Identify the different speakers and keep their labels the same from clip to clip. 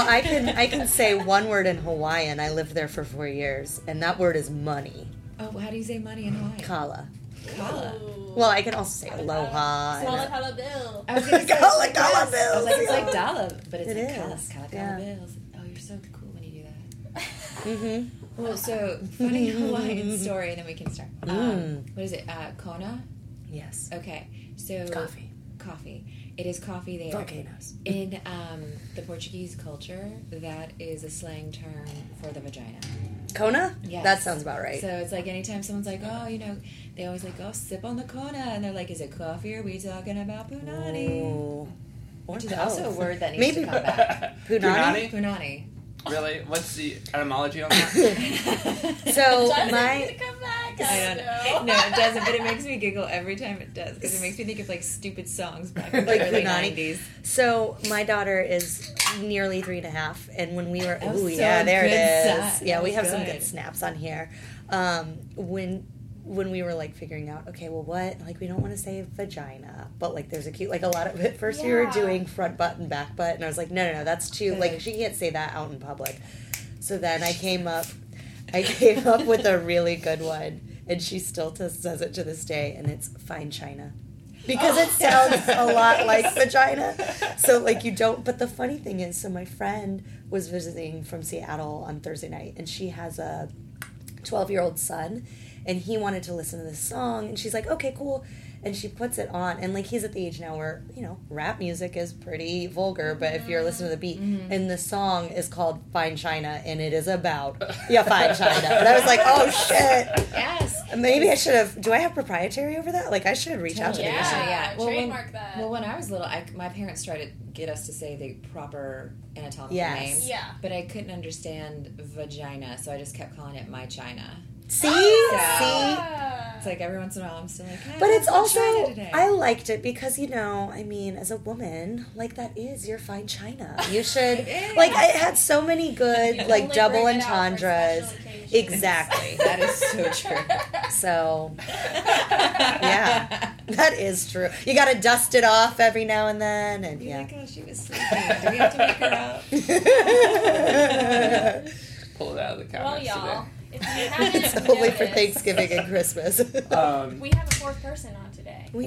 Speaker 1: I can say one word in Hawaiian. I lived there for four years, and that word is money.
Speaker 2: Oh, well, how do you say money in Hawaii?
Speaker 1: Kala.
Speaker 2: Kala.
Speaker 1: Well, I can also say aloha. and-
Speaker 3: Holla, holla, bill.
Speaker 2: I was gonna say,
Speaker 1: Kala,
Speaker 2: like
Speaker 1: kala
Speaker 2: this. I was like, it's
Speaker 1: bills.
Speaker 2: like dollar, but it's
Speaker 1: It
Speaker 2: like
Speaker 1: is.
Speaker 2: kala, kala, kala
Speaker 1: Yeah.
Speaker 2: bills. Oh, you're so cool when you do that. Mm-hmm.
Speaker 1: Mhm.
Speaker 2: Well, so funny Hawaiian story, and then we can start. Um,
Speaker 1: Mm.
Speaker 2: What is it? Uh, Kona.
Speaker 1: Yes.
Speaker 2: Okay, so
Speaker 1: Coffee.
Speaker 2: Coffee. It is coffee there.
Speaker 1: Volcanoes.
Speaker 2: In um, the Portuguese culture, that is a slang term for the vagina.
Speaker 1: Kona?
Speaker 2: Yes.
Speaker 1: That sounds about right.
Speaker 2: So it's like anytime someone's like, oh, you know, they always like, oh, sip on the Kona, and they're like, is it coffee? Or are we talking about punani?
Speaker 1: Ooh. Or
Speaker 2: Which is also a
Speaker 1: both.
Speaker 2: word that needs
Speaker 1: Maybe
Speaker 2: to come back.
Speaker 1: Punani?
Speaker 2: Punani.
Speaker 4: Really? What's the etymology on that?
Speaker 1: So
Speaker 3: Doesn't
Speaker 1: Oh, my
Speaker 3: come back.
Speaker 2: I
Speaker 3: I
Speaker 2: don't
Speaker 3: don't
Speaker 2: No,
Speaker 3: know.
Speaker 2: it doesn't, but it makes me giggle every time it does because it makes me think of like stupid songs back in the
Speaker 1: Like
Speaker 2: early
Speaker 1: Punani?
Speaker 2: '90s.
Speaker 1: so my daughter is nearly three and a half, and when we were
Speaker 2: That was
Speaker 1: oh
Speaker 2: so
Speaker 1: yeah there it
Speaker 2: good
Speaker 1: is
Speaker 2: si-
Speaker 1: yeah
Speaker 2: that
Speaker 1: we
Speaker 2: was
Speaker 1: have some good
Speaker 2: good.
Speaker 1: snaps on here. Um, when when we were like figuring out okay well what like we don't want to say vagina but like there's a cute like a lot of at first we were
Speaker 3: Yeah.
Speaker 1: doing front butt and back butt and I was like no no no that's too like
Speaker 2: Good.
Speaker 1: she can't say that out in public. So then I came up I came up with a really good one, and she still t- says it to this day, and it's fine china. Because it
Speaker 2: Oh.
Speaker 1: sounds a lot like vagina. So, like, you don't. But the funny thing is, so my friend was visiting from Seattle on Thursday night, and she has a 12 year old son, and he wanted to listen to this song, and she's like, okay, cool. And she puts it on, and like, he's at the age now where, you know, rap music is pretty vulgar, but if you're listening to the beat, and the song is called Fine China, and it is about, yeah, Fine China. And I was like, oh shit.
Speaker 2: Yes.
Speaker 1: Maybe I should have. Do I have proprietary over that? Like I should reach out to
Speaker 3: Yeah,
Speaker 1: the
Speaker 2: Yeah,
Speaker 1: person.
Speaker 2: yeah. Well, when-
Speaker 3: trademark that.
Speaker 2: Well, when I was little, I, my parents tried to get us to say the proper anatomical
Speaker 1: Yes.
Speaker 2: names.
Speaker 3: Yeah.
Speaker 2: But I couldn't understand vagina, so I just kept calling it my china.
Speaker 1: See, see.
Speaker 3: Yeah.
Speaker 2: It's like every once in a while, I'm still like, "Hey,
Speaker 1: But it's
Speaker 2: I'm
Speaker 1: also
Speaker 2: China today."
Speaker 1: I liked it because you know I mean as a woman like that is your fine china. You should
Speaker 2: It
Speaker 1: like
Speaker 2: is.
Speaker 1: it had so many good
Speaker 3: You
Speaker 1: like
Speaker 3: only
Speaker 1: double
Speaker 3: bring it out for
Speaker 1: entendres.
Speaker 3: special occasions.
Speaker 1: Exactly.
Speaker 2: That is so true.
Speaker 1: So Yeah. that is true. You got to dust it off every now and then, and
Speaker 2: You're
Speaker 1: yeah.
Speaker 2: like, oh, she was sleeping. Do we have to wake her up?
Speaker 4: Pull it out of the
Speaker 3: Well,
Speaker 4: comments
Speaker 3: y'all, if you haven't
Speaker 1: it's only for
Speaker 3: noticed,
Speaker 1: Thanksgiving and Christmas.
Speaker 4: today. Um,
Speaker 3: We have a fourth person on today.
Speaker 1: we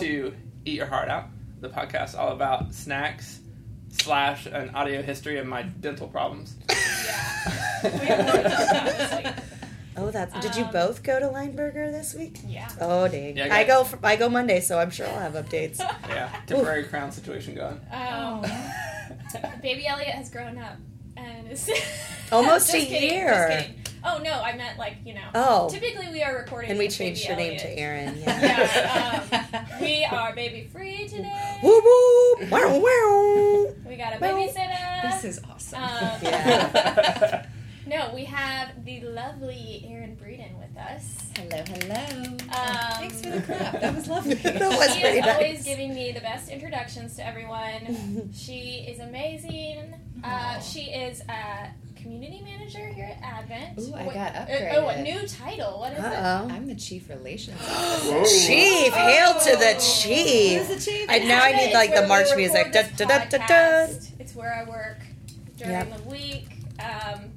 Speaker 1: do.
Speaker 4: to Eat Your Heart Out, the podcast all about snacks slash an audio history of my dental problems.
Speaker 3: Yeah. We have more to talk about this
Speaker 4: yeah,
Speaker 3: week.
Speaker 1: oh, that's. Did you
Speaker 3: Um,
Speaker 1: both go to Lineberger this week?
Speaker 3: Yeah.
Speaker 1: Oh dang!
Speaker 4: Yeah, I
Speaker 1: I,
Speaker 4: got-
Speaker 1: go. Fr- I go Monday, so I'm sure I'll have updates.
Speaker 4: temporary crown situation going.
Speaker 3: Um,
Speaker 2: Oh.
Speaker 3: Baby Elliot has grown up and is
Speaker 1: Almost
Speaker 3: Just
Speaker 1: a
Speaker 3: kidding,
Speaker 1: year.
Speaker 3: Just kidding. Oh no, I meant like you know.
Speaker 1: Oh,
Speaker 3: Typically, we are recording.
Speaker 1: and we
Speaker 3: with
Speaker 1: changed
Speaker 3: Baby
Speaker 1: your name to
Speaker 3: Elliot.
Speaker 1: Aaron. Yeah.
Speaker 3: Yeah, We are baby free today.
Speaker 1: whoop whoop! Wow wow!
Speaker 3: We got a
Speaker 1: Well,
Speaker 2: this
Speaker 3: babysitter.
Speaker 2: is awesome.
Speaker 3: Um,
Speaker 4: Yeah.
Speaker 3: No, we have the lovely Erin Breeden with us.
Speaker 2: Hello, hello.
Speaker 3: Um,
Speaker 2: Thanks for the clap. That was lovely.
Speaker 1: That was
Speaker 3: she
Speaker 1: pretty
Speaker 3: is
Speaker 1: nice.
Speaker 3: always giving me the best introductions to everyone. she is amazing. Uh,
Speaker 2: Aw.
Speaker 3: she is a community manager here at Advent.
Speaker 2: Ooh, I
Speaker 3: What-
Speaker 2: got
Speaker 3: uh,
Speaker 2: upgraded.
Speaker 3: Oh, a new title. What is it?
Speaker 1: Uh
Speaker 2: I'm the chief relations
Speaker 1: oh!
Speaker 4: Whoa.
Speaker 1: Chief, hail to the
Speaker 3: Oh.
Speaker 1: chief!
Speaker 2: the chief?
Speaker 1: I now I
Speaker 3: Advent
Speaker 1: need
Speaker 3: is
Speaker 1: like
Speaker 3: where
Speaker 1: the
Speaker 3: we
Speaker 1: march
Speaker 3: record
Speaker 1: music.
Speaker 3: this
Speaker 1: Dun, dun, dun, dun, dun.
Speaker 3: podcast. It's where I work during
Speaker 1: Yep.
Speaker 3: the week. Um,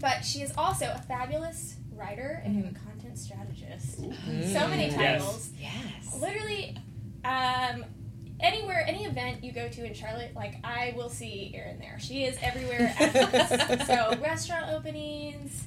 Speaker 3: but she is also a fabulous writer and a content strategist. So many
Speaker 1: Mm.
Speaker 4: Yes.
Speaker 3: titles.
Speaker 2: Yes.
Speaker 3: Literally, um, anywhere, any event you go to in Charlotte, like I will see Erin there. She is everywhere. At so restaurant openings,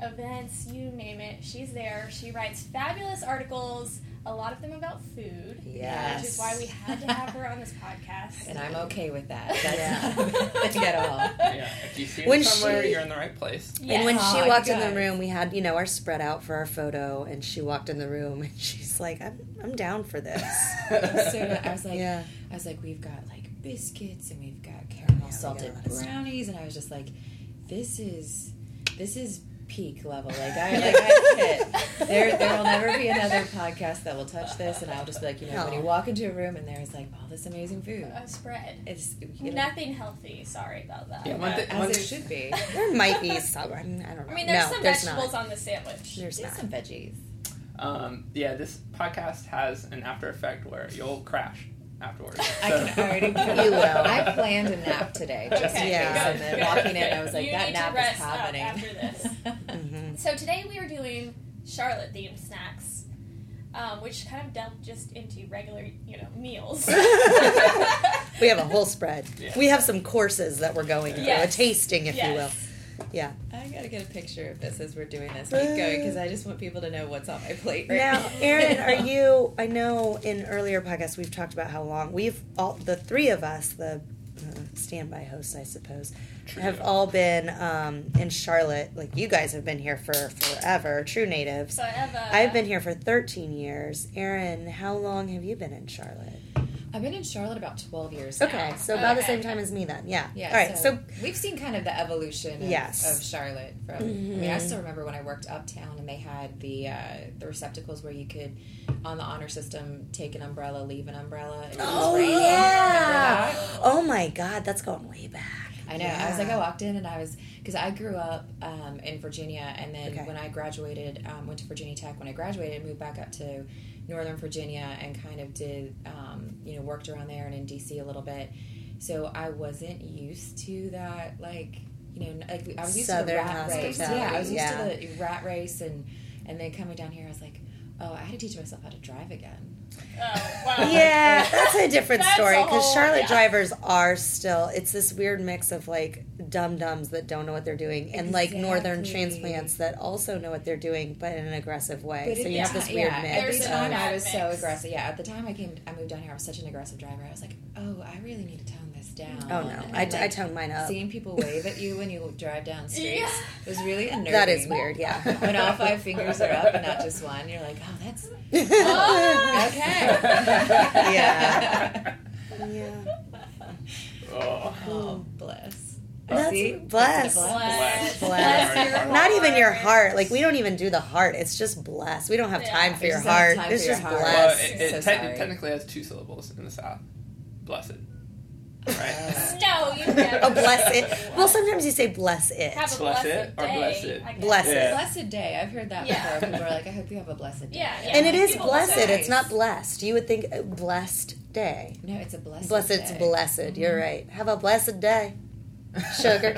Speaker 3: events, you name it, she's there. She writes fabulous articles. A lot of them about food.
Speaker 1: Yes.
Speaker 3: Which is why we had to have her on this podcast.
Speaker 2: And I'm okay with that. That's
Speaker 1: Yeah.
Speaker 2: not a bad thing at all.
Speaker 4: Yeah, if you see
Speaker 1: When
Speaker 4: it somewhere,
Speaker 1: she-
Speaker 4: you're in the right place.
Speaker 1: And when
Speaker 2: Yes.
Speaker 1: she
Speaker 3: Oh,
Speaker 2: Aw,
Speaker 1: walked
Speaker 2: you
Speaker 1: in
Speaker 2: guys.
Speaker 1: the room, we had you know our spread out for our photo, and she walked in the room, and she's like, "I'm I'm down for this."
Speaker 2: So I was like,
Speaker 1: yeah,
Speaker 2: I was like, we've got like biscuits and we've got caramel
Speaker 1: we got
Speaker 2: salted
Speaker 1: a lot of stuff.
Speaker 2: brownies, and I was just like, this is this is peak level. Like I like I hit. There, there will never be another podcast that will touch this, and I'll just be like, you know, when you
Speaker 1: Aw.
Speaker 2: walk into a room and there's like all this amazing food,
Speaker 3: a spread.
Speaker 2: it's you know,
Speaker 3: Nothing healthy. Sorry about that.
Speaker 4: Yeah, one
Speaker 3: But-
Speaker 4: thing-
Speaker 2: as it should be.
Speaker 1: there might be some. I, mean, I don't know.
Speaker 3: I mean, there's
Speaker 1: no,
Speaker 3: some
Speaker 1: there's
Speaker 3: vegetables
Speaker 1: Not.
Speaker 3: on the sandwich.
Speaker 1: There's
Speaker 2: There's
Speaker 1: not.
Speaker 2: some veggies.
Speaker 4: Um, yeah, this podcast has an after effect where you'll crash. afterwards.
Speaker 2: I
Speaker 4: So-
Speaker 2: can already.
Speaker 1: You will.
Speaker 2: I planned a nap today. Just in
Speaker 3: Okay,
Speaker 2: case.
Speaker 1: Yeah.
Speaker 2: And then
Speaker 1: good.
Speaker 2: walking in, I was like,
Speaker 3: You
Speaker 2: that
Speaker 3: need to
Speaker 2: nap is
Speaker 3: rest up
Speaker 2: happening.
Speaker 3: after this.
Speaker 1: hmm
Speaker 3: So today we are doing Charlotte themed snacks, um, which kind of delved just into regular, you know, meals.
Speaker 1: We have a whole spread.
Speaker 4: Yeah.
Speaker 1: We have some courses that we're going through,
Speaker 3: Yes.
Speaker 1: a tasting, if you will.
Speaker 3: Yes.
Speaker 2: I gotta get a picture of this as we're doing this. Keep going because I just want people to know what's on my plate right
Speaker 1: Now,
Speaker 2: now.
Speaker 1: Erin, are you? I know in earlier podcasts we've talked about how long we've all the three of us, the uh, standby hosts, I suppose, have
Speaker 4: Trio.
Speaker 1: all been um, in Charlotte. Like you guys have been here for forever, true natives.
Speaker 3: So I have a.
Speaker 1: I've been here for 13 years. Erin, how long have you been in Charlotte?
Speaker 2: I've been in Charlotte about 12 years
Speaker 1: Okay,
Speaker 2: now.
Speaker 1: so about the
Speaker 3: Okay.
Speaker 1: same time as me then. Yeah.
Speaker 2: Yeah.
Speaker 1: all right. So,
Speaker 2: we've seen kind of the evolution of,
Speaker 1: Yes. Mm-hmm.
Speaker 2: of Charlotte. From I mean, I still remember when I worked uptown and they had the uh, the receptacles where you could, on the honor system, take an umbrella, leave an umbrella. And it was
Speaker 1: oh
Speaker 2: raining. Remember
Speaker 1: yeah.
Speaker 2: that?
Speaker 1: Oh my God, that's going way back.
Speaker 2: I know. I was
Speaker 1: Yeah.
Speaker 2: like, I walked in and I was because I grew up um, in Virginia, and then
Speaker 1: Okay.
Speaker 2: when I graduated, um, went to Virginia Tech. When I graduated, moved back up to Northern Virginia and kind of did um, you know worked around there and in DC a little bit. So I wasn't used to that, like you know, like I was used to
Speaker 1: Southern
Speaker 2: the rat race.
Speaker 1: hospitality,
Speaker 2: Yeah, I was used
Speaker 1: yeah.
Speaker 2: to the rat race, and and then coming down here, I was like, oh, I had to teach myself how to drive again.
Speaker 3: Oh, wow.
Speaker 1: Yeah, that's a different
Speaker 3: That's
Speaker 1: story
Speaker 3: a
Speaker 1: because
Speaker 3: whole-
Speaker 1: Charlotte
Speaker 3: yeah.
Speaker 1: drivers are still. It's this weird mix of like dum dums that don't know what they're doing and like northern
Speaker 2: Exactly.
Speaker 1: transplants that also know what they're doing but in an aggressive way.
Speaker 2: But
Speaker 1: so
Speaker 2: it-
Speaker 1: you have this
Speaker 2: yeah,
Speaker 1: weird
Speaker 2: yeah.
Speaker 1: mix.
Speaker 2: Every
Speaker 3: There's a
Speaker 2: time I
Speaker 3: bad
Speaker 2: was so
Speaker 3: mix.
Speaker 2: aggressive. Yeah, at the time I came, I moved down here. I was such an aggressive driver. I was like, oh, I really need to tone this down.
Speaker 1: oh no,
Speaker 2: And,
Speaker 1: I,
Speaker 2: like,
Speaker 1: I toned mine up.
Speaker 2: seeing people wave at you when you drive down streets
Speaker 3: Yeah.
Speaker 2: was really unnerving.
Speaker 1: That is weird. Yeah.
Speaker 2: When all five fingers are up and not just one, you're like, oh, that's
Speaker 3: Oh,
Speaker 2: okay.
Speaker 1: Yeah. yeah.
Speaker 4: Oh.
Speaker 2: Oh, bless.
Speaker 1: That's-
Speaker 2: See?
Speaker 1: bless.
Speaker 3: Bless.
Speaker 4: Bless.
Speaker 1: Bless.
Speaker 3: your
Speaker 1: Not even your
Speaker 3: heart.
Speaker 1: heart. Like we don't even do the heart. It's just bless. We don't have
Speaker 3: Yeah.
Speaker 1: time for
Speaker 2: We
Speaker 1: your
Speaker 2: just don't have
Speaker 1: heart.
Speaker 2: time
Speaker 1: It's
Speaker 2: for your
Speaker 1: just
Speaker 2: heart.
Speaker 4: Well,
Speaker 1: bless.
Speaker 4: it,
Speaker 2: Yes.
Speaker 4: it
Speaker 2: So
Speaker 4: te-
Speaker 2: sorry.
Speaker 4: technically has two syllables in the South. Blessed.
Speaker 2: Uh,
Speaker 4: Right?
Speaker 3: No, you never.
Speaker 1: Oh, bless it. Well, sometimes you say bless it.
Speaker 3: Have a
Speaker 4: Bless
Speaker 3: blessed
Speaker 4: it or
Speaker 3: day,
Speaker 4: bless it?
Speaker 3: I guess.
Speaker 1: Bless it.
Speaker 4: Yeah.
Speaker 2: Blessed day. I've heard that
Speaker 3: Yeah.
Speaker 2: before. People are like, I hope you have a blessed day.
Speaker 3: Yeah, yeah.
Speaker 1: And it is
Speaker 3: People
Speaker 1: blessed.
Speaker 3: say-
Speaker 1: It's not blessed. You would think uh, blessed day.
Speaker 2: No, it's a blessed
Speaker 1: Blessed,
Speaker 2: day. Mm-hmm.
Speaker 1: it's blessed. You're right. Have a blessed day. Sugar.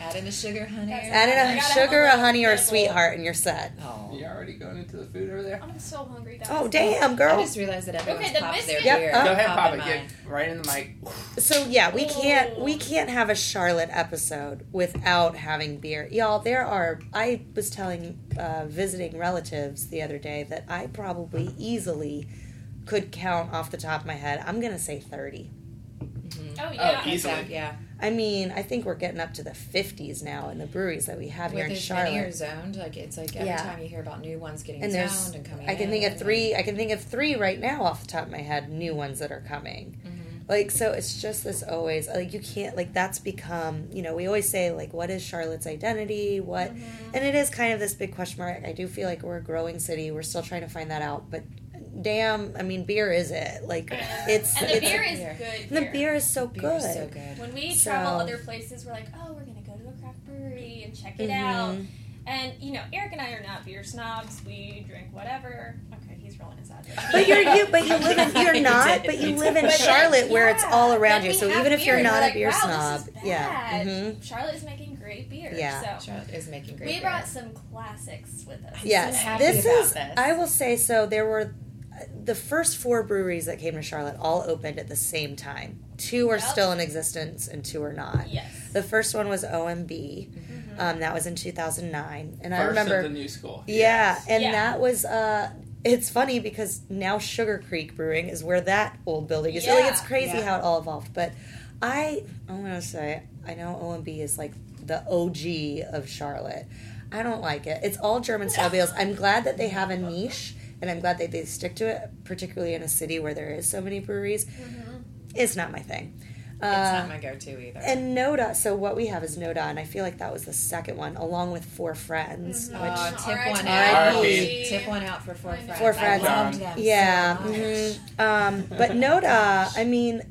Speaker 2: Add in a sugar, honey.
Speaker 3: That's
Speaker 1: Add
Speaker 3: I
Speaker 1: in a
Speaker 3: gotta
Speaker 1: sugar,
Speaker 3: have
Speaker 1: a
Speaker 3: a
Speaker 1: honey, or a
Speaker 3: double.
Speaker 1: sweetheart, and you're set.
Speaker 2: Oh.
Speaker 4: you already going into the food over there?
Speaker 3: I'm so hungry, guys.
Speaker 1: Oh, damn,
Speaker 2: I
Speaker 1: girl.
Speaker 2: just realized that everyone's
Speaker 3: Okay, the
Speaker 2: popped their
Speaker 3: biscuit-
Speaker 1: Yep,
Speaker 2: beer.
Speaker 1: uh,
Speaker 4: Go ahead,
Speaker 2: Popping
Speaker 4: Papa.
Speaker 2: mine.
Speaker 4: Get right in the mic.
Speaker 1: So yeah, we can't we
Speaker 3: Ooh.
Speaker 1: can't have a Charlotte episode without having beer, y'all. There are. I was telling uh, visiting relatives the other day that I probably easily could count off the top of my head. I'm gonna say thirty.
Speaker 3: Oh, yeah.
Speaker 4: Oh, easily.
Speaker 2: So, yeah.
Speaker 1: I mean, I think we're getting up to the 50s now in the breweries that we have here
Speaker 2: With
Speaker 1: in
Speaker 2: as many are
Speaker 1: Charlotte.
Speaker 2: zoned, like it's like every
Speaker 1: Yeah.
Speaker 2: time you hear about new ones getting
Speaker 1: And there's-
Speaker 2: zoned and coming.
Speaker 1: I can
Speaker 2: in
Speaker 1: think of
Speaker 2: and-
Speaker 3: Mm-hmm.
Speaker 1: three. I can think of three right now off the top of my head. New ones that are coming.
Speaker 3: Mm-hmm.
Speaker 1: Like so, it's just this always like you can't like that's become you know we always say like what is Charlotte's identity what
Speaker 3: Mm-hmm.
Speaker 1: and it is kind of this big question mark. I do feel like we're a growing city. We're still trying to find that out, but damn, I mean, beer is it like it's
Speaker 3: And the
Speaker 1: it's,
Speaker 3: beer is
Speaker 2: beer.
Speaker 3: good.
Speaker 1: the beer is so
Speaker 2: Beer
Speaker 1: good.
Speaker 2: is so good.
Speaker 3: When we
Speaker 1: So-
Speaker 3: travel other places, we're like, oh, we're gonna go to a craft brewery and check it
Speaker 1: Mhm.
Speaker 3: out. And you know, Eric and I are not beer snobs. We drink whatever. Okay, he's rolling his eyes.
Speaker 1: But you're you, but you live in you're
Speaker 2: You
Speaker 1: not,
Speaker 2: did.
Speaker 1: but you live in
Speaker 3: But then-
Speaker 1: Charlotte where it's all
Speaker 3: yeah,
Speaker 1: around
Speaker 3: then
Speaker 1: you.
Speaker 3: we
Speaker 1: So
Speaker 3: have
Speaker 1: even if you're
Speaker 3: beer,
Speaker 1: not
Speaker 3: we're
Speaker 1: a
Speaker 3: like,
Speaker 1: beer
Speaker 3: wow,
Speaker 1: snob,
Speaker 3: this is
Speaker 1: yeah,
Speaker 3: bad.
Speaker 1: hmm
Speaker 3: Charlotte is making great beer.
Speaker 1: Yeah.
Speaker 3: So
Speaker 2: Charlotte is making great.
Speaker 3: we
Speaker 2: beer.
Speaker 3: brought some classics with us.
Speaker 1: yes.
Speaker 2: happy
Speaker 1: This
Speaker 2: about
Speaker 1: is
Speaker 2: this.
Speaker 1: I will say so. There were the first four breweries that came to Charlotte all opened at the same time. Two are
Speaker 3: Yep.
Speaker 1: still in existence and two are not.
Speaker 3: Yes. Mm-hmm.
Speaker 1: The first one was OMB.
Speaker 2: Mm-hmm.
Speaker 1: Um, that was in 2009, and
Speaker 4: First
Speaker 1: I remember
Speaker 4: of the new school.
Speaker 1: Yeah, and
Speaker 3: Yeah.
Speaker 1: that was uh it's funny because now Sugar Creek Brewing is where that old building is. Like
Speaker 3: Yeah.
Speaker 1: it's crazy
Speaker 2: Yeah.
Speaker 1: how it all evolved. But I I'm gonna say I know OMB is like the OG of Charlotte. I don't like it. It's all German style beers. I'm glad that they have a niche and I'm glad that they stick to it, particularly in a city where there is so many breweries. It's not my thing.
Speaker 2: It's
Speaker 1: Uh,
Speaker 2: not my go-to either.
Speaker 1: and Noda, so what we have is Noda, and I feel like that was the second one, along with Four Friends,
Speaker 3: Mhm.
Speaker 1: which
Speaker 2: oh,
Speaker 3: Which-
Speaker 2: tip one
Speaker 3: R.I.P.
Speaker 2: out.
Speaker 4: R.I.P.
Speaker 2: Tip one out for four friends.
Speaker 1: Four Friends. Mm-hmm.
Speaker 2: I loved them.
Speaker 1: Yeah.
Speaker 2: So much.
Speaker 1: mhm. Um, but Noda, I mean,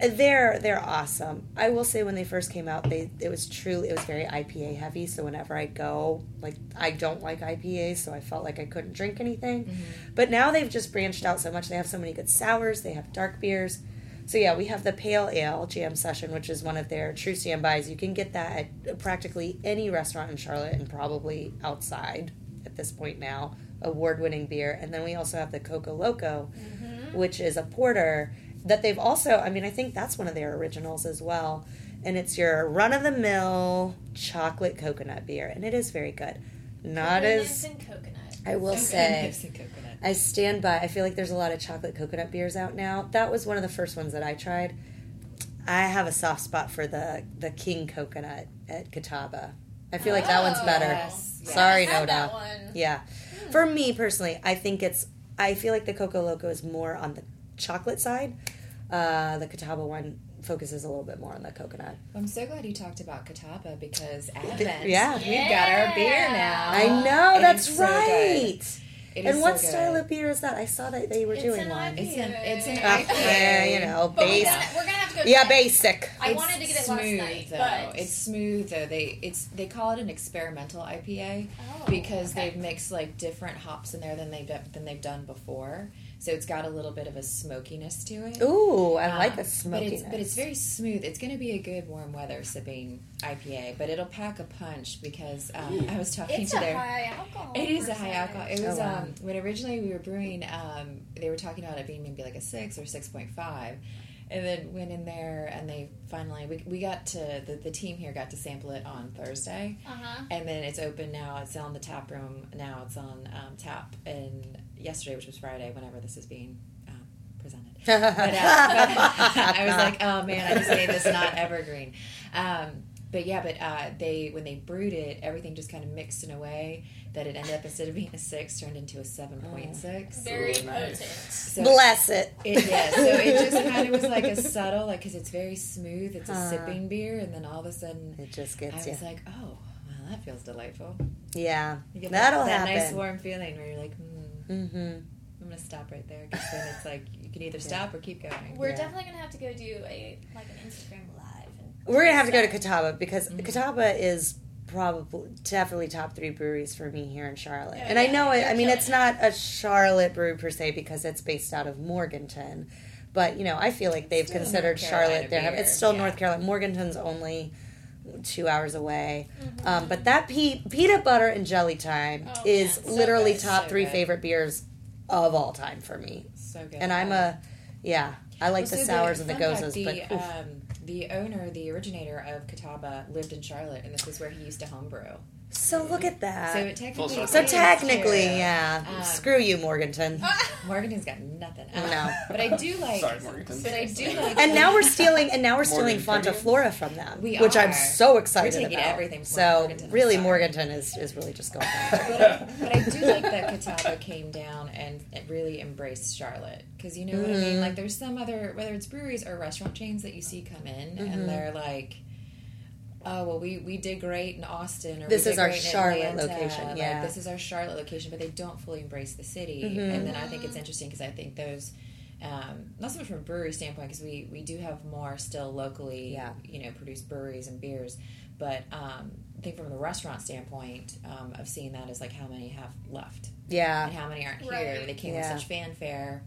Speaker 1: they're they're awesome. I will say when they first came out, they it was truly it was very IPA heavy. So whenever I go, like I don't like IPAs, so I felt like I couldn't drink anything.
Speaker 2: Mm-hmm.
Speaker 1: But now they've just branched out so much. They have so many good sours. They have dark beers. So yeah, we have the Pale Ale Jam Session, which is one of their true standbys. You can get that at practically any restaurant in Charlotte and probably outside at this point now. Award-winning beer, and then we also have the Coca Loco,
Speaker 3: Mm-hmm.
Speaker 1: which is a porter that they've also i mean i think that's one of their originals as well and it's your run-of-the-mill chocolate coconut beer and it is very good not
Speaker 3: Bananas
Speaker 1: as
Speaker 3: and coconut.
Speaker 1: i will
Speaker 2: Okay,
Speaker 1: say
Speaker 2: Nipsey coconut.
Speaker 1: i stand by i feel like there's a lot of chocolate coconut beers out now that was one of the first ones that i tried i have a soft spot for the the king coconut at catawba i feel like that one's
Speaker 3: Oh.
Speaker 1: better
Speaker 2: Yes, yes.
Speaker 1: Sorry,
Speaker 3: I had
Speaker 1: no
Speaker 3: that
Speaker 1: doubt.
Speaker 2: Oh.
Speaker 3: one.
Speaker 1: yeah. For me personally, I think it's. I feel like the Coco Loco is more on the chocolate side. Uh, the Catawba one focuses a little bit more on the coconut.
Speaker 2: I'm so glad you talked about Catawba because Advent.
Speaker 1: yeah.
Speaker 2: We've got our beer now.
Speaker 1: I know
Speaker 2: Ah, It
Speaker 1: that's
Speaker 2: is so
Speaker 1: right.
Speaker 2: good. It is
Speaker 1: and what
Speaker 2: so good.
Speaker 1: style of beer is that? I saw that they were
Speaker 3: It's
Speaker 1: doing
Speaker 3: an
Speaker 1: one.
Speaker 3: IPA.
Speaker 2: It's an it's an
Speaker 1: Uh, yeah,
Speaker 2: IPA.
Speaker 1: you know,
Speaker 3: But we're
Speaker 1: base.
Speaker 3: gonna, we're gonna have to go.
Speaker 1: Yeah,
Speaker 3: check.
Speaker 1: basic.
Speaker 3: I
Speaker 2: It's
Speaker 3: wanted to get it
Speaker 2: smooth,
Speaker 3: last night,
Speaker 2: though.
Speaker 3: but
Speaker 2: It's smooth though. They it's they call it an experimental IPA
Speaker 3: Oh,
Speaker 2: because
Speaker 3: okay.
Speaker 2: they've mixed like different hops in there than they've done, than they've done before. So it's got a little bit of a smokiness to it.
Speaker 1: Ooh, I
Speaker 2: Um,
Speaker 1: like the
Speaker 2: But
Speaker 1: smokiness.
Speaker 2: it's, but it's very smooth. It's going to be a good warm weather sipping IPA, but it'll pack a punch because um, I was talking
Speaker 3: It's
Speaker 2: to
Speaker 3: a
Speaker 2: their.
Speaker 3: high alcohol.
Speaker 2: It is a high alcohol. It
Speaker 1: Oh,
Speaker 2: was
Speaker 1: wow.
Speaker 2: um, when originally we were brewing. Um, they were talking about it being maybe like a six or six point five, and then went in there and they finally we, we got to the, the team here got to sample it on Thursday,
Speaker 3: Uh huh.
Speaker 2: and then it's open now. It's on the tap room now. It's on um, tap. And yesterday, which was Friday, whenever this is being um, presented, but, uh, but I was like, oh man, I just made this not evergreen. Um, but yeah, but uh, they when they brewed it, everything just kind of mixed in a way that it ended up instead of being a six, turned into a seven point six.
Speaker 3: Very
Speaker 4: Ooh, nice.
Speaker 3: potent.
Speaker 2: So
Speaker 1: bless it.
Speaker 2: it, yeah, so it just kind of was like a subtle, like because it's very smooth. It's a
Speaker 1: Huh.
Speaker 2: sipping beer, and then all of a sudden,
Speaker 1: It just
Speaker 2: I
Speaker 1: gets you.
Speaker 2: was like, oh, well, that feels delightful.
Speaker 1: yeah,
Speaker 2: You get
Speaker 1: that'll
Speaker 2: that, that
Speaker 1: happen.
Speaker 2: nice warm feeling where you're like, hmm,
Speaker 1: mm-hmm.
Speaker 2: I'm gonna stop right there because then it's like you can either stop or keep going.
Speaker 3: We're
Speaker 1: Yeah.
Speaker 3: definitely gonna have to go do a like an Instagram live. And
Speaker 1: We're gonna have to go to Catawba because
Speaker 2: Mm-hmm.
Speaker 1: Catawba is probably definitely top three breweries for me here in Charlotte.
Speaker 3: Oh,
Speaker 1: and I
Speaker 3: yeah.
Speaker 1: know it. I
Speaker 3: They're
Speaker 1: mean,
Speaker 3: killing
Speaker 1: it's not a Charlotte brew per se because it's based out of Morganton, but you know, I feel like they've
Speaker 2: Still
Speaker 1: considered
Speaker 2: North Carolina
Speaker 1: Charlotte their.
Speaker 2: beer,
Speaker 1: It's still
Speaker 2: yeah.
Speaker 1: North Carolina. Morganton's only two hours away. Um, but that pe- peanut butter and jelly time
Speaker 3: Oh,
Speaker 1: is
Speaker 3: man,
Speaker 2: so
Speaker 1: literally
Speaker 2: good,
Speaker 1: top
Speaker 2: so
Speaker 1: three
Speaker 2: good.
Speaker 1: favorite beers of all time for me.
Speaker 2: So good.
Speaker 1: And I'm a yeah. I like the sours and the gozas,
Speaker 2: The,
Speaker 1: but oof.
Speaker 2: um, the owner, the originator of Catawba, lived in Charlotte, and this is where he used to homebrew.
Speaker 1: so look at that.
Speaker 2: So it technically,
Speaker 4: circle.
Speaker 1: Uh, So
Speaker 2: is
Speaker 1: technically,
Speaker 2: true.
Speaker 1: yeah.
Speaker 2: Um, Oh,
Speaker 1: Screw you, Morganton.
Speaker 2: Morganton's got nothing. Um,
Speaker 1: No.
Speaker 2: but I do like.
Speaker 4: Sorry, Morganton.
Speaker 2: But I do like.
Speaker 1: And now we're stealing. And now we're stealing
Speaker 4: Morgan
Speaker 1: Fontaflora from them,
Speaker 2: We
Speaker 1: which I'm
Speaker 2: are.
Speaker 1: so excited
Speaker 2: We're taking
Speaker 1: about.
Speaker 2: everything from
Speaker 1: so
Speaker 2: Morganton, I'm
Speaker 1: really,
Speaker 2: sorry.
Speaker 1: Morganton is, is really just going. down.
Speaker 2: But I, but I do like that Catawba came down and it really embraced Charlotte because you know what I
Speaker 1: Mm-hmm.
Speaker 2: mean. Like there's some other whether it's breweries or restaurant chains that you see come in
Speaker 1: Mm-hmm.
Speaker 2: and they're like, oh well, we we did great in Austin or
Speaker 1: This
Speaker 2: we
Speaker 1: is
Speaker 2: did
Speaker 1: our
Speaker 2: great in
Speaker 1: Charlotte
Speaker 2: Atlanta.
Speaker 1: location,
Speaker 2: Like,
Speaker 1: yeah. Mm-hmm.
Speaker 2: this is our Charlotte location, but they don't fully embrace the city. And then I think it's interesting because I think those. Um, not so much from a brewery standpoint because we, we do have more still locally
Speaker 1: Yeah.
Speaker 2: you know produced breweries and beers but um, I think from the restaurant standpoint um, of seeing that is like how many have left
Speaker 1: yeah,
Speaker 2: and how many aren't here.
Speaker 3: Right.
Speaker 2: They came
Speaker 1: Yeah.
Speaker 2: with such fanfare,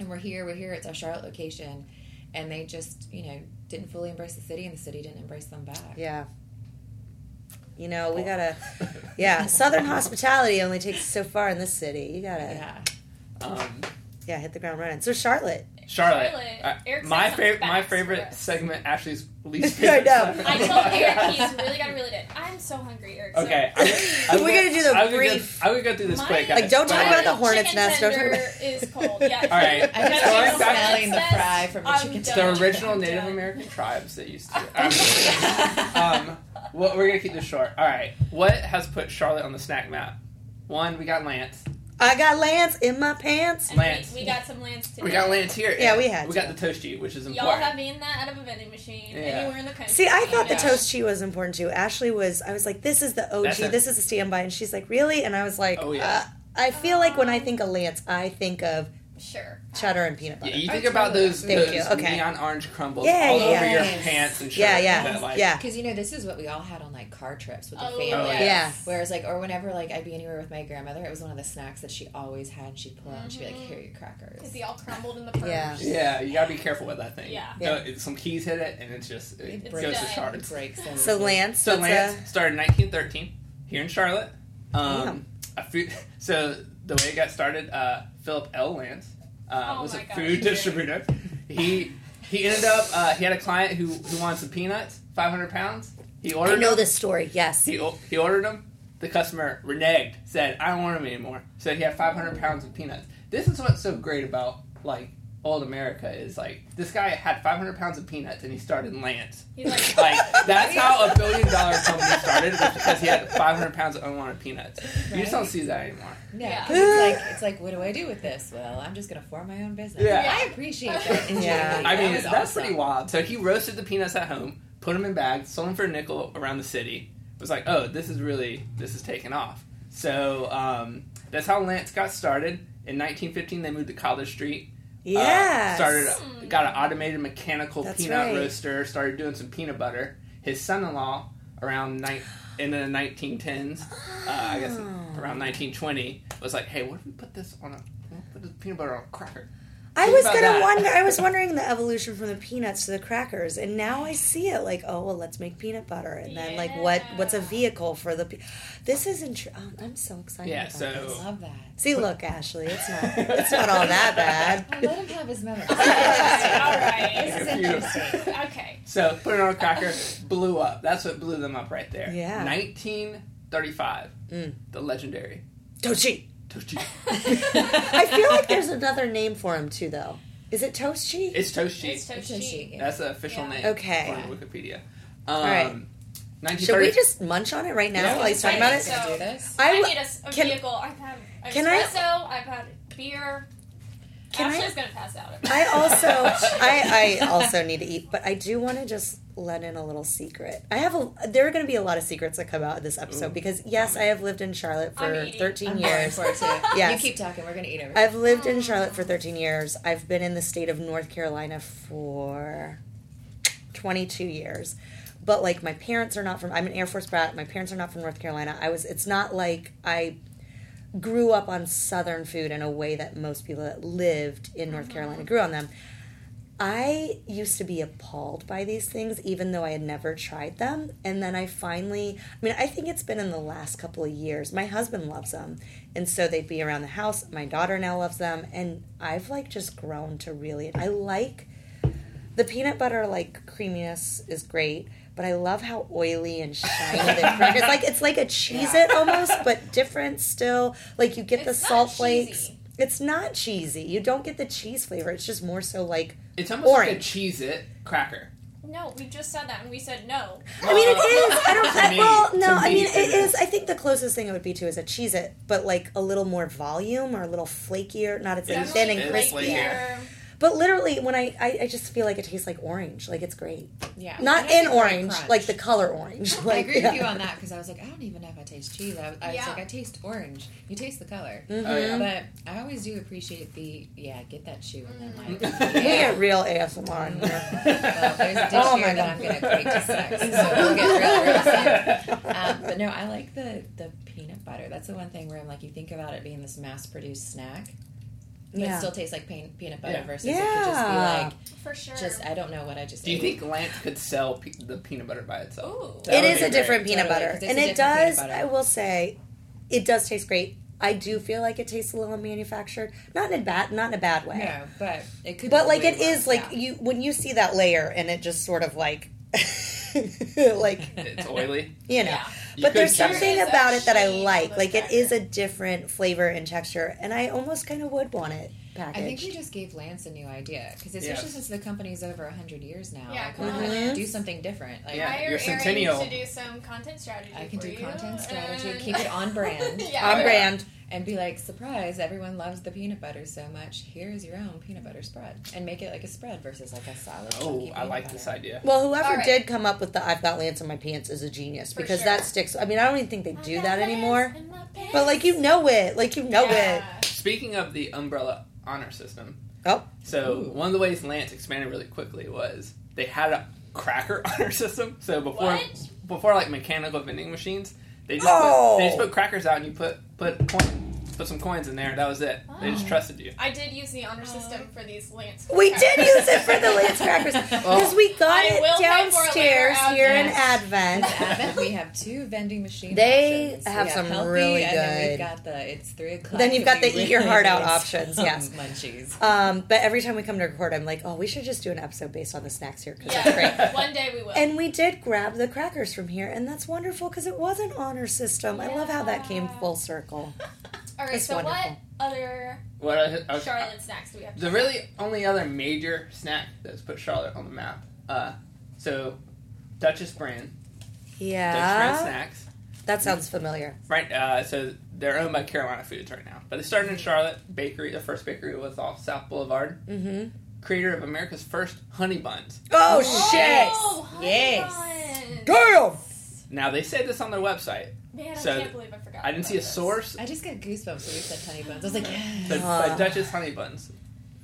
Speaker 2: and we're here. We're here. It's our Charlotte location, and they just you know didn't fully embrace the city, and the city didn't embrace them back.
Speaker 1: yeah. You know, we gotta. Yeah, Southern hospitality only takes you so far in this city. You gotta, yeah,
Speaker 2: Yeah.
Speaker 4: Um,
Speaker 1: hit the ground running. So Charlotte,
Speaker 4: Charlotte.
Speaker 3: Charlotte.
Speaker 4: I-
Speaker 3: Eric said
Speaker 4: my
Speaker 3: something
Speaker 4: favorite. My
Speaker 3: fast for
Speaker 4: favorite
Speaker 3: us.
Speaker 4: segment. Ashley's least
Speaker 1: I
Speaker 4: favorite.
Speaker 1: know.
Speaker 4: segment.
Speaker 3: I told Eric he's really gotta reel it in. I'm so hungry, Eric. so-
Speaker 4: Okay, I, I
Speaker 1: We're
Speaker 4: would-
Speaker 1: gonna do the
Speaker 4: I would go-
Speaker 1: brief.
Speaker 4: I would go through this
Speaker 3: Mine-
Speaker 4: quick.
Speaker 3: Like,
Speaker 4: guys.
Speaker 1: don't
Speaker 4: But-
Speaker 1: talk about the hornet's
Speaker 3: Chicken
Speaker 1: nest, don't talk
Speaker 3: tender
Speaker 1: about-
Speaker 3: is cold. Yeah.
Speaker 4: All right.
Speaker 2: I just
Speaker 4: Going
Speaker 2: keep
Speaker 4: back-
Speaker 2: smelling the fry from the
Speaker 3: I'm
Speaker 2: chicken.
Speaker 3: done.
Speaker 4: the original
Speaker 3: I'm
Speaker 4: Native
Speaker 3: done.
Speaker 4: American tribes that used to. um, well, we're gonna keep this short. All right. What has put Charlotte on the snack map? One, we got Lance.
Speaker 1: I got Lance in my pants.
Speaker 3: And we-
Speaker 4: Lance.
Speaker 3: We, got some Lance today.
Speaker 4: We got Lance here.
Speaker 1: Yeah, we had
Speaker 4: We
Speaker 1: to.
Speaker 4: got the toasty, which is
Speaker 3: Y'all
Speaker 4: important.
Speaker 3: have eaten that out of a vending machine
Speaker 4: Yeah.
Speaker 3: anywhere in the country.
Speaker 1: See, I thought the
Speaker 3: Yeah.
Speaker 1: toast she was important too. Ashley was. I was like, this is the OG.
Speaker 4: That's it.
Speaker 1: this is a standby, and she's like, really? And I was like,
Speaker 4: Oh,
Speaker 1: uh,
Speaker 4: yeah.
Speaker 1: I feel like when I think of Lance, I think of
Speaker 3: Sure.
Speaker 1: Cheddar and peanut butter.
Speaker 4: Yeah, you
Speaker 2: Oh,
Speaker 4: think about
Speaker 2: totally.
Speaker 4: those,
Speaker 1: Thank
Speaker 4: those
Speaker 1: you. Okay.
Speaker 4: neon orange crumbles
Speaker 1: Yeah,
Speaker 4: all
Speaker 1: yeah,
Speaker 4: over your
Speaker 2: yeah.
Speaker 4: pants and shirt.
Speaker 1: Yeah, yeah,
Speaker 4: that, like,
Speaker 1: yeah.
Speaker 2: Because you know this is what we all had on like car trips with the
Speaker 3: Oh,
Speaker 2: family.
Speaker 4: yeah.
Speaker 1: Yeah.
Speaker 2: Whereas like or whenever like I'd be anywhere with my grandmother, it was one of the snacks that she always had. and She'd pull out and she'd be like,
Speaker 4: Mm-hmm.
Speaker 3: Mhm.
Speaker 2: "Here are your crackers."
Speaker 3: Because they all crumbled in the purge.
Speaker 1: Yeah.
Speaker 4: Yeah, you gotta be careful with that thing.
Speaker 3: Yeah.
Speaker 1: Yeah.
Speaker 4: No, some keys hit it, and it's just it
Speaker 2: It
Speaker 4: goes
Speaker 2: breaks.
Speaker 4: to
Speaker 3: Done.
Speaker 2: It
Speaker 4: shards.
Speaker 2: breaks. and-
Speaker 1: So Lance,
Speaker 4: So
Speaker 1: what's
Speaker 4: Lance
Speaker 1: a-
Speaker 4: started in 1913 here in Charlotte. Um, a food, so the way it got started, uh, Philip L. Lance uh,
Speaker 3: Oh
Speaker 4: was a
Speaker 3: my gosh.
Speaker 4: food distributor. He he ended up uh, he had a client who who wanted some peanuts, 500 pounds. He
Speaker 1: I
Speaker 4: ordered.
Speaker 1: know
Speaker 4: them.
Speaker 1: this story. Yes.
Speaker 4: He o- he ordered them. The customer reneged, said, "I don't want them anymore." Said he had 500 pounds of peanuts. This is what's so great about like old America is like this guy had 500 pounds of peanuts and he started Lance.
Speaker 3: He's like,
Speaker 4: Like that's how a billion dollar company started was because he had 500 pounds of unwanted peanuts. You just don't
Speaker 2: Right.
Speaker 4: see that anymore.
Speaker 2: No,
Speaker 3: Yeah.
Speaker 2: 'cause it's like it's like, what do I do with this? Well, I'm just gonna form my own business.
Speaker 4: Yeah.
Speaker 2: I appreciate that. ingenuity.
Speaker 1: Yeah.
Speaker 4: I
Speaker 2: that
Speaker 4: mean,
Speaker 2: was
Speaker 4: that's
Speaker 2: awesome.
Speaker 4: pretty wild. So he roasted the peanuts at home, put them in bags, sold them for a nickel around the city. Was like, oh, this is really this is taking off. So um, that's how Lance got started. In 1915, they moved to College Street. uh,
Speaker 1: yes.
Speaker 4: started got an automated mechanical
Speaker 1: That's
Speaker 4: peanut
Speaker 1: right.
Speaker 4: roaster. Started doing some peanut butter. His son-in-law around ni- in the 1910s, uh, I guess
Speaker 1: Oh.
Speaker 4: around 1920, was like, hey, what if we put this on a put this peanut butter on a cracker?
Speaker 1: I
Speaker 4: Think
Speaker 1: was
Speaker 4: about
Speaker 1: gonna
Speaker 4: that.
Speaker 1: wonder. I was wondering the evolution from the peanuts to the crackers, and now I see it like, oh well, let's make peanut butter, and then like what? What's a
Speaker 3: Yeah.
Speaker 1: vehicle for the? Pe- this is intr- um, I'm so excited.
Speaker 4: Yeah,
Speaker 1: about
Speaker 4: so-
Speaker 2: I
Speaker 1: this.
Speaker 2: love that.
Speaker 1: see, look, Ashley, it's not. It's not all that bad.
Speaker 2: Well, let him have his memories.
Speaker 3: Alright.
Speaker 2: This is interesting.
Speaker 3: okay.
Speaker 4: So put it on a cracker, blew up. That's what blew them up right there.
Speaker 1: Yeah.
Speaker 4: 1935,
Speaker 1: Mm.
Speaker 4: the legendary.
Speaker 1: Don't cheat.
Speaker 4: Toast cheese.
Speaker 1: I feel like there's another name for him too, though. Is it toast cheat?
Speaker 4: It's toast
Speaker 3: It's
Speaker 4: cheese.
Speaker 3: so
Speaker 2: It's a
Speaker 3: cheap.
Speaker 2: cheat, yeah.
Speaker 4: That's the official
Speaker 3: Yeah.
Speaker 4: name.
Speaker 1: Okay.
Speaker 4: On Wikipedia. Um,
Speaker 1: right.
Speaker 4: 1930
Speaker 1: Should we just munch on it right now
Speaker 4: Yeah.
Speaker 1: while he's talking about it?
Speaker 3: So-
Speaker 2: Can I do this?
Speaker 1: I
Speaker 3: I
Speaker 1: w-
Speaker 3: need a, s- a
Speaker 1: can-
Speaker 3: vehicle. I've had an
Speaker 1: can I-
Speaker 3: espresso. I, have had beer.
Speaker 1: Can I-
Speaker 3: Ashley's gonna pass out.
Speaker 1: I also I, I also need to eat, but I do want to just let in a little secret. I have a there are going to be a lot of secrets that come out of this episode
Speaker 4: Ooh.
Speaker 1: because yes, I have lived in Charlotte
Speaker 3: I'm
Speaker 1: for
Speaker 3: eating.
Speaker 1: 13
Speaker 2: I'm going
Speaker 1: years.
Speaker 2: for it too.
Speaker 1: Yes.
Speaker 2: You keep talking. We're gonna eat everything.
Speaker 1: I've lived in Charlotte for 13 years. I've been in the state of North Carolina for 22 years. But like my parents are not from I'm an Air Force brat. My parents are not from North Carolina. I was it's not like I grew up on southern food in a way that most people that lived in North Carolina grew on them. I used to be appalled by these things, even though I had never tried them. And then I finally, I mean, I think it's been in the last couple of years. My husband loves them. And so they'd be around the house. My daughter now loves them. And I've like just grown to really, I like the peanut butter, like creaminess is great. But I love how oily and shiny the crackers. Like it's like a cheese it almost, but different still. Like you get the
Speaker 3: It's not
Speaker 1: salt flakes.
Speaker 3: cheesy.
Speaker 1: It's not cheesy. You don't get the cheese flavor. It's just more so like
Speaker 4: It's almost like a
Speaker 1: Orange.
Speaker 4: cheese it cracker.
Speaker 3: no, we just said that, and we said no.
Speaker 1: I mean, it is. I don't.
Speaker 4: To me-
Speaker 1: well, no.
Speaker 4: to
Speaker 1: I
Speaker 4: me,
Speaker 1: mean,
Speaker 4: it
Speaker 1: it is.
Speaker 4: is.
Speaker 1: I think the closest thing it would be to is a cheese it, but like a little more volume or a little flakier. Not as
Speaker 4: It's-
Speaker 1: thin
Speaker 4: it's
Speaker 1: and
Speaker 3: Definitely
Speaker 1: crispy.
Speaker 4: flakier.
Speaker 3: beer.
Speaker 1: But literally, when I, I I just feel like it tastes like orange. Like it's great.
Speaker 2: yeah.
Speaker 1: Not
Speaker 2: And I
Speaker 1: in
Speaker 2: think we're
Speaker 1: orange,
Speaker 2: crunch.
Speaker 1: like the color orange. Like,
Speaker 2: I agree
Speaker 1: yeah.
Speaker 2: with you on that because I was like, I don't even know if I taste cheese. I was, I was
Speaker 3: Yeah.
Speaker 2: like, I taste orange. You taste the color.
Speaker 1: Mm-hmm.
Speaker 4: Oh, yeah.
Speaker 2: But I always do appreciate the yeah, get that shoe and then like
Speaker 1: We
Speaker 2: yeah.
Speaker 1: get real ASMR in here.
Speaker 2: Well, there's a dish
Speaker 1: Oh my
Speaker 2: here that I'm
Speaker 1: God.
Speaker 2: gonna equate to sex, so we'll get real, real soon. Um, but no, I like the the peanut butter. That's the one thing where I'm like, you think about it being this mass-produced snack, but it
Speaker 1: Yeah.
Speaker 2: still tastes like pain, peanut butter
Speaker 4: Yeah.
Speaker 2: versus it could just be like,
Speaker 3: for sure.
Speaker 2: just I don't know what I just.
Speaker 4: Do you
Speaker 2: ate.
Speaker 4: think Lance could sell pe- the peanut butter by itself?
Speaker 3: Ooh.
Speaker 1: it
Speaker 4: That would
Speaker 1: is
Speaker 4: be
Speaker 1: a
Speaker 4: great.
Speaker 1: different peanut
Speaker 2: Totally,
Speaker 1: butter,
Speaker 2: 'cause it's
Speaker 1: and
Speaker 2: a
Speaker 1: it
Speaker 2: different
Speaker 1: does.
Speaker 2: peanut butter.
Speaker 1: I will say, it does taste great. I do feel like it tastes a little manufactured, not in a bad, not in a bad way.
Speaker 2: No, but it could.
Speaker 1: But
Speaker 2: be
Speaker 1: like
Speaker 2: way
Speaker 1: it is
Speaker 2: worse,
Speaker 1: like
Speaker 2: yeah.
Speaker 1: you when you see that layer and it just sort of like like
Speaker 4: It's oily.
Speaker 1: you know.
Speaker 3: Yeah.
Speaker 4: You
Speaker 1: But
Speaker 4: could
Speaker 1: there's
Speaker 4: use
Speaker 1: something
Speaker 3: it.
Speaker 1: about it that I
Speaker 3: Actually,
Speaker 1: like.
Speaker 3: almost
Speaker 1: Like it
Speaker 3: better.
Speaker 1: is a different flavor and texture and I almost kind of would want it
Speaker 2: I think you
Speaker 1: packaged.
Speaker 2: just gave Lance a new idea because especially
Speaker 4: Yes.
Speaker 2: since the company's over hundred years now,
Speaker 3: Yeah,
Speaker 2: like
Speaker 3: come
Speaker 2: why
Speaker 1: on.
Speaker 2: not do something different? Like
Speaker 4: Yeah.
Speaker 3: Hire
Speaker 4: you're
Speaker 3: Erin
Speaker 4: centennial.
Speaker 3: to do some content strategy.
Speaker 2: I can
Speaker 3: for
Speaker 2: do
Speaker 3: you,
Speaker 2: content strategy,
Speaker 3: and-
Speaker 2: keep it on brand.
Speaker 3: yeah.
Speaker 1: On
Speaker 4: Yeah.
Speaker 1: brand.
Speaker 2: and be like, surprise! Everyone loves the peanut butter so much. Here's your own peanut butter spread, and make it like a spread versus like a solid.
Speaker 4: Oh,
Speaker 2: chunky
Speaker 4: I
Speaker 2: peanut
Speaker 4: like
Speaker 2: butter.
Speaker 4: this idea.
Speaker 1: Well, whoever
Speaker 3: All right.
Speaker 1: did come up with the I've got Lance in my pants is a genius
Speaker 3: For
Speaker 1: because
Speaker 3: sure.
Speaker 1: that sticks. I mean, I don't even think they do
Speaker 3: I got
Speaker 1: that
Speaker 3: pants
Speaker 1: anymore.
Speaker 3: in my
Speaker 1: But like you
Speaker 3: pants.
Speaker 1: know it. Like you know
Speaker 3: yeah.
Speaker 1: it.
Speaker 4: Speaking of the umbrella honor system.
Speaker 1: Oh.
Speaker 4: So one of the ways Lance expanded really quickly was they had a cracker honor system. So before
Speaker 3: What?
Speaker 4: before like mechanical vending machines, they just
Speaker 1: Oh.
Speaker 4: put, they just put crackers out and you put put coin, put some coins in there. and That was it. They just
Speaker 2: Oh.
Speaker 4: trusted you.
Speaker 3: I did use the honor system for these Lance.
Speaker 1: We
Speaker 3: crackers.
Speaker 1: did use it for the Lance crackers because we got
Speaker 3: I will
Speaker 1: it
Speaker 3: pay for it later,
Speaker 1: downstairs here in
Speaker 2: Alex.
Speaker 1: Advent.
Speaker 2: Advent, we have two vending machines.
Speaker 1: They
Speaker 2: options.
Speaker 1: have
Speaker 2: We
Speaker 1: some
Speaker 2: healthy,
Speaker 1: really
Speaker 2: and then we've
Speaker 1: good-
Speaker 2: got the it's three o'clock.
Speaker 1: Then you've got
Speaker 2: we
Speaker 1: the eat your heart
Speaker 2: really
Speaker 1: out
Speaker 2: need
Speaker 1: options,
Speaker 2: some
Speaker 1: yes.
Speaker 2: munchies.
Speaker 1: Um, but every time we come to record, I'm like, oh, we should just do an episode based on the snacks here because it's great.
Speaker 3: Yeah, one day we will.
Speaker 1: And we did grab the crackers from here, and that's wonderful because it was an honor system. I love how that came
Speaker 3: Yeah.
Speaker 1: full circle.
Speaker 3: All right.
Speaker 1: it's
Speaker 3: So what
Speaker 1: wonderful.
Speaker 3: other
Speaker 4: What I, I,
Speaker 3: Charlotte snacks do we have?
Speaker 4: the really only other major snack that's put Charlotte on the map. Uh, so Duchess brand, Dutch brand
Speaker 1: Yeah,
Speaker 4: snacks.
Speaker 1: that sounds familiar.
Speaker 4: Right, uh, so they're owned by Carolina Foods right now, but they started in Charlotte. Bakery, the first bakery was off South Boulevard.
Speaker 1: Mm-hmm.
Speaker 4: Creator of America's first honey buns.
Speaker 1: Oh,
Speaker 2: Oh.
Speaker 1: shit!
Speaker 3: Oh, honey
Speaker 2: Yes.
Speaker 3: buns.
Speaker 1: Damn!
Speaker 4: Now they say this on their website.
Speaker 3: Man, I
Speaker 4: So,
Speaker 3: can't believe I forgot.
Speaker 4: I didn't see a
Speaker 3: about this.
Speaker 4: source,
Speaker 2: I just got goosebumps when we said honey buns. I was like,
Speaker 4: but,
Speaker 2: yes.
Speaker 1: Ah.
Speaker 4: but Duchess honey buns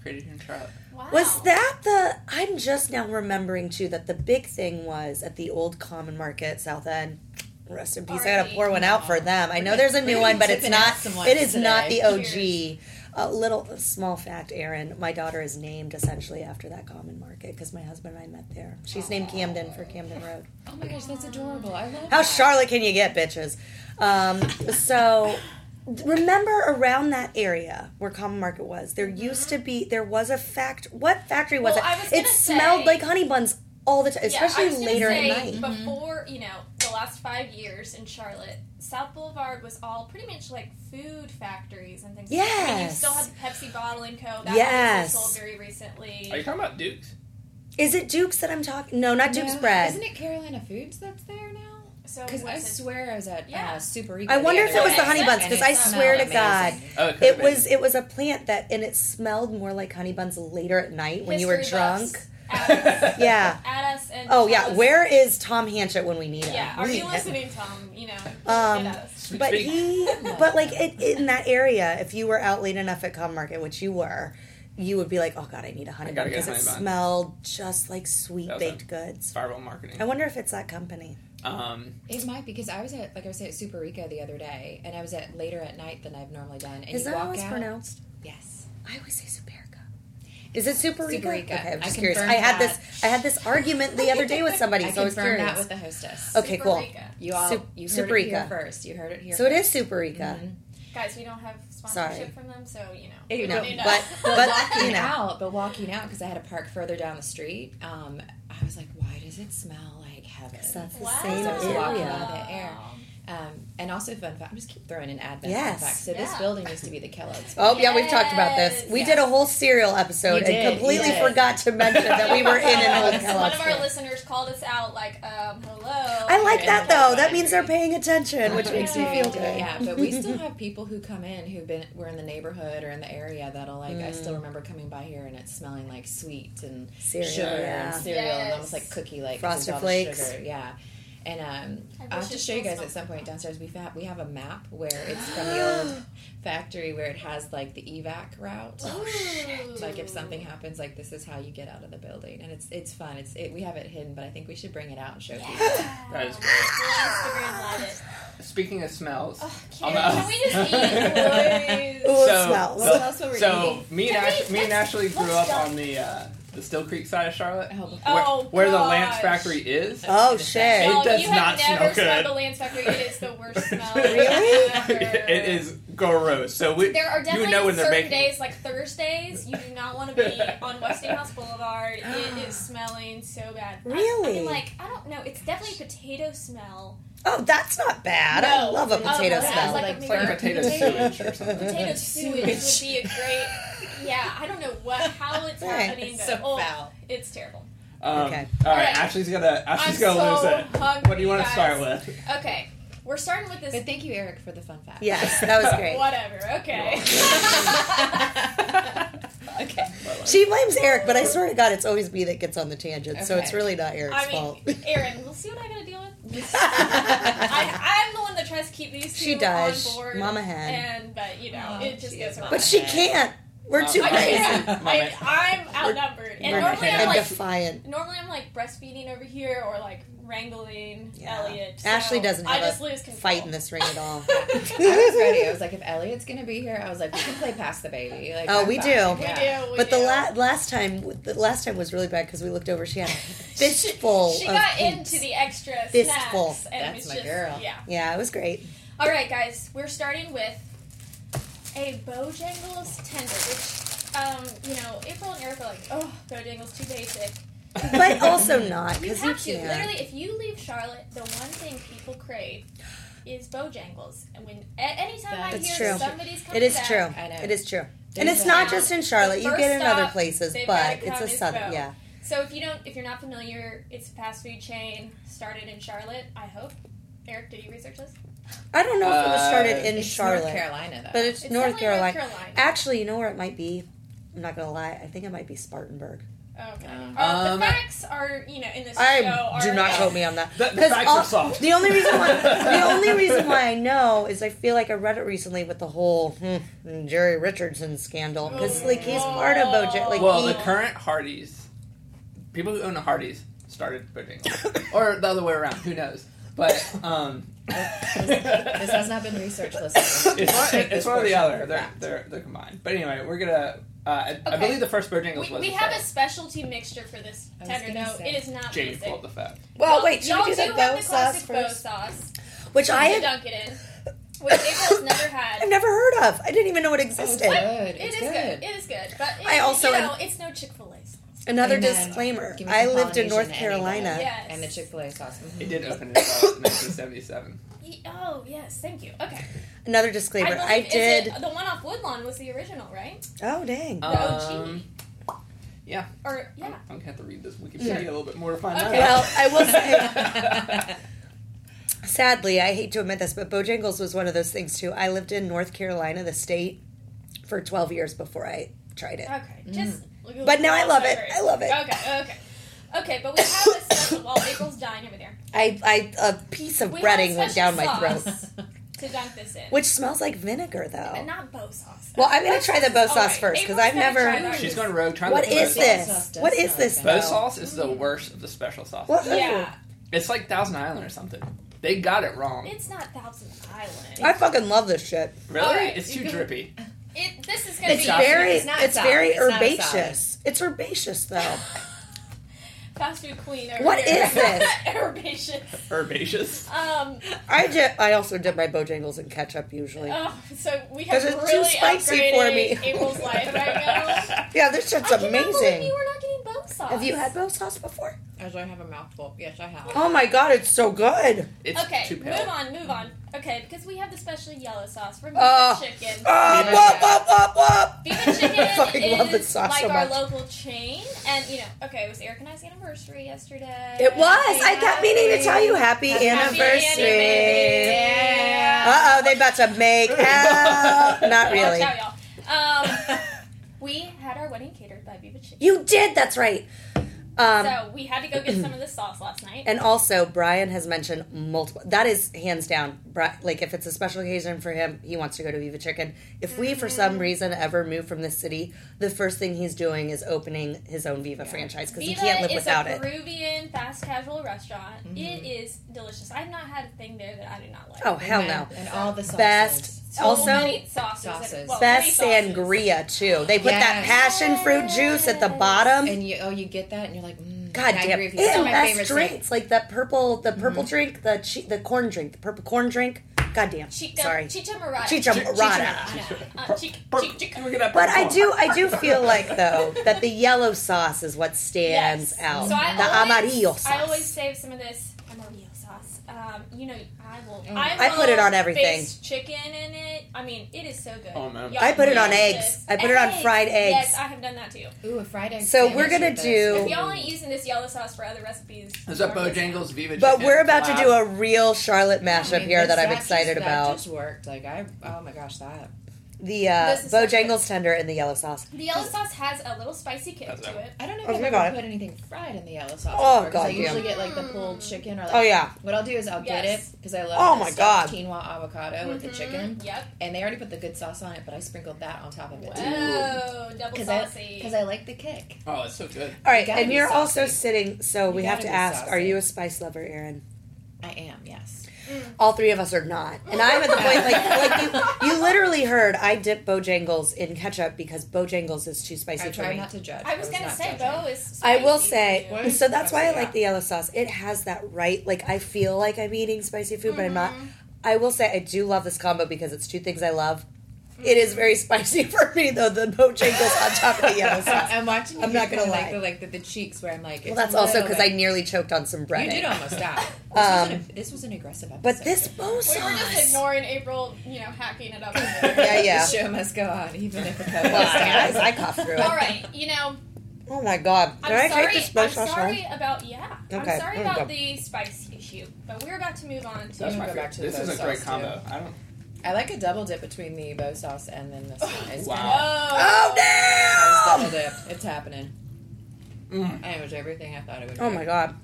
Speaker 4: created here in Charlotte.
Speaker 3: Wow.
Speaker 1: Was that the? I'm just now remembering too that the big thing was at the old Common Market South End. Rest in peace. I gotta pour one out for them. I know there's a new one, but it's not. It is not the OG. A little small fact, Erin. My daughter is named essentially after that Common Market because my husband and I met there. She's named Camden for Camden Road.
Speaker 2: Oh my gosh, that's adorable. I love
Speaker 1: How
Speaker 2: that.
Speaker 1: Charlotte can you get, bitches? Um, so remember around that area where Common Market was, there used to be there was a fact. What factory was
Speaker 3: Well, I
Speaker 1: it?
Speaker 3: was
Speaker 1: it
Speaker 3: gonna
Speaker 1: smelled
Speaker 3: say-
Speaker 1: like honey buns all the time,
Speaker 3: Yeah, I was
Speaker 1: especially
Speaker 3: gonna
Speaker 1: later
Speaker 3: say,
Speaker 1: at night.
Speaker 3: Before
Speaker 1: Mm-hmm.
Speaker 3: you know, the last five years in Charlotte, South Boulevard was all pretty much like food factories and things. like that. I mean, you
Speaker 1: Yes.
Speaker 3: still had the Pepsi Bottle and Co. That
Speaker 1: Yes.
Speaker 3: was sold very recently.
Speaker 4: Are you talking about Duke's?
Speaker 1: Is it Duke's that I'm talking? No, not Duke's
Speaker 2: No.
Speaker 1: bread.
Speaker 2: Isn't it Carolina Foods that's there now?
Speaker 3: so
Speaker 2: Because I
Speaker 3: was it-
Speaker 2: swear I was at
Speaker 3: Oh, Yeah.
Speaker 2: uh, Super Eco.
Speaker 1: I wonder
Speaker 2: the
Speaker 1: if it was
Speaker 2: other
Speaker 1: the
Speaker 2: day,
Speaker 1: honey buns
Speaker 2: and
Speaker 1: because
Speaker 2: it
Speaker 1: I
Speaker 2: smelled
Speaker 1: swear to
Speaker 2: amazing.
Speaker 1: God.
Speaker 4: Oh, it, could have
Speaker 1: It
Speaker 4: been.
Speaker 1: was it was a plant that and it smelled more like honey buns later at night when you were
Speaker 3: History buffs,
Speaker 1: drunk.
Speaker 3: At us,
Speaker 1: Yeah.
Speaker 3: at us and
Speaker 1: Oh
Speaker 3: tell
Speaker 1: yeah.
Speaker 3: us-
Speaker 1: Where is Tom Hanchett when we need him?
Speaker 3: Yeah, are
Speaker 1: We
Speaker 3: you
Speaker 1: need him.
Speaker 3: listening, Tom? You know,
Speaker 1: Um,
Speaker 3: get at us.
Speaker 1: But
Speaker 4: Speak-
Speaker 1: he, but like it, in that area, if you were out late enough at Com Market, which you were, you would be like, "Oh God, I need a honey bun
Speaker 4: I gotta get
Speaker 1: because
Speaker 4: a
Speaker 1: it
Speaker 4: honey bun."
Speaker 1: smelled just like sweet
Speaker 4: That was
Speaker 1: baked goods."
Speaker 4: Fireball Marketing.
Speaker 1: I wonder if it's that company.
Speaker 4: Um,
Speaker 2: It might because I was at like I was at Super Rico the other day, and I was at later at night than I've normally done. And
Speaker 1: Is
Speaker 2: you
Speaker 1: that how
Speaker 2: walk
Speaker 1: it's
Speaker 2: out.
Speaker 1: pronounced?
Speaker 2: Yes.
Speaker 1: I always say Superica. Is it Superica?
Speaker 2: Superica.
Speaker 1: Okay, I'm
Speaker 2: I
Speaker 1: just curious. I
Speaker 2: confirmed
Speaker 1: had
Speaker 2: that.
Speaker 1: this. I had this argument the other day with somebody,
Speaker 2: I
Speaker 1: so I was
Speaker 2: confirmed that
Speaker 1: curious.
Speaker 2: with the hostess.
Speaker 1: Okay,
Speaker 3: Super
Speaker 1: cool.
Speaker 3: Rica.
Speaker 2: You all
Speaker 1: Sup-
Speaker 2: you heard
Speaker 1: Super
Speaker 2: it here
Speaker 1: Rico.
Speaker 2: first. You heard it here.
Speaker 1: so it
Speaker 2: first.
Speaker 1: is Superica.
Speaker 2: Mhm.
Speaker 3: Guys, we don't have sponsorship from them, so you know.
Speaker 2: It-
Speaker 3: we
Speaker 2: no,
Speaker 3: don't need to-
Speaker 1: but-
Speaker 2: But,
Speaker 1: But,
Speaker 2: walking
Speaker 1: you know.
Speaker 2: out, but walking out because I had a park further down the street. Um, I was like, why does it smell like heaven?
Speaker 1: So that's the
Speaker 3: Wow.
Speaker 1: same
Speaker 2: So it's walking
Speaker 1: area.
Speaker 2: out of the air. Um, and also fun fact. I'm just keep throwing in advent
Speaker 1: Yes.
Speaker 2: fun facts. So this
Speaker 3: Yeah.
Speaker 2: building used to be the Kellogg's.
Speaker 1: Oh yeah, we've talked about this.
Speaker 3: Yes.
Speaker 1: We did a whole cereal episode
Speaker 2: You did,
Speaker 1: and
Speaker 2: you
Speaker 1: completely
Speaker 2: did.
Speaker 1: forgot to mention that we were in an old Kellogg's.
Speaker 3: One of our
Speaker 1: cereal.
Speaker 3: listeners called us out, like, um, hello.
Speaker 1: I like
Speaker 2: Yeah.
Speaker 1: that though. That means they're paying attention, which makes me feel good.
Speaker 2: Yeah, but we still have people who come in who've been were in the neighborhood or in the area that'll like. I still remember coming by here and it's smelling like sweet and
Speaker 1: Mm. Cereal,
Speaker 2: sugar
Speaker 1: yeah.
Speaker 2: and cereal and
Speaker 3: Yes.
Speaker 2: almost like cookie like
Speaker 1: Frosted Flakes.
Speaker 2: Sugar. Yeah. And um,
Speaker 3: I wish
Speaker 2: I'll have to
Speaker 3: it
Speaker 2: show you
Speaker 3: still
Speaker 2: guys at some
Speaker 3: smelled
Speaker 2: point downstairs. We have we have a map where it's from the old factory where it has like the evac route.
Speaker 3: Ooh.
Speaker 2: Like if something happens, like this is how you get out of the building, and it's it's fun. It's it, we have it hidden, but I think we should bring it out and show people.
Speaker 4: That is
Speaker 3: great. Instagram live it.
Speaker 4: speaking of smells,
Speaker 3: Oh,
Speaker 4: I'm
Speaker 3: Karen,
Speaker 4: out.
Speaker 3: can we just eat,
Speaker 1: Ooh, it
Speaker 3: please?
Speaker 4: So-
Speaker 1: smells.
Speaker 4: so-
Speaker 2: else were we
Speaker 4: so me and
Speaker 3: Can
Speaker 4: Ash,
Speaker 3: we-
Speaker 4: me and
Speaker 3: let's-
Speaker 4: Ashley grew up
Speaker 3: let's
Speaker 4: on the uh, the Still Creek side of Charlotte,
Speaker 2: Oh,
Speaker 4: where,
Speaker 3: Oh,
Speaker 4: where the Lance
Speaker 3: gosh.
Speaker 4: Factory is.
Speaker 1: oh shit.
Speaker 3: Y'all,
Speaker 4: does
Speaker 3: you have
Speaker 4: not smell
Speaker 3: never smelled
Speaker 4: good.
Speaker 3: the Lance Factory. It is the worst smell.
Speaker 1: Really?
Speaker 3: ever.
Speaker 4: it is gross. So we,
Speaker 3: There are
Speaker 4: you
Speaker 3: definitely
Speaker 4: know when they're
Speaker 3: certain
Speaker 4: baking.
Speaker 3: days, like Thursdays, you do not want to be on Westinghouse Boulevard. It is smelling so bad. I- I,
Speaker 1: Really?
Speaker 3: mean, like I don't know. It's definitely a potato smell.
Speaker 1: Oh, that's not bad. I
Speaker 3: No.
Speaker 1: love a
Speaker 3: Oh,
Speaker 1: potato
Speaker 3: yeah,
Speaker 1: smell.
Speaker 3: like
Speaker 4: It's like potato sewage or something.
Speaker 3: Potato sewage would be a great. Yeah, I don't know what how it's
Speaker 1: Right.
Speaker 3: happening, but
Speaker 2: So
Speaker 3: oh,
Speaker 2: foul.
Speaker 3: it's terrible.
Speaker 4: Um,
Speaker 1: Okay.
Speaker 4: All right,
Speaker 3: Alright.
Speaker 4: Ashley's gonna Ashley's
Speaker 3: I'm
Speaker 4: gonna
Speaker 3: so
Speaker 4: lose it.
Speaker 3: hungry,
Speaker 4: what do you want
Speaker 3: guys.
Speaker 4: to start with?
Speaker 3: Okay, we're starting with this.
Speaker 2: But thank you, Eric, for the fun fact.
Speaker 1: yes, that was great.
Speaker 3: Whatever. Okay. Uh,
Speaker 2: okay.
Speaker 1: She blames Eric, but I swear to God, it's always me that gets on the tangent, so it's
Speaker 2: Okay.
Speaker 1: really not Eric's
Speaker 3: I
Speaker 1: fault.
Speaker 3: mean, Aaron, we'll see what I gotta deal with.
Speaker 1: I-
Speaker 3: I, I'm the one that tries to keep these two
Speaker 1: She does.
Speaker 3: on board.
Speaker 1: Mama hen.
Speaker 3: And but you know,
Speaker 2: Oh,
Speaker 3: it just
Speaker 2: she
Speaker 3: gets
Speaker 2: is
Speaker 3: her.
Speaker 2: mama
Speaker 1: But she can't. We're
Speaker 4: Uh,
Speaker 1: too
Speaker 3: I
Speaker 1: crazy
Speaker 3: can't.
Speaker 4: Moment.
Speaker 3: I, I'm outnumbered. And
Speaker 4: We're-
Speaker 3: normally
Speaker 1: and
Speaker 3: I'm like
Speaker 1: defiant.
Speaker 3: normally I'm like breastfeeding over here or like wrangling
Speaker 1: Yeah.
Speaker 3: Elliot. So
Speaker 1: Ashley doesn't
Speaker 3: I
Speaker 1: have
Speaker 3: just
Speaker 1: a
Speaker 3: lose control.
Speaker 1: Fight in this ring at all.
Speaker 2: I was ready. I was like, if Elliot's gonna be here, I was like, we can play pass the baby. Like,
Speaker 1: Oh,
Speaker 2: I'm
Speaker 1: we
Speaker 2: fine.
Speaker 1: do.
Speaker 3: We
Speaker 2: Yeah.
Speaker 3: do. We
Speaker 1: But the
Speaker 3: do.
Speaker 1: la- last time, the last time was really bad because we looked over. She had a fistful.
Speaker 3: she
Speaker 1: of
Speaker 3: got
Speaker 1: peeps.
Speaker 3: into the extra
Speaker 1: Fistful.
Speaker 3: snacks. And
Speaker 2: That's
Speaker 3: it's
Speaker 2: my
Speaker 3: just,
Speaker 2: girl.
Speaker 3: Yeah.
Speaker 1: Yeah, it was great.
Speaker 3: All right, guys. We're starting with a Bojangles tender, which, um, you know, April and Eric are like, oh, Bojangles too basic.
Speaker 1: But also not
Speaker 3: You
Speaker 1: because you,
Speaker 3: have to.
Speaker 1: can't.
Speaker 3: Literally, if you leave Charlotte, the one thing people crave is Bojangles. And when a- anytime I
Speaker 2: That's
Speaker 3: hear
Speaker 1: true.
Speaker 3: somebody's coming
Speaker 1: It is
Speaker 3: back,
Speaker 1: true.
Speaker 2: I know.
Speaker 1: It is true. And
Speaker 2: There's
Speaker 1: it's
Speaker 2: a-
Speaker 1: not just in Charlotte. You
Speaker 3: first
Speaker 1: get it in other
Speaker 3: stop,
Speaker 1: places,
Speaker 3: they've
Speaker 1: but
Speaker 3: gotta
Speaker 1: it's
Speaker 3: come
Speaker 1: a
Speaker 3: is
Speaker 1: southern.
Speaker 3: Bo.
Speaker 1: Yeah,
Speaker 3: So if you don't, if you're not familiar, it's a fast food chain started in Charlotte. I hope. Eric, did you research this?
Speaker 1: I don't know if it was started
Speaker 4: Uh,
Speaker 1: in
Speaker 2: It's
Speaker 1: Charlotte,
Speaker 2: North Carolina, though.
Speaker 1: but it's,
Speaker 3: It's
Speaker 1: North
Speaker 3: definitely
Speaker 1: Carolina.
Speaker 3: North Carolina.
Speaker 1: Actually, you know where it might be. I'm not gonna lie. I think it might be Spartanburg.
Speaker 3: Okay.
Speaker 2: Um,
Speaker 3: Uh,
Speaker 4: Um,
Speaker 3: the facts are, you know, in this show.
Speaker 1: I
Speaker 3: Are,
Speaker 1: do not quote me on that.
Speaker 4: The, the
Speaker 1: 'Cause
Speaker 4: facts
Speaker 1: all-
Speaker 4: are soft.
Speaker 1: The only reason why the only reason why I know is I feel like I read it recently with the whole hmm, Jerry Richardson scandal because like he's part of Bojack. Like
Speaker 4: well,
Speaker 1: he,
Speaker 4: the current Hardys, people who own the Hardys started Bojangles, or the other way around. Who knows? But um,
Speaker 2: this has not been research listeners.
Speaker 4: It's one,
Speaker 2: Take this
Speaker 4: it's one or the
Speaker 2: portion for
Speaker 4: other. They're,
Speaker 2: fact.
Speaker 4: they're they're combined. But anyway, we're gonna. Uh, I, I
Speaker 3: Okay.
Speaker 4: believe the first Bojangles
Speaker 3: We,
Speaker 4: was.
Speaker 3: we
Speaker 4: a
Speaker 3: have a
Speaker 4: fact.
Speaker 3: specialty mixture for this
Speaker 2: I was
Speaker 3: tender,
Speaker 2: gonna
Speaker 3: though.
Speaker 2: say.
Speaker 3: It is not
Speaker 4: Jamie
Speaker 3: basic.
Speaker 4: pulled the fact.
Speaker 1: well,
Speaker 3: Y'all-
Speaker 1: wait, should
Speaker 3: y'all
Speaker 1: we do
Speaker 3: have
Speaker 1: that
Speaker 3: the
Speaker 1: bow sauce
Speaker 3: classic bow
Speaker 1: first?
Speaker 3: sauce,
Speaker 1: Which I
Speaker 3: to
Speaker 1: have
Speaker 3: dunk it in, which April's never had.
Speaker 1: I've never heard of. I didn't even know it
Speaker 2: Oh, it's
Speaker 1: existed.
Speaker 2: good.
Speaker 3: It
Speaker 2: It's
Speaker 3: is
Speaker 2: good.
Speaker 3: good. It is good, but it,
Speaker 1: I also
Speaker 3: you
Speaker 1: am-
Speaker 3: know, it's no Chick Fil A.
Speaker 1: Another
Speaker 2: Amen.
Speaker 1: disclaimer.
Speaker 2: Give me some
Speaker 1: I lived
Speaker 2: Polynesian
Speaker 1: in North
Speaker 2: anything.
Speaker 1: Carolina.
Speaker 3: Yes.
Speaker 2: And the Chick Fil A sauce. Mhm.
Speaker 4: It did open in 1977.
Speaker 3: Oh yes, thank you. Okay,
Speaker 1: Another disclaimer. I,
Speaker 3: believe- is
Speaker 1: did.
Speaker 3: it- the one off Woodlawn was the original, right?
Speaker 1: Oh dang.
Speaker 3: The OG.
Speaker 4: Um, yeah.
Speaker 3: Or yeah.
Speaker 4: I'm, I'm gonna have to read this Wikipedia a little bit more to find
Speaker 3: Okay.
Speaker 4: out.
Speaker 1: Well, I will say, sadly, I hate to admit this, but Bojangles was one of those things too. I lived in North Carolina, the state, for 12 years before I tried it.
Speaker 3: Okay,
Speaker 2: Mm-hmm.
Speaker 3: just.
Speaker 1: But now I love it. I love it.
Speaker 3: Okay, okay, okay. But we have a special while April's dying over there.
Speaker 1: I, I a piece of
Speaker 3: We
Speaker 1: breading
Speaker 3: have a
Speaker 1: went down
Speaker 3: special
Speaker 1: my
Speaker 3: sauce
Speaker 1: throat,
Speaker 3: to dunk this in,
Speaker 1: which smells like vinegar
Speaker 3: but
Speaker 1: though.
Speaker 3: not bow sauce.
Speaker 1: Well, I'm gonna try the bow
Speaker 3: All
Speaker 1: sauce
Speaker 3: right,
Speaker 1: first because
Speaker 3: April's
Speaker 1: I've
Speaker 3: gonna
Speaker 1: never.
Speaker 3: try that.
Speaker 4: She's going rogue trying
Speaker 1: What
Speaker 4: to. find
Speaker 1: is
Speaker 4: both
Speaker 2: sauce.
Speaker 1: this?
Speaker 2: Does
Speaker 1: What is
Speaker 2: smell
Speaker 1: this?
Speaker 2: like
Speaker 4: Bo
Speaker 2: Well-
Speaker 4: sauce is the worst of the special sauce.
Speaker 1: What?
Speaker 3: Yeah,
Speaker 4: It's like Thousand Island or something. They got it wrong.
Speaker 3: it's not Thousand Island.
Speaker 1: I fucking love this shit.
Speaker 4: Really?
Speaker 3: Alright,
Speaker 4: it's
Speaker 2: you
Speaker 4: too
Speaker 2: can-
Speaker 4: drippy.
Speaker 3: It, this is gonna
Speaker 1: It's
Speaker 3: be
Speaker 4: sauce.
Speaker 1: very,
Speaker 2: It's
Speaker 1: it's,
Speaker 2: not salad.
Speaker 1: very
Speaker 2: It's not a
Speaker 1: herbaceous. It's herbaceous though.
Speaker 3: fast food queen. Over
Speaker 1: What
Speaker 3: here.
Speaker 1: is this?
Speaker 3: Herbaceous.
Speaker 4: Herbaceous.
Speaker 3: Um.
Speaker 1: I did, I also did my Bojangles in ketchup usually.
Speaker 3: Oh, so we have
Speaker 1: 'Cause it's too
Speaker 3: really
Speaker 1: spicy
Speaker 3: upgraded
Speaker 1: for me.
Speaker 3: April's life right now.
Speaker 1: yeah, this shit's
Speaker 3: I cannot believe
Speaker 1: amazing.
Speaker 3: you were not getting bone sauce.
Speaker 1: Have you had bow sauce before?
Speaker 2: As I have a mouthful. Yes, I have.
Speaker 1: Oh my god, it's so good.
Speaker 4: It's
Speaker 3: Okay,
Speaker 4: too
Speaker 3: move
Speaker 4: pale.
Speaker 3: on, move on. Okay, because we have the special yellow sauce from Viva
Speaker 1: Oh.
Speaker 3: Chicken.
Speaker 1: Oh,
Speaker 2: Yeah.
Speaker 1: wop, wop, wop, wop.
Speaker 3: Viva Chicken
Speaker 1: I fucking
Speaker 3: is
Speaker 1: love this sauce
Speaker 3: like
Speaker 1: so
Speaker 3: our
Speaker 1: much.
Speaker 3: local chain, and you know, okay, it was Eric and I's anniversary yesterday.
Speaker 1: It was. I kept meaning to tell you happy
Speaker 2: Happy
Speaker 1: anniversary.
Speaker 2: anniversary.
Speaker 1: Uh oh, they about to make out. Not really.
Speaker 3: Watch out, y'all. Um, we had our wedding catered by Viva Chicken,
Speaker 1: You did. That's right. Um,
Speaker 3: so we had to go get some of the sauce last night.
Speaker 1: And also, Brian has mentioned multiple. That is hands down. Bri- Like, if it's a special occasion for him, he wants to go to Viva Chicken. If we, for some reason, ever move from this city, the first thing he's doing is opening his own Viva franchise because he
Speaker 3: Viva
Speaker 1: can't live
Speaker 3: is
Speaker 1: without
Speaker 3: a
Speaker 1: it. Mm-hmm.
Speaker 3: Peruvian fast casual restaurant. It is delicious. I've not had a thing there that I do not like.
Speaker 1: Oh hell no!
Speaker 2: And all the sauces.
Speaker 1: Best.
Speaker 3: So
Speaker 1: also,
Speaker 3: many sauces. and-
Speaker 2: Sauces.
Speaker 3: well,
Speaker 1: best
Speaker 3: many sauces.
Speaker 1: sangria too. They put that
Speaker 2: Yes.
Speaker 1: passion fruit juice at the bottom.
Speaker 2: And you, oh, you get that, and you're like, mm,
Speaker 1: God
Speaker 2: I
Speaker 1: damn!
Speaker 2: agree
Speaker 1: And
Speaker 2: with you. That's my Mm-hmm. favorite
Speaker 1: best
Speaker 2: thing.
Speaker 1: drinks like that purple, the purple drink, the che- the corn drink, the purple corn drink. God damn!
Speaker 3: Chica,
Speaker 1: Sorry,
Speaker 3: Chicha Morada.
Speaker 1: chicha
Speaker 4: Chi- chicha.
Speaker 1: morada.
Speaker 3: Uh, chica,
Speaker 4: Perk.
Speaker 3: chica.
Speaker 4: Look at that
Speaker 1: But I
Speaker 4: popcorn.
Speaker 1: do, I do feel like though that the yellow sauce is what stands
Speaker 3: Yes.
Speaker 1: out.
Speaker 3: So I
Speaker 1: the
Speaker 3: always-
Speaker 1: amarillo sauce.
Speaker 3: I always save some of this amarillo sauce. Um, you know, I will.
Speaker 2: Mm.
Speaker 3: I, will
Speaker 1: I put it on everything.
Speaker 3: baste chicken in it. I mean, it is so good.
Speaker 4: Oh, man.
Speaker 3: Y'all
Speaker 1: I put it on
Speaker 3: need
Speaker 1: eggs.
Speaker 3: this.
Speaker 1: I put it on fried eggs.
Speaker 3: Yes, I have done that too.
Speaker 2: Ooh, a fried egg.
Speaker 1: So we're
Speaker 2: sandwich
Speaker 1: gonna
Speaker 2: with this.
Speaker 1: do-
Speaker 3: If y'all ain't using this yellow sauce for other recipes,
Speaker 4: Is that
Speaker 3: y'all are missing out.
Speaker 4: Bojangles Viva
Speaker 1: but
Speaker 4: Chicken?
Speaker 1: we're about to do
Speaker 4: Wow.
Speaker 1: a real Charlotte mashup
Speaker 2: I mean,
Speaker 1: here that I'm
Speaker 2: just-
Speaker 1: excited
Speaker 2: that
Speaker 1: about.
Speaker 2: Just worked. Like I. Oh my gosh, that.
Speaker 1: the uh,
Speaker 3: This is
Speaker 1: Bojangles tender and the yellow sauce.
Speaker 3: The yellow sauce has a little spicy kick
Speaker 4: That's
Speaker 3: to
Speaker 4: right.
Speaker 3: it.
Speaker 2: I don't know if
Speaker 1: Oh
Speaker 2: I've
Speaker 1: my
Speaker 2: ever
Speaker 1: God.
Speaker 2: put anything fried in the yellow sauce.
Speaker 1: Oh,
Speaker 2: before, 'cause I
Speaker 1: goddamn.
Speaker 2: usually get like the pulled chicken or like.
Speaker 1: Oh yeah,
Speaker 2: What I'll do is I'll get
Speaker 3: Yes.
Speaker 2: it because I love
Speaker 1: Oh
Speaker 2: the
Speaker 1: my
Speaker 2: stuffed
Speaker 1: God.
Speaker 2: quinoa avocado Oh, with the
Speaker 3: Mhm.
Speaker 2: chicken,
Speaker 3: Yep.
Speaker 2: and they already put the good sauce on it, but I sprinkled that on top of it too
Speaker 3: Whoa, double
Speaker 2: because I
Speaker 3: saucy.
Speaker 2: because I like the kick.
Speaker 4: Oh, it's so good.
Speaker 1: all right.
Speaker 2: gotta
Speaker 1: and
Speaker 2: be
Speaker 1: you're also
Speaker 2: saucy.
Speaker 1: sitting, so
Speaker 2: You
Speaker 1: we have
Speaker 2: gotta
Speaker 1: to
Speaker 2: be
Speaker 1: ask: Are
Speaker 2: saucy.
Speaker 1: you a spice lover, Aaron?
Speaker 2: I am yes.
Speaker 1: All three of us are not, and I'm at the point like like you, you literally heard I dip Bojangles in ketchup because Bojangles is too spicy
Speaker 2: I
Speaker 1: for
Speaker 2: try
Speaker 1: me.
Speaker 2: not to judge.
Speaker 3: I was gonna
Speaker 2: not
Speaker 3: say
Speaker 2: judging.
Speaker 3: Bo is.
Speaker 1: I
Speaker 3: Spicy
Speaker 1: will say,
Speaker 3: for you.
Speaker 2: What?
Speaker 1: so that's why I
Speaker 2: Yeah.
Speaker 1: like the yellow sauce. It has that right, like I feel like I'm eating spicy food,
Speaker 3: Mm-hmm.
Speaker 1: but I'm not.
Speaker 2: Mm-hmm.
Speaker 1: I will say I do love this combo because it's two things I love. It is very spicy for me though. The Bojangles on top of the yellow sauce.
Speaker 2: I'm watching. You
Speaker 1: I'm not
Speaker 2: do
Speaker 1: gonna
Speaker 2: like
Speaker 1: lie.
Speaker 2: the like the, the cheeks where I'm like.
Speaker 1: Well, that's also because I nearly choked on some bread.
Speaker 2: You did almost die. This, was, an, this was an aggressive episode.
Speaker 1: Um, But this bo
Speaker 3: We were just
Speaker 1: sauce.
Speaker 3: ignoring April, you know, hacking it up.
Speaker 1: Yeah, yeah.
Speaker 2: The show must go on, even if the cover
Speaker 1: Well,
Speaker 2: is
Speaker 1: guys,
Speaker 2: down.
Speaker 1: I coughed through it.
Speaker 3: All right, you know,
Speaker 1: Oh my god! Can
Speaker 3: I'm
Speaker 1: I
Speaker 3: sorry.
Speaker 1: take this bo
Speaker 3: I'm
Speaker 1: sauce?
Speaker 3: sorry about yeah.
Speaker 1: Okay,
Speaker 3: I'm sorry
Speaker 1: there we
Speaker 3: about
Speaker 1: go.
Speaker 3: the spice issue, but we're about to move on to.
Speaker 2: That's
Speaker 4: That's
Speaker 2: You
Speaker 4: my
Speaker 2: can go back
Speaker 4: favorite.
Speaker 2: to the
Speaker 4: This is
Speaker 2: sauce
Speaker 4: a great
Speaker 2: too.
Speaker 4: combo. I don't.
Speaker 2: I like a double dip between the bow sauce and then this one. It's
Speaker 4: Wow.
Speaker 2: kind of-
Speaker 1: Oh
Speaker 3: Oh,
Speaker 2: I was double
Speaker 1: damn!
Speaker 2: dip. It's happening.
Speaker 4: Mm.
Speaker 2: I was everything I thought it would.
Speaker 1: Oh
Speaker 2: be.
Speaker 1: my god!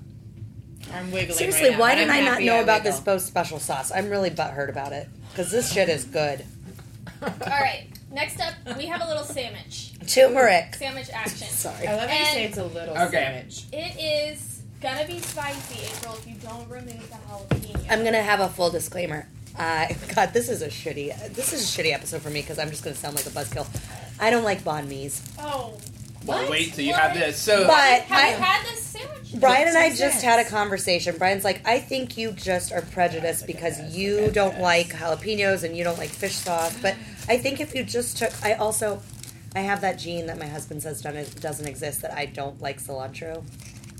Speaker 2: I'm wiggling.
Speaker 1: Seriously,
Speaker 2: right now,
Speaker 1: why
Speaker 2: but
Speaker 1: did
Speaker 2: I'm
Speaker 1: I not
Speaker 2: happy
Speaker 1: know
Speaker 2: I
Speaker 1: about this
Speaker 2: wiggle.
Speaker 1: bo special sauce? I'm really butthurt about it because this shit is good.
Speaker 3: All right. Next up, we have a little sandwich.
Speaker 1: Turmeric.
Speaker 3: Sandwich action.
Speaker 1: Sorry.
Speaker 2: I love how you say
Speaker 3: And-
Speaker 2: it's a little
Speaker 4: Okay.
Speaker 2: sandwich.
Speaker 3: It is gonna be spicy, April, if you don't remove the jalapeno.
Speaker 1: I'm gonna have a full disclaimer. I God, this is a shitty. This is a shitty episode for me because I'm just gonna sound like a buzzkill. I don't like banh mi's.
Speaker 3: Oh.
Speaker 4: Well,
Speaker 3: What?
Speaker 4: wait till you
Speaker 3: What?
Speaker 4: have this. So
Speaker 1: But-
Speaker 3: Have
Speaker 1: I-
Speaker 3: you had this sandwich?
Speaker 1: Brian and I
Speaker 2: Makes
Speaker 1: just
Speaker 2: sense.
Speaker 1: had a conversation. Brian's like, I think you just are prejudiced because you don't like jalapenos and you don't like fish sauce. But I think if you just took, I also, I have that gene that my husband says doesn't doesn't exist that I don't like cilantro.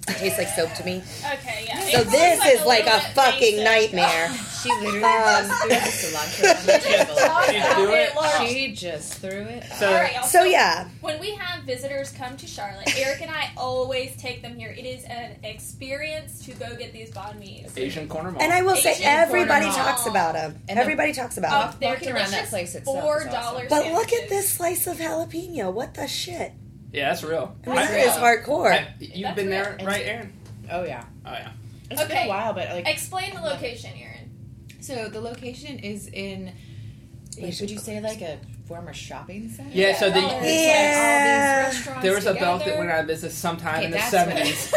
Speaker 1: It tastes like soap to me.
Speaker 3: Okay, yeah.
Speaker 1: So
Speaker 3: April's
Speaker 1: this is
Speaker 3: a
Speaker 1: like
Speaker 3: little
Speaker 1: a
Speaker 3: bit
Speaker 1: fucking
Speaker 3: basic.
Speaker 1: nightmare.
Speaker 2: She literally
Speaker 1: Um,
Speaker 2: just threw the cilantro on the table.
Speaker 4: you do it.
Speaker 2: She just threw it.
Speaker 4: So-
Speaker 3: All right, y'all.
Speaker 1: So yeah,
Speaker 3: When we have visitors come to Charlotte, Eric and I always take them here. It is an experience to go get these banh mi's.
Speaker 4: Asian corner mall.
Speaker 1: and I will say
Speaker 3: Asian
Speaker 1: everybody
Speaker 2: corn on.
Speaker 1: talks about them.
Speaker 2: And the-
Speaker 1: Everybody talks about them.
Speaker 3: Oh,
Speaker 2: Walked
Speaker 3: they're
Speaker 2: around that
Speaker 3: delicious.
Speaker 2: place itself.
Speaker 3: Four
Speaker 2: is awesome.
Speaker 3: dollars.
Speaker 1: But look at this slice of jalapeno. What the shit?
Speaker 4: yeah, that's real.
Speaker 1: This
Speaker 2: That's
Speaker 4: I-
Speaker 1: is
Speaker 2: real.
Speaker 1: hardcore.
Speaker 4: I- you've
Speaker 3: That's
Speaker 4: been there,
Speaker 2: real.
Speaker 4: right, Aaron?
Speaker 2: Oh yeah.
Speaker 4: Oh yeah.
Speaker 2: It's been
Speaker 3: Okay.
Speaker 2: a while, but like
Speaker 3: Explain the location, Erin.
Speaker 2: So the location is in. Like,
Speaker 1: Asian
Speaker 2: would you say like a former shopping center?
Speaker 4: Yeah, so the-
Speaker 2: Oh, it's like all these
Speaker 1: Yeah.
Speaker 2: restaurants
Speaker 4: There was a belt that
Speaker 2: together.
Speaker 4: went out of business sometime
Speaker 2: Okay,
Speaker 4: in the
Speaker 2: that's
Speaker 4: seventies.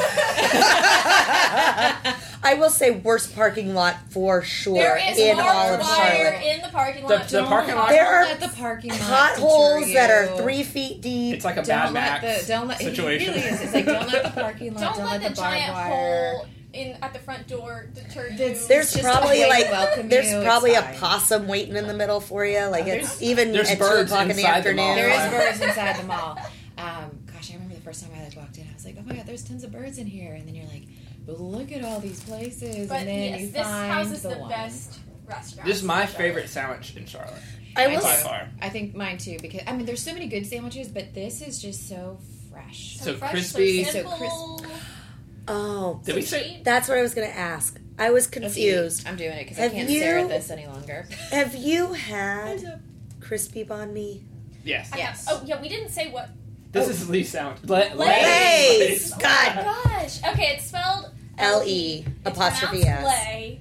Speaker 1: I will say worst parking lot for sure
Speaker 3: There is
Speaker 1: in
Speaker 3: barbed
Speaker 1: all of
Speaker 3: wire
Speaker 1: Charlotte.
Speaker 3: in the parking
Speaker 4: The-
Speaker 3: lot.
Speaker 4: the
Speaker 3: Don't
Speaker 4: parking lot-
Speaker 3: walk
Speaker 1: There
Speaker 3: on
Speaker 1: are
Speaker 2: Let
Speaker 3: it.
Speaker 2: the parking lot
Speaker 1: Potholes
Speaker 2: deter
Speaker 1: that
Speaker 2: you.
Speaker 1: are three feet deep.
Speaker 4: It's like a bad
Speaker 2: Don't let
Speaker 4: Mad Max
Speaker 2: the don't let it
Speaker 4: situation.
Speaker 2: really is. It's like don't let the parking lot.
Speaker 3: Don't, let, the,
Speaker 2: barbed
Speaker 3: giant
Speaker 2: wire.
Speaker 3: hole in at the front door deter you.
Speaker 2: That's-
Speaker 1: there's
Speaker 2: It's just
Speaker 1: probably
Speaker 2: a way to
Speaker 1: like
Speaker 2: welcome
Speaker 1: there's
Speaker 2: you, it's
Speaker 1: probably a
Speaker 2: fine.
Speaker 1: possum waiting in the middle for you. Like
Speaker 2: Oh,
Speaker 1: it's even
Speaker 4: there's
Speaker 1: at two
Speaker 4: birds
Speaker 1: o'clock in the
Speaker 4: inside the
Speaker 1: afternoon.
Speaker 4: mall.
Speaker 2: There is
Speaker 4: Fire.
Speaker 2: birds inside the mall. Um, gosh, I remember the first time I like walked in, I was like, oh my god, there's tons of birds in here, and then you're like, but look at all these places,
Speaker 3: But
Speaker 2: and then
Speaker 3: yes,
Speaker 2: you
Speaker 3: this
Speaker 2: find
Speaker 3: house is
Speaker 2: the,
Speaker 3: the,
Speaker 2: one.
Speaker 3: best restaurant.
Speaker 4: This is my
Speaker 3: in Charlotte.
Speaker 4: favorite sandwich in Charlotte
Speaker 1: I
Speaker 4: by
Speaker 1: will.
Speaker 2: It's-
Speaker 1: s-
Speaker 4: far.
Speaker 2: I think mine too because I mean, there's so many good sandwiches, but this is just so fresh.
Speaker 4: So
Speaker 3: fresh,
Speaker 4: crispy.
Speaker 3: so
Speaker 2: So
Speaker 3: simple,
Speaker 1: Oh,
Speaker 4: Did we say?
Speaker 3: cheap.
Speaker 1: that's what I was gonna ask. I was
Speaker 3: E.
Speaker 2: Let's
Speaker 1: confused.
Speaker 2: eat. I'm doing it because I
Speaker 1: Have
Speaker 2: can't
Speaker 1: you-
Speaker 2: stare at this any longer.
Speaker 1: Have you had crispy banh mi?
Speaker 4: Yes.
Speaker 3: I have-
Speaker 2: Yes.
Speaker 3: Oh yeah, we didn't say what.
Speaker 4: This is Lee's sandwich. Le-
Speaker 1: Lay's.
Speaker 4: Lay's.
Speaker 1: God.
Speaker 3: Oh Gosh. Okay, it's spelled
Speaker 1: L E
Speaker 3: It's
Speaker 1: apostrophe
Speaker 3: pronounced
Speaker 1: S.
Speaker 3: Lay.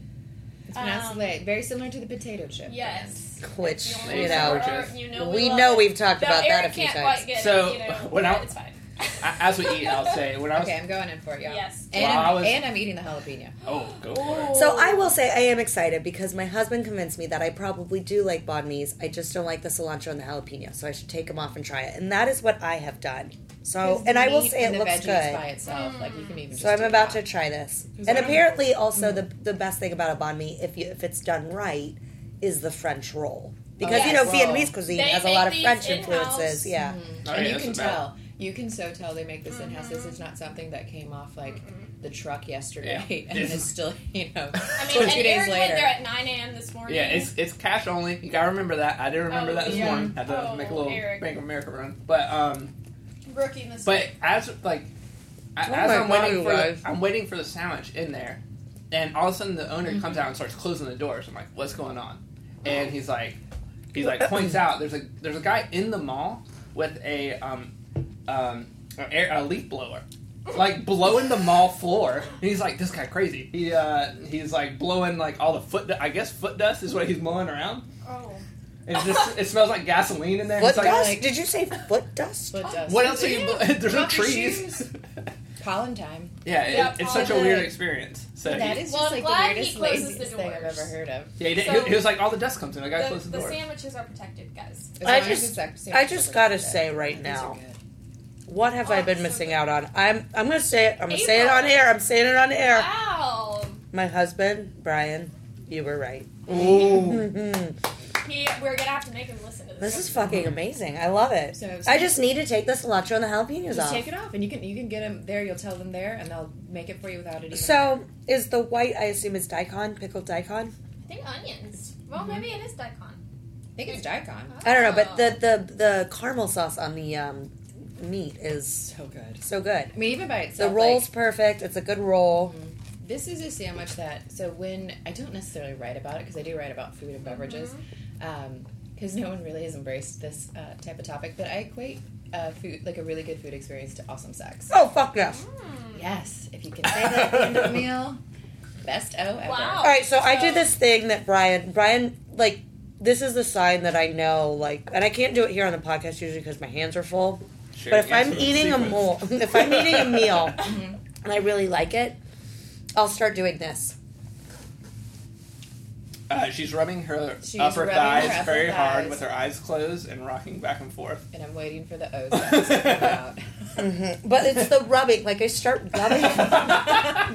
Speaker 2: It's pronounced
Speaker 3: Um,
Speaker 2: lay. Very similar to the potato chip.
Speaker 3: Yes.
Speaker 1: Which
Speaker 3: The only
Speaker 1: you
Speaker 4: Lay's
Speaker 1: know
Speaker 3: sandwich you know
Speaker 1: we
Speaker 3: love
Speaker 1: know
Speaker 3: it.
Speaker 1: we've talked
Speaker 3: No,
Speaker 1: about that a
Speaker 3: Eric
Speaker 1: few
Speaker 3: can't
Speaker 1: times.
Speaker 3: Quite get
Speaker 4: So,
Speaker 3: it, you know,
Speaker 4: when I-
Speaker 3: but it's fine.
Speaker 4: A- As we eat, I'll say when I was.
Speaker 2: Okay, I'm going in for it, y'all.
Speaker 3: Yes.
Speaker 2: And,
Speaker 4: Well, I
Speaker 2: I'm,
Speaker 4: was-
Speaker 2: and I'm eating the jalapeno.
Speaker 4: Oh, go for it.
Speaker 1: So I will say I am excited because my husband convinced me that I probably do like banh mi's. I just don't like the cilantro and the jalapeno, so I should take them off and try it. And that is what I have done. So, and I will say it
Speaker 2: the
Speaker 1: looks
Speaker 2: veggies by
Speaker 1: good. Hmm.
Speaker 2: itself. Like you can even.
Speaker 1: So
Speaker 2: just
Speaker 1: I'm
Speaker 2: do
Speaker 1: about to
Speaker 2: that.
Speaker 1: try this.
Speaker 2: Is
Speaker 1: And
Speaker 2: that- Mm-hmm.
Speaker 1: apparently, also the the best thing about a banh mi, if you if it's done right, is the French roll because you know
Speaker 2: yes. Mm-hmm.
Speaker 1: Vietnamese cuisine
Speaker 3: They
Speaker 1: has a
Speaker 3: make
Speaker 1: lot of
Speaker 3: these
Speaker 1: French
Speaker 3: in-house.
Speaker 1: influences. Yeah.
Speaker 4: Oh,
Speaker 2: and
Speaker 4: yeah,
Speaker 2: you
Speaker 4: that's
Speaker 2: can
Speaker 4: about-
Speaker 2: tell. You can so tell they make this
Speaker 1: Mm-hmm.
Speaker 2: in house. This is not something that came off like the truck yesterday,
Speaker 4: Yeah.
Speaker 2: and it's still you know.
Speaker 3: I
Speaker 2: two
Speaker 3: mean, and
Speaker 2: days
Speaker 3: Eric
Speaker 2: later.
Speaker 3: went there at 9 a.m. this morning.
Speaker 4: Yeah, it's it's cash only. You gotta remember that. I didn't remember
Speaker 3: Oh,
Speaker 4: that this
Speaker 3: yeah.
Speaker 4: morning. Had to
Speaker 3: Oh,
Speaker 4: make a little
Speaker 3: Eric.
Speaker 4: Bank of America run. But um,
Speaker 3: rookie this
Speaker 4: But as like a-
Speaker 1: Oh
Speaker 4: as
Speaker 1: my
Speaker 4: I'm
Speaker 1: God,
Speaker 4: waiting
Speaker 1: you
Speaker 4: for the,
Speaker 1: guys.
Speaker 4: I'm waiting for the sandwich in there,
Speaker 1: Mm-hmm.
Speaker 4: and all of a sudden the owner comes out and starts closing the doors. I'm like, what's going on? And he's like, He's like points out there's a there's a guy in the mall with a um um a, air, a leaf blower. Like blowing the mall floor, and he's like, "This guy crazy." He uh, he's like blowing like all the foot. I guess foot dust is what he's blowing around.
Speaker 3: Oh.
Speaker 4: It's just, it smells like gasoline in there.
Speaker 1: Foot
Speaker 4: It's like,
Speaker 1: dust?
Speaker 4: like,
Speaker 1: Did you say foot dust?
Speaker 2: But just
Speaker 4: what else are you? blo- There's no
Speaker 3: Not your
Speaker 4: trees.
Speaker 2: pollen time.
Speaker 4: yeah, it,
Speaker 3: Yeah,
Speaker 4: it's such a
Speaker 3: all the-
Speaker 4: weird experience. So he-
Speaker 3: is Well, just, I'm like, the glad he weirdest, closes the laziest thing
Speaker 2: thing
Speaker 3: I've
Speaker 2: I've
Speaker 3: doors.
Speaker 2: ever
Speaker 3: ever
Speaker 2: heard of.
Speaker 4: yeah, he, did,
Speaker 3: So-
Speaker 4: he, he was like, all the dust comes in. I gotta
Speaker 3: The,
Speaker 4: close the,
Speaker 3: the
Speaker 4: door.
Speaker 3: sandwiches are protected, guys.
Speaker 1: I just- I just gotta say right now, what have I been
Speaker 3: Oh,
Speaker 1: missing
Speaker 3: so
Speaker 1: out on? I'm I'm gonna say it. I'm gonna say it
Speaker 3: April.
Speaker 1: on air. I'm saying it on air.
Speaker 3: Wow.
Speaker 1: My husband, Brian, you were right.
Speaker 4: Ooh.
Speaker 1: Mhm.
Speaker 3: He, we're gonna have to make him listen to this.
Speaker 1: This is fucking amazing. I love it.
Speaker 2: So it's-
Speaker 1: I just need to take the cilantro and the jalapenos
Speaker 2: Just
Speaker 1: off.
Speaker 2: take it off, and you can you can get them there. You'll tell them there, and they'll make it for you without it. Even
Speaker 1: So is the white? I assume is daikon, pickled daikon.
Speaker 3: I think onions. Well,
Speaker 4: Mm-hmm.
Speaker 3: maybe it is daikon.
Speaker 2: I think it's daikon.
Speaker 1: I don't know, but
Speaker 3: Oh.
Speaker 1: the the the caramel sauce on the um, meat is
Speaker 2: So good.
Speaker 1: so good.
Speaker 2: I mean, even by
Speaker 1: The
Speaker 2: itself,
Speaker 1: roll's perfect. It's a good roll.
Speaker 2: Mm-hmm. like, this is a sandwich that. So when I don't necessarily write about it because I do write about food and beverages,
Speaker 3: Mm-hmm.
Speaker 2: because no one really has embraced this uh, type of topic. But I equate uh, food like a really good food experience to awesome sex.
Speaker 1: Oh fuck no!
Speaker 3: Mm.
Speaker 2: Yes, if you can say that at the end of a meal, best O ever.
Speaker 3: Wow.
Speaker 1: All right, so I
Speaker 3: So-
Speaker 1: did this thing that Brian Brian like this is the sign that I know like, and I can't do it here on the podcast usually because my hands are full.
Speaker 4: Sure,
Speaker 1: But if
Speaker 4: yeah,
Speaker 1: I'm
Speaker 4: so
Speaker 1: eating a
Speaker 4: secrets.
Speaker 1: meal, if I'm eating a meal
Speaker 2: Mhm.
Speaker 1: and I really like it, I'll start doing this.
Speaker 4: Uh, she's rubbing her
Speaker 2: She's
Speaker 4: upper
Speaker 2: rubbing her
Speaker 4: thighs
Speaker 2: upper
Speaker 4: very hard
Speaker 2: thighs.
Speaker 4: with her eyes closed and rocking back and forth.
Speaker 2: And I'm waiting for the O's sounds to come out.
Speaker 1: But it's the rubbing. Like I start rubbing.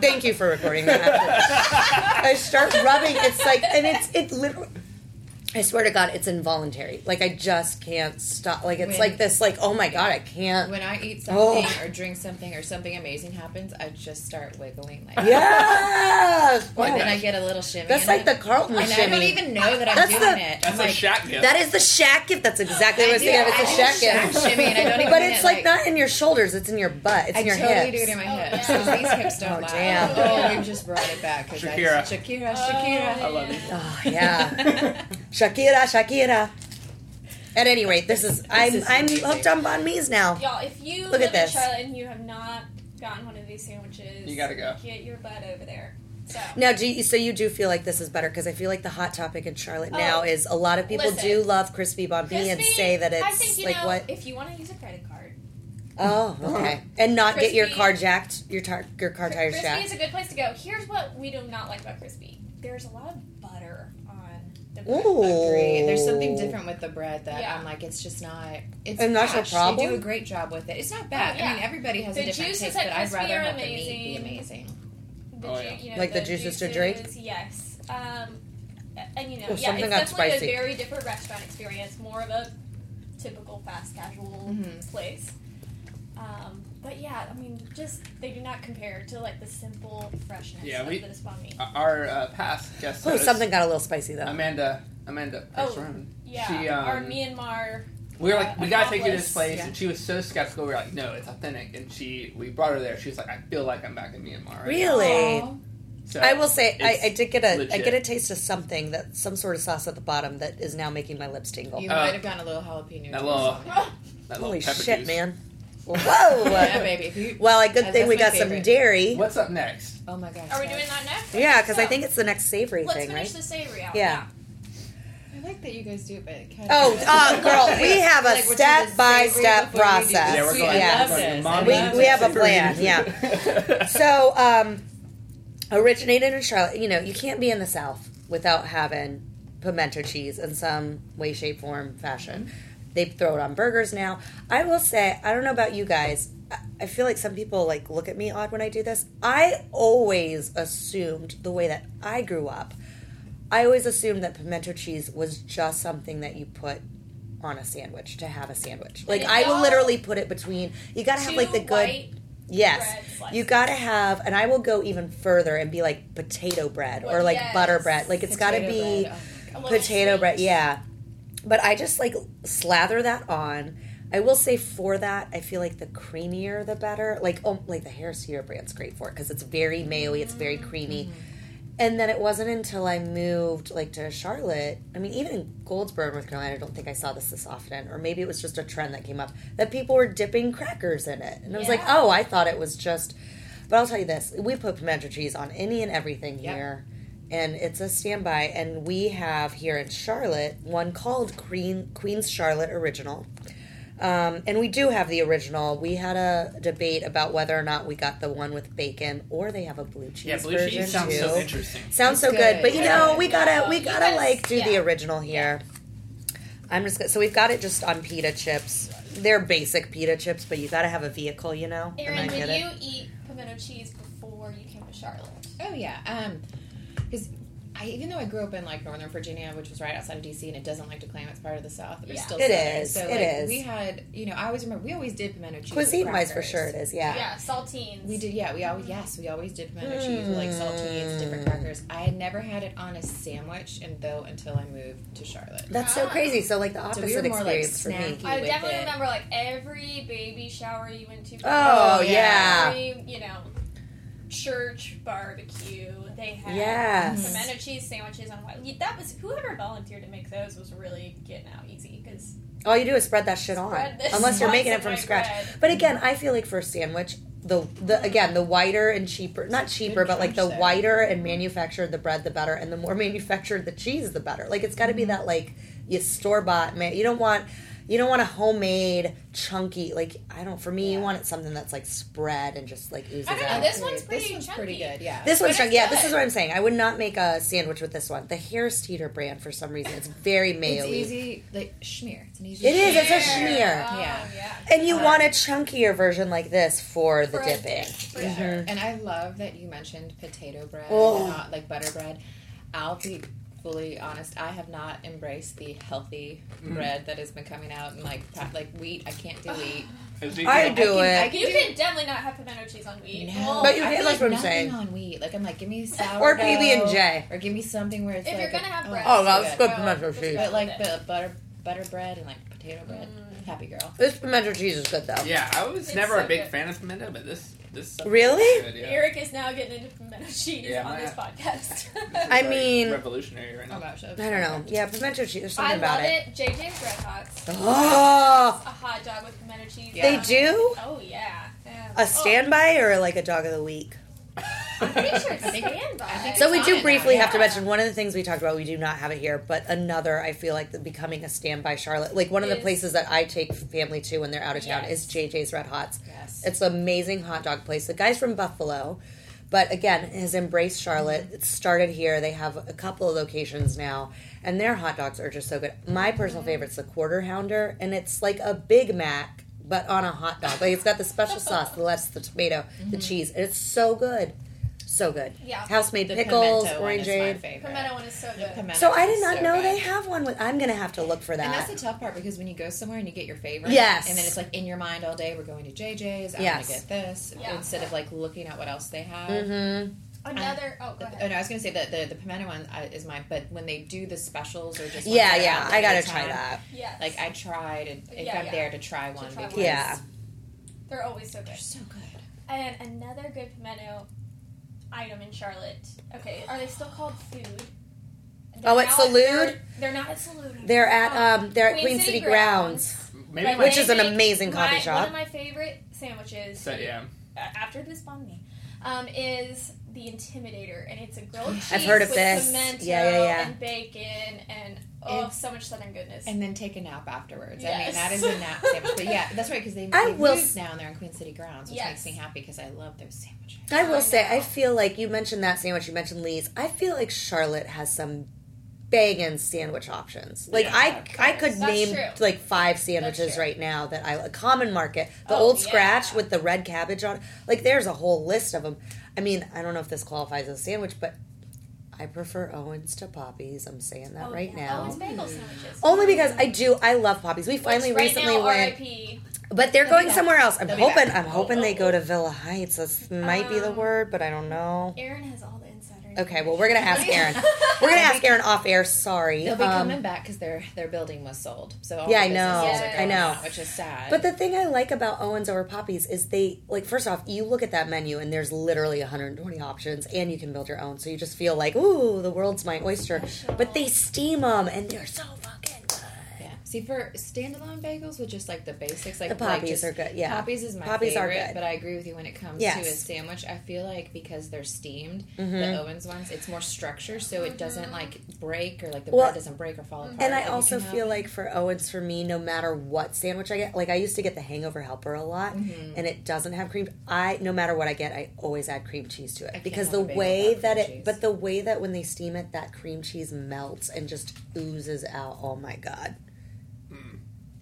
Speaker 1: Thank you for recording that. I start rubbing. It's like, and it's it literally. I swear to God, it's involuntary. Like I just can't stop. Like it's
Speaker 2: When-
Speaker 1: like this. Like oh my God, I can't.
Speaker 2: When I eat
Speaker 1: Oh.
Speaker 2: something or drink something or something amazing happens, I just start wiggling like
Speaker 1: Yes.
Speaker 2: Or then
Speaker 1: Wow.
Speaker 2: I get a little shimmy.
Speaker 1: That's
Speaker 2: and
Speaker 1: like
Speaker 2: I,
Speaker 1: the Carlton
Speaker 2: and I
Speaker 1: shimmy.
Speaker 2: don't even know that I'm
Speaker 1: That's
Speaker 2: doing
Speaker 1: the-
Speaker 2: it.
Speaker 4: That's
Speaker 2: I'm
Speaker 4: a shack gift.
Speaker 1: that is the shack gift. That's exactly what I was
Speaker 2: do.
Speaker 1: thinking. of.
Speaker 2: I
Speaker 1: It's
Speaker 2: do
Speaker 1: a shack
Speaker 2: shack
Speaker 1: gift.
Speaker 2: shimmy, and I don't even
Speaker 1: but
Speaker 2: mean
Speaker 1: it's
Speaker 2: it,
Speaker 1: like,
Speaker 2: like-
Speaker 1: not in your shoulders. It's in your butt. It's
Speaker 2: I
Speaker 1: in your
Speaker 2: totally
Speaker 1: hips.
Speaker 2: do it in my
Speaker 3: Oh,
Speaker 2: hips.
Speaker 3: yeah.
Speaker 2: 'cause These hips don't
Speaker 1: Oh,
Speaker 2: lie. Oh,
Speaker 1: damn.
Speaker 2: you just brought it back. 'cause I
Speaker 4: Shakira.
Speaker 2: just- Shakira, Shakira.
Speaker 4: I love
Speaker 3: man.
Speaker 1: Oh yeah, Shakira, Shakira. At any rate, this is I'm
Speaker 2: is
Speaker 1: I'm
Speaker 2: amazing.
Speaker 1: hooked on banh mi's now.
Speaker 3: Y'all, if you
Speaker 1: Look
Speaker 3: live
Speaker 1: at this.
Speaker 3: in Charlotte and you have not gotten one of these sandwiches,
Speaker 4: You gotta go.
Speaker 3: Get your butt over there. So
Speaker 1: Now, do you, so you do feel like this is better because I feel like the hot topic in Charlotte now
Speaker 3: Oh,
Speaker 1: is a lot of people
Speaker 3: listen.
Speaker 1: do love crispy banh mi and
Speaker 3: Crispy,
Speaker 1: say that it's
Speaker 3: I think you
Speaker 1: like
Speaker 3: know
Speaker 1: what?
Speaker 3: if you want to use a credit card.
Speaker 1: Oh, okay, and not get your
Speaker 3: Crispy-
Speaker 1: car jacked, your tar- your car tires
Speaker 3: Crispy is
Speaker 1: jacked.
Speaker 3: a good place to go. Here's what we do not like about crispy. There's a lot of butter on the bread.
Speaker 1: Ooh,
Speaker 2: Agree. There's something different with the bread that
Speaker 3: Yeah.
Speaker 2: I'm like, it's just not. It's
Speaker 1: And that's your
Speaker 2: gosh, They do
Speaker 1: problem?
Speaker 2: a great job with it. It's not bad.
Speaker 3: Oh, yeah.
Speaker 2: I mean, everybody has
Speaker 3: The
Speaker 2: a different
Speaker 3: juices
Speaker 2: taste,
Speaker 3: that
Speaker 2: but I'd
Speaker 3: crispy
Speaker 2: rather
Speaker 3: are
Speaker 2: have the meat be
Speaker 3: amazing.
Speaker 2: amazing.
Speaker 3: The
Speaker 4: Oh,
Speaker 3: ju-
Speaker 4: yeah.
Speaker 3: you know,
Speaker 1: Like the juices to drink?
Speaker 3: Yes. Um, and you know,
Speaker 1: Or
Speaker 3: yeah,
Speaker 1: something
Speaker 3: it's
Speaker 1: that's
Speaker 3: definitely
Speaker 1: spicy.
Speaker 3: a very different restaurant experience. More of a typical fast casual
Speaker 1: Mm-hmm.
Speaker 2: Mhm.
Speaker 3: place. Um, but yeah, I mean, just they do not compare to like the simple freshness
Speaker 4: Yeah,
Speaker 3: of
Speaker 4: we-
Speaker 3: the Despond
Speaker 4: Our uh, past guest
Speaker 1: Oh,
Speaker 4: host,
Speaker 1: something got a little spicy though.
Speaker 4: Amanda, Amanda,
Speaker 3: Oh,
Speaker 4: Persarin,
Speaker 3: Yeah,
Speaker 4: she,
Speaker 3: our
Speaker 4: um,
Speaker 3: Myanmar.
Speaker 4: we were like,
Speaker 3: uh,
Speaker 4: we gotta take you to this
Speaker 3: accomplice,
Speaker 4: place,
Speaker 2: yeah.
Speaker 4: and she was so skeptical. We were like, no, it's authentic, and she, we brought her there. She was like, I feel like I'm back in Myanmar. Right now.
Speaker 1: Really?
Speaker 2: Aw.
Speaker 4: So,
Speaker 1: I will say I,
Speaker 4: it's
Speaker 1: I did get a I
Speaker 4: legit.
Speaker 1: get a taste of something that some sort of sauce at the bottom that is now making my lips tingle.
Speaker 2: You
Speaker 4: Uh,
Speaker 2: might have gotten a little jalapeno.
Speaker 4: that
Speaker 2: juice
Speaker 4: little-
Speaker 2: on it.
Speaker 4: that little
Speaker 1: Holy
Speaker 4: pepper
Speaker 1: shit,
Speaker 4: juice.
Speaker 1: man!
Speaker 2: yeah,
Speaker 1: Whoa!
Speaker 2: baby. If you,
Speaker 1: well, a good
Speaker 2: That's
Speaker 1: thing we
Speaker 2: my
Speaker 1: got some
Speaker 2: favorite.
Speaker 1: dairy.
Speaker 4: What's up next?
Speaker 2: oh my gosh.
Speaker 3: Are we
Speaker 2: guys.
Speaker 3: doing that next?
Speaker 1: Yeah, because I
Speaker 3: So,
Speaker 1: think it's the next savory
Speaker 3: Let's
Speaker 1: thing,
Speaker 3: finish
Speaker 1: right?
Speaker 3: the savory out.
Speaker 1: Yeah.
Speaker 2: I like that you guys do it, but it kind
Speaker 1: Oh, uh, girl, we have a
Speaker 2: Like, we're doing the
Speaker 1: step-by-step
Speaker 2: savory before we do the
Speaker 1: process.
Speaker 4: Yeah, we're
Speaker 2: sweet.
Speaker 4: going.
Speaker 1: Yeah.
Speaker 2: I love
Speaker 4: we're going
Speaker 2: this.
Speaker 4: mommy
Speaker 1: We-
Speaker 2: I love
Speaker 1: we have a
Speaker 2: this.
Speaker 4: to
Speaker 1: plan,
Speaker 4: food.
Speaker 1: So, um, originated in Charlotte. You know, you can't be in the South without having pimento cheese in some way, shape, form, fashion. They throw it on burgers now. I will say, I don't know about you guys. I- I feel like some people like look at me odd when I do this. I always assumed the way that I grew up. I always assumed that pimento cheese was just something that you put on a sandwich to have a sandwich. Like
Speaker 3: it
Speaker 1: I will
Speaker 3: all-
Speaker 1: literally put it between. You gotta have
Speaker 3: Two
Speaker 1: like the good.
Speaker 3: white
Speaker 1: Yes.
Speaker 3: bread slices.
Speaker 1: You got to have, and I will go even further and be like potato bread or
Speaker 3: Well,
Speaker 1: like
Speaker 3: yes.
Speaker 1: butter bread. Like it's got to
Speaker 2: Potato
Speaker 1: be
Speaker 2: bread.
Speaker 3: a little
Speaker 1: potato
Speaker 3: sweet.
Speaker 1: bread. Yeah. But I just like slather that on. I will say for that, I feel like the
Speaker 3: Mm.
Speaker 1: creamier the better. Like oh, like the hair sear brand's great for it because it's very mayo-y, it's very creamy. and then it wasn't until I moved like to Charlotte. I mean, even in Goldsboro, North Carolina, I don't think I saw this this often, or maybe it was just a trend that came up that people were dipping crackers in it, and I was like,
Speaker 3: Yeah.
Speaker 1: oh, I thought it was just. But I'll tell you this: we put pimento cheese on any and everything
Speaker 2: Yep.
Speaker 1: here, and it's a standby. And we have here in Charlotte one called Queen Queen's Charlotte Original. Um, and we do have the original. We had a debate about whether or not we got the one with bacon, or they have a blue cheese.
Speaker 4: Yeah, blue
Speaker 1: version
Speaker 4: cheese sounds so
Speaker 1: too.
Speaker 4: interesting.
Speaker 1: Sounds so
Speaker 2: It's
Speaker 1: good.
Speaker 2: good.
Speaker 1: but you
Speaker 3: Yeah.
Speaker 1: know we gotta we
Speaker 3: You
Speaker 1: gotta
Speaker 3: guys-
Speaker 1: like do the
Speaker 3: yeah.
Speaker 1: original here. I'm just gonna, so we've got it just on pita chips. They're basic pita chips, but you gotta have a vehicle, you know. and I
Speaker 3: Aaron,
Speaker 1: get
Speaker 3: did
Speaker 1: it.
Speaker 3: you eat pimento cheese before you came to Charlotte?
Speaker 2: Oh yeah, um, because I even though I grew up in like Northern Virginia, which was right outside of DC, and it doesn't like to claim it's part of the South. It was
Speaker 3: Yeah.
Speaker 2: still
Speaker 1: It
Speaker 2: Southern.
Speaker 1: is,
Speaker 2: So,
Speaker 1: it
Speaker 2: like,
Speaker 1: is.
Speaker 2: We had, you know, I always remember we always did pimento cheese. with
Speaker 1: Cuisine wise, for
Speaker 2: crackers.
Speaker 1: sure it is. Yeah.
Speaker 3: Yeah, saltines.
Speaker 2: We did, yeah. We always, yes, we always did pimento cheese with like saltines, different
Speaker 1: Mm.
Speaker 2: crackers. I had never had it on a sandwich, and though until I moved to Charlotte.
Speaker 1: That's so
Speaker 3: Ah.
Speaker 1: crazy. So like the
Speaker 2: So
Speaker 1: opposite
Speaker 2: we were more, like,
Speaker 1: experience for me.
Speaker 2: snacky.
Speaker 3: I
Speaker 2: with
Speaker 3: definitely
Speaker 2: it.
Speaker 3: remember like every baby shower you went to.
Speaker 1: Oh,
Speaker 2: yeah.
Speaker 3: Every, you know, church barbecue. They had
Speaker 1: Yes.
Speaker 3: pimento cheese sandwiches on white. yeah, That was whoever volunteered to make those was really getting out easy because
Speaker 1: All you do is spread that shit on,
Speaker 3: spread this
Speaker 1: Oh, unless you're making it
Speaker 3: slice of
Speaker 1: from
Speaker 3: white
Speaker 1: scratch.
Speaker 3: bread.
Speaker 1: But again, I feel like for a sandwich, the the again the whiter and cheaper, not cheaper, but like the
Speaker 2: crunch there.
Speaker 1: whiter and manufactured the bread, the better, and the more manufactured the cheese, the better. Like it's got
Speaker 2: Mm-hmm.
Speaker 1: to be that like you store bought man. You don't want you don't want a homemade chunky like I don't. For me, you
Speaker 2: Yeah.
Speaker 1: want it something that's like spread and just like oozes
Speaker 3: I don't know,
Speaker 1: out.
Speaker 3: this one's pretty
Speaker 2: one's
Speaker 3: chunky.
Speaker 2: pretty good. Yeah.
Speaker 1: This one's
Speaker 3: But
Speaker 1: strong.
Speaker 3: it's
Speaker 1: Yeah, this is
Speaker 3: good.
Speaker 1: what I'm saying. I would not make a sandwich with this one. The Harris Teeter brand, for some reason, it's very mayo.
Speaker 2: it's easy, like schmear. It's an easy.
Speaker 1: It is, it's a
Speaker 2: schmear.
Speaker 1: schmear.
Speaker 3: Oh,
Speaker 2: Yeah.
Speaker 3: yeah.
Speaker 1: And you
Speaker 2: Uh,
Speaker 1: want a chunkier version like this for the
Speaker 3: For-
Speaker 1: dipping.
Speaker 3: for
Speaker 2: Yeah.
Speaker 3: sure.
Speaker 2: And I love that you mentioned potato bread,
Speaker 1: Oh.
Speaker 2: not like butter bread. I'll be fully honest. I have not embraced the healthy
Speaker 3: Mm-hmm.
Speaker 4: Mm.
Speaker 2: bread that has been coming out and like pa- like wheat. I can't do wheat.
Speaker 4: It's easy.
Speaker 1: I do
Speaker 2: can- I
Speaker 1: it.
Speaker 2: can
Speaker 3: You
Speaker 2: do-
Speaker 3: can definitely not have pimento cheese on wheat.
Speaker 2: No,
Speaker 1: But you
Speaker 2: I
Speaker 1: get-
Speaker 2: feel
Speaker 1: that's
Speaker 2: like
Speaker 1: what I'm
Speaker 2: nothing
Speaker 1: saying.
Speaker 2: on wheat. Like I'm like, give me sourdough
Speaker 1: Or PB and J.
Speaker 2: or give me something where it's
Speaker 3: if
Speaker 2: like
Speaker 3: you're gonna
Speaker 2: a-
Speaker 3: have
Speaker 2: oh,
Speaker 3: bread,
Speaker 1: Oh,
Speaker 2: so
Speaker 1: that's
Speaker 2: good.
Speaker 1: good pimento cheese.
Speaker 2: But like but butter butter bread and like potato bread,
Speaker 3: Mm-hmm.
Speaker 2: happy girl.
Speaker 1: This pimento cheese is good though.
Speaker 4: Yeah, I was
Speaker 3: It's
Speaker 4: never
Speaker 3: so
Speaker 4: a big
Speaker 3: good.
Speaker 4: fan of pimento, but this this stuff is
Speaker 1: Really?
Speaker 4: good, yeah.
Speaker 3: Eric is now getting into pimento cheese
Speaker 4: Yeah,
Speaker 3: on
Speaker 4: my-
Speaker 3: this podcast.
Speaker 4: This is,
Speaker 1: I
Speaker 4: like,
Speaker 1: mean-
Speaker 4: revolutionary right
Speaker 2: Oh
Speaker 4: now.
Speaker 2: gosh,
Speaker 1: I don't know. Yeah, pimento cheese. There's
Speaker 3: I
Speaker 1: something
Speaker 3: love
Speaker 1: about it.
Speaker 3: it. JJ's Red Hots.
Speaker 1: Oh,
Speaker 3: A hot dog with pimento cheese.
Speaker 2: Yeah.
Speaker 1: they do
Speaker 3: Oh yeah. Yeah.
Speaker 1: a
Speaker 3: Oh,
Speaker 1: standby or like a dog of the week.
Speaker 3: I'm pretty sure it's
Speaker 2: I think-
Speaker 3: standby.
Speaker 2: I think
Speaker 1: So we
Speaker 2: It's on
Speaker 1: do
Speaker 2: it
Speaker 1: briefly
Speaker 2: now,
Speaker 1: have to
Speaker 3: yeah.
Speaker 1: mention one of the things we talked about. We do not have it here, but another I feel like the becoming a standby Charlotte, like one of the
Speaker 3: Is-
Speaker 1: places that I take family to when they're out of town,
Speaker 2: Yes.
Speaker 1: is JJ's Red Hots.
Speaker 2: Yes.
Speaker 1: It's an amazing hot dog place. The guy's from Buffalo, but again, has embraced Charlotte. It started here. They have a couple of locations now, and their hot dogs are just so good. My personal favorite's the Quarter Pounder, and it's like a Big Mac but on a hot dog. Like it's got the special sauce, the lettuce, the tomato,
Speaker 2: Mm-hmm.
Speaker 1: the cheese, and it's so good, so good.
Speaker 3: Yeah.
Speaker 1: House made
Speaker 2: The
Speaker 1: pickles,
Speaker 2: pimento one
Speaker 1: orange
Speaker 2: is my
Speaker 1: aid.
Speaker 2: favorite.
Speaker 3: Pimento one is so
Speaker 2: The
Speaker 3: good.
Speaker 2: pimento
Speaker 1: So I
Speaker 2: is
Speaker 1: did not
Speaker 2: so
Speaker 1: know
Speaker 2: good.
Speaker 1: they have one. With, I'm gonna have to look for that.
Speaker 2: And that's the tough part because when you go somewhere and you get your favorite,
Speaker 1: Yes.
Speaker 2: and then it's like in your mind all day. We're going to JJ's. I'm
Speaker 1: Yes.
Speaker 2: gonna get this
Speaker 3: Yeah.
Speaker 2: instead of like looking at what else they have.
Speaker 1: mm-hmm.
Speaker 3: Another. Oh, go
Speaker 2: The-
Speaker 3: ahead.
Speaker 2: And I uh, was gonna say that the the pimento one uh, is mine, but when they do the specials or just ones
Speaker 1: Yeah,
Speaker 2: that are
Speaker 1: yeah.
Speaker 2: out
Speaker 1: I
Speaker 2: there
Speaker 1: gotta
Speaker 2: at the
Speaker 1: try
Speaker 2: time,
Speaker 1: that.
Speaker 3: Yes.
Speaker 2: Like I tried, and if
Speaker 3: Yeah,
Speaker 2: I'm
Speaker 3: yeah.
Speaker 2: there to try one,
Speaker 3: try
Speaker 2: because
Speaker 3: one.
Speaker 1: Yeah.
Speaker 3: They're always so
Speaker 2: they're
Speaker 3: good.
Speaker 2: so good.
Speaker 3: And another good pimento item in Charlotte. Okay, are they still called food? They're
Speaker 1: Oh, at
Speaker 3: not-
Speaker 1: Salud?
Speaker 3: They're, they're not at Salud.
Speaker 1: They're at
Speaker 2: Oh,
Speaker 1: um, they're at Queen, City, Grounds.
Speaker 4: Maybe
Speaker 3: Like,
Speaker 4: my
Speaker 1: Which
Speaker 3: they
Speaker 1: is an
Speaker 3: make
Speaker 1: amazing coffee
Speaker 3: my-
Speaker 1: shop.
Speaker 3: One of my favorite sandwiches.
Speaker 4: so, yeah.
Speaker 3: uh, after this bond me, um, is the Intimidator, and it's a grilled cheese
Speaker 1: I've heard of
Speaker 3: with
Speaker 1: this.
Speaker 3: pimento
Speaker 1: Yeah, yeah, yeah.
Speaker 3: and bacon and oh,
Speaker 2: And-
Speaker 3: so much Southern goodness.
Speaker 2: And then take a nap afterwards. I mean,
Speaker 3: Yes.
Speaker 2: that is a nap sandwich. But yeah, that's right because they,
Speaker 1: I
Speaker 2: they
Speaker 1: will
Speaker 2: moved
Speaker 1: s-
Speaker 2: now and they're in Queen City Grounds, which makes
Speaker 3: Yes.
Speaker 2: me happy because I love those sandwiches.
Speaker 1: I will
Speaker 3: I
Speaker 1: say,
Speaker 3: know.
Speaker 1: I feel like you mentioned that sandwich. You mentioned Lee's. I feel like Charlotte has some banging sandwich options. Like
Speaker 2: Yeah,
Speaker 1: I,
Speaker 2: of
Speaker 1: I could
Speaker 3: course. That's
Speaker 1: name
Speaker 3: true.
Speaker 1: like five sandwiches
Speaker 3: true.
Speaker 1: right now that I. Common Market, the
Speaker 3: Oh,
Speaker 1: old
Speaker 3: yeah.
Speaker 1: scratch with the red cabbage on. Like there's a whole list of them. I mean, I don't know if this qualifies as a sandwich, but I prefer Owens to Poppies. I'm saying that
Speaker 3: Oh,
Speaker 1: right
Speaker 3: yeah.
Speaker 1: now.
Speaker 3: Owen's bagel sandwiches.
Speaker 1: Only because I do, I love poppies. We finally
Speaker 3: Which right
Speaker 1: recently
Speaker 3: now,
Speaker 1: went,
Speaker 3: RIP.
Speaker 1: but
Speaker 2: They'll
Speaker 1: they're
Speaker 2: be
Speaker 1: going
Speaker 2: back.
Speaker 1: somewhere else. I'm
Speaker 2: They'll be
Speaker 1: hoping,
Speaker 2: back.
Speaker 1: I'm hoping
Speaker 3: Oh,
Speaker 1: they
Speaker 3: oh,
Speaker 1: go to Villa Heights. That might be the
Speaker 3: Um,
Speaker 1: word, but I don't know.
Speaker 3: Aaron has all the insider Sorry.
Speaker 1: Okay, well, we're going to ask Aaron. We're going to ask Aaron off air. Sorry.
Speaker 2: They'll be
Speaker 1: Um,
Speaker 2: coming back because their their building was sold. So all
Speaker 1: Yeah,
Speaker 2: the
Speaker 1: I know,
Speaker 2: businesses are
Speaker 3: I
Speaker 2: going
Speaker 1: know.
Speaker 2: out, which is sad.
Speaker 1: But the thing I like about Owens over Poppies is they like first off, you look at that menu and there's literally 120 options, and you can build your own. So you just feel like, ooh, the world's my oyster. But they steam them, and they're so fucking good.
Speaker 2: yeah. See, for standalone bagels with just like the basics, like
Speaker 1: The
Speaker 2: like,
Speaker 1: poppies
Speaker 2: just-
Speaker 1: are good. Yeah,
Speaker 2: Poppies is my
Speaker 1: Poppies are
Speaker 2: favorite,
Speaker 1: good.
Speaker 2: but I agree with you when it comes
Speaker 1: Yes.
Speaker 2: to a sandwich. I feel like because they're steamed,
Speaker 1: Mhm.
Speaker 2: the Owens ones, it's more structure, so it doesn't
Speaker 4: Mm-hmm.
Speaker 2: like break or like the
Speaker 1: Well,
Speaker 2: bread doesn't break or fall apart.
Speaker 1: And
Speaker 2: Like,
Speaker 1: I
Speaker 2: you
Speaker 1: also
Speaker 2: can have-
Speaker 1: feel like for Owens, for me, no matter what sandwich I get, like I used to get the Hangover Helper a lot,
Speaker 2: Mhm.
Speaker 1: and it doesn't have cream. I no matter what I get, I always add cream cheese to it
Speaker 2: can't
Speaker 1: because
Speaker 2: have
Speaker 1: the
Speaker 2: a bagel
Speaker 1: way
Speaker 2: without
Speaker 1: that
Speaker 2: cream
Speaker 1: it,
Speaker 2: cheese.
Speaker 1: but the way that when they steam it, that cream cheese melts and just oozes out. Oh my god.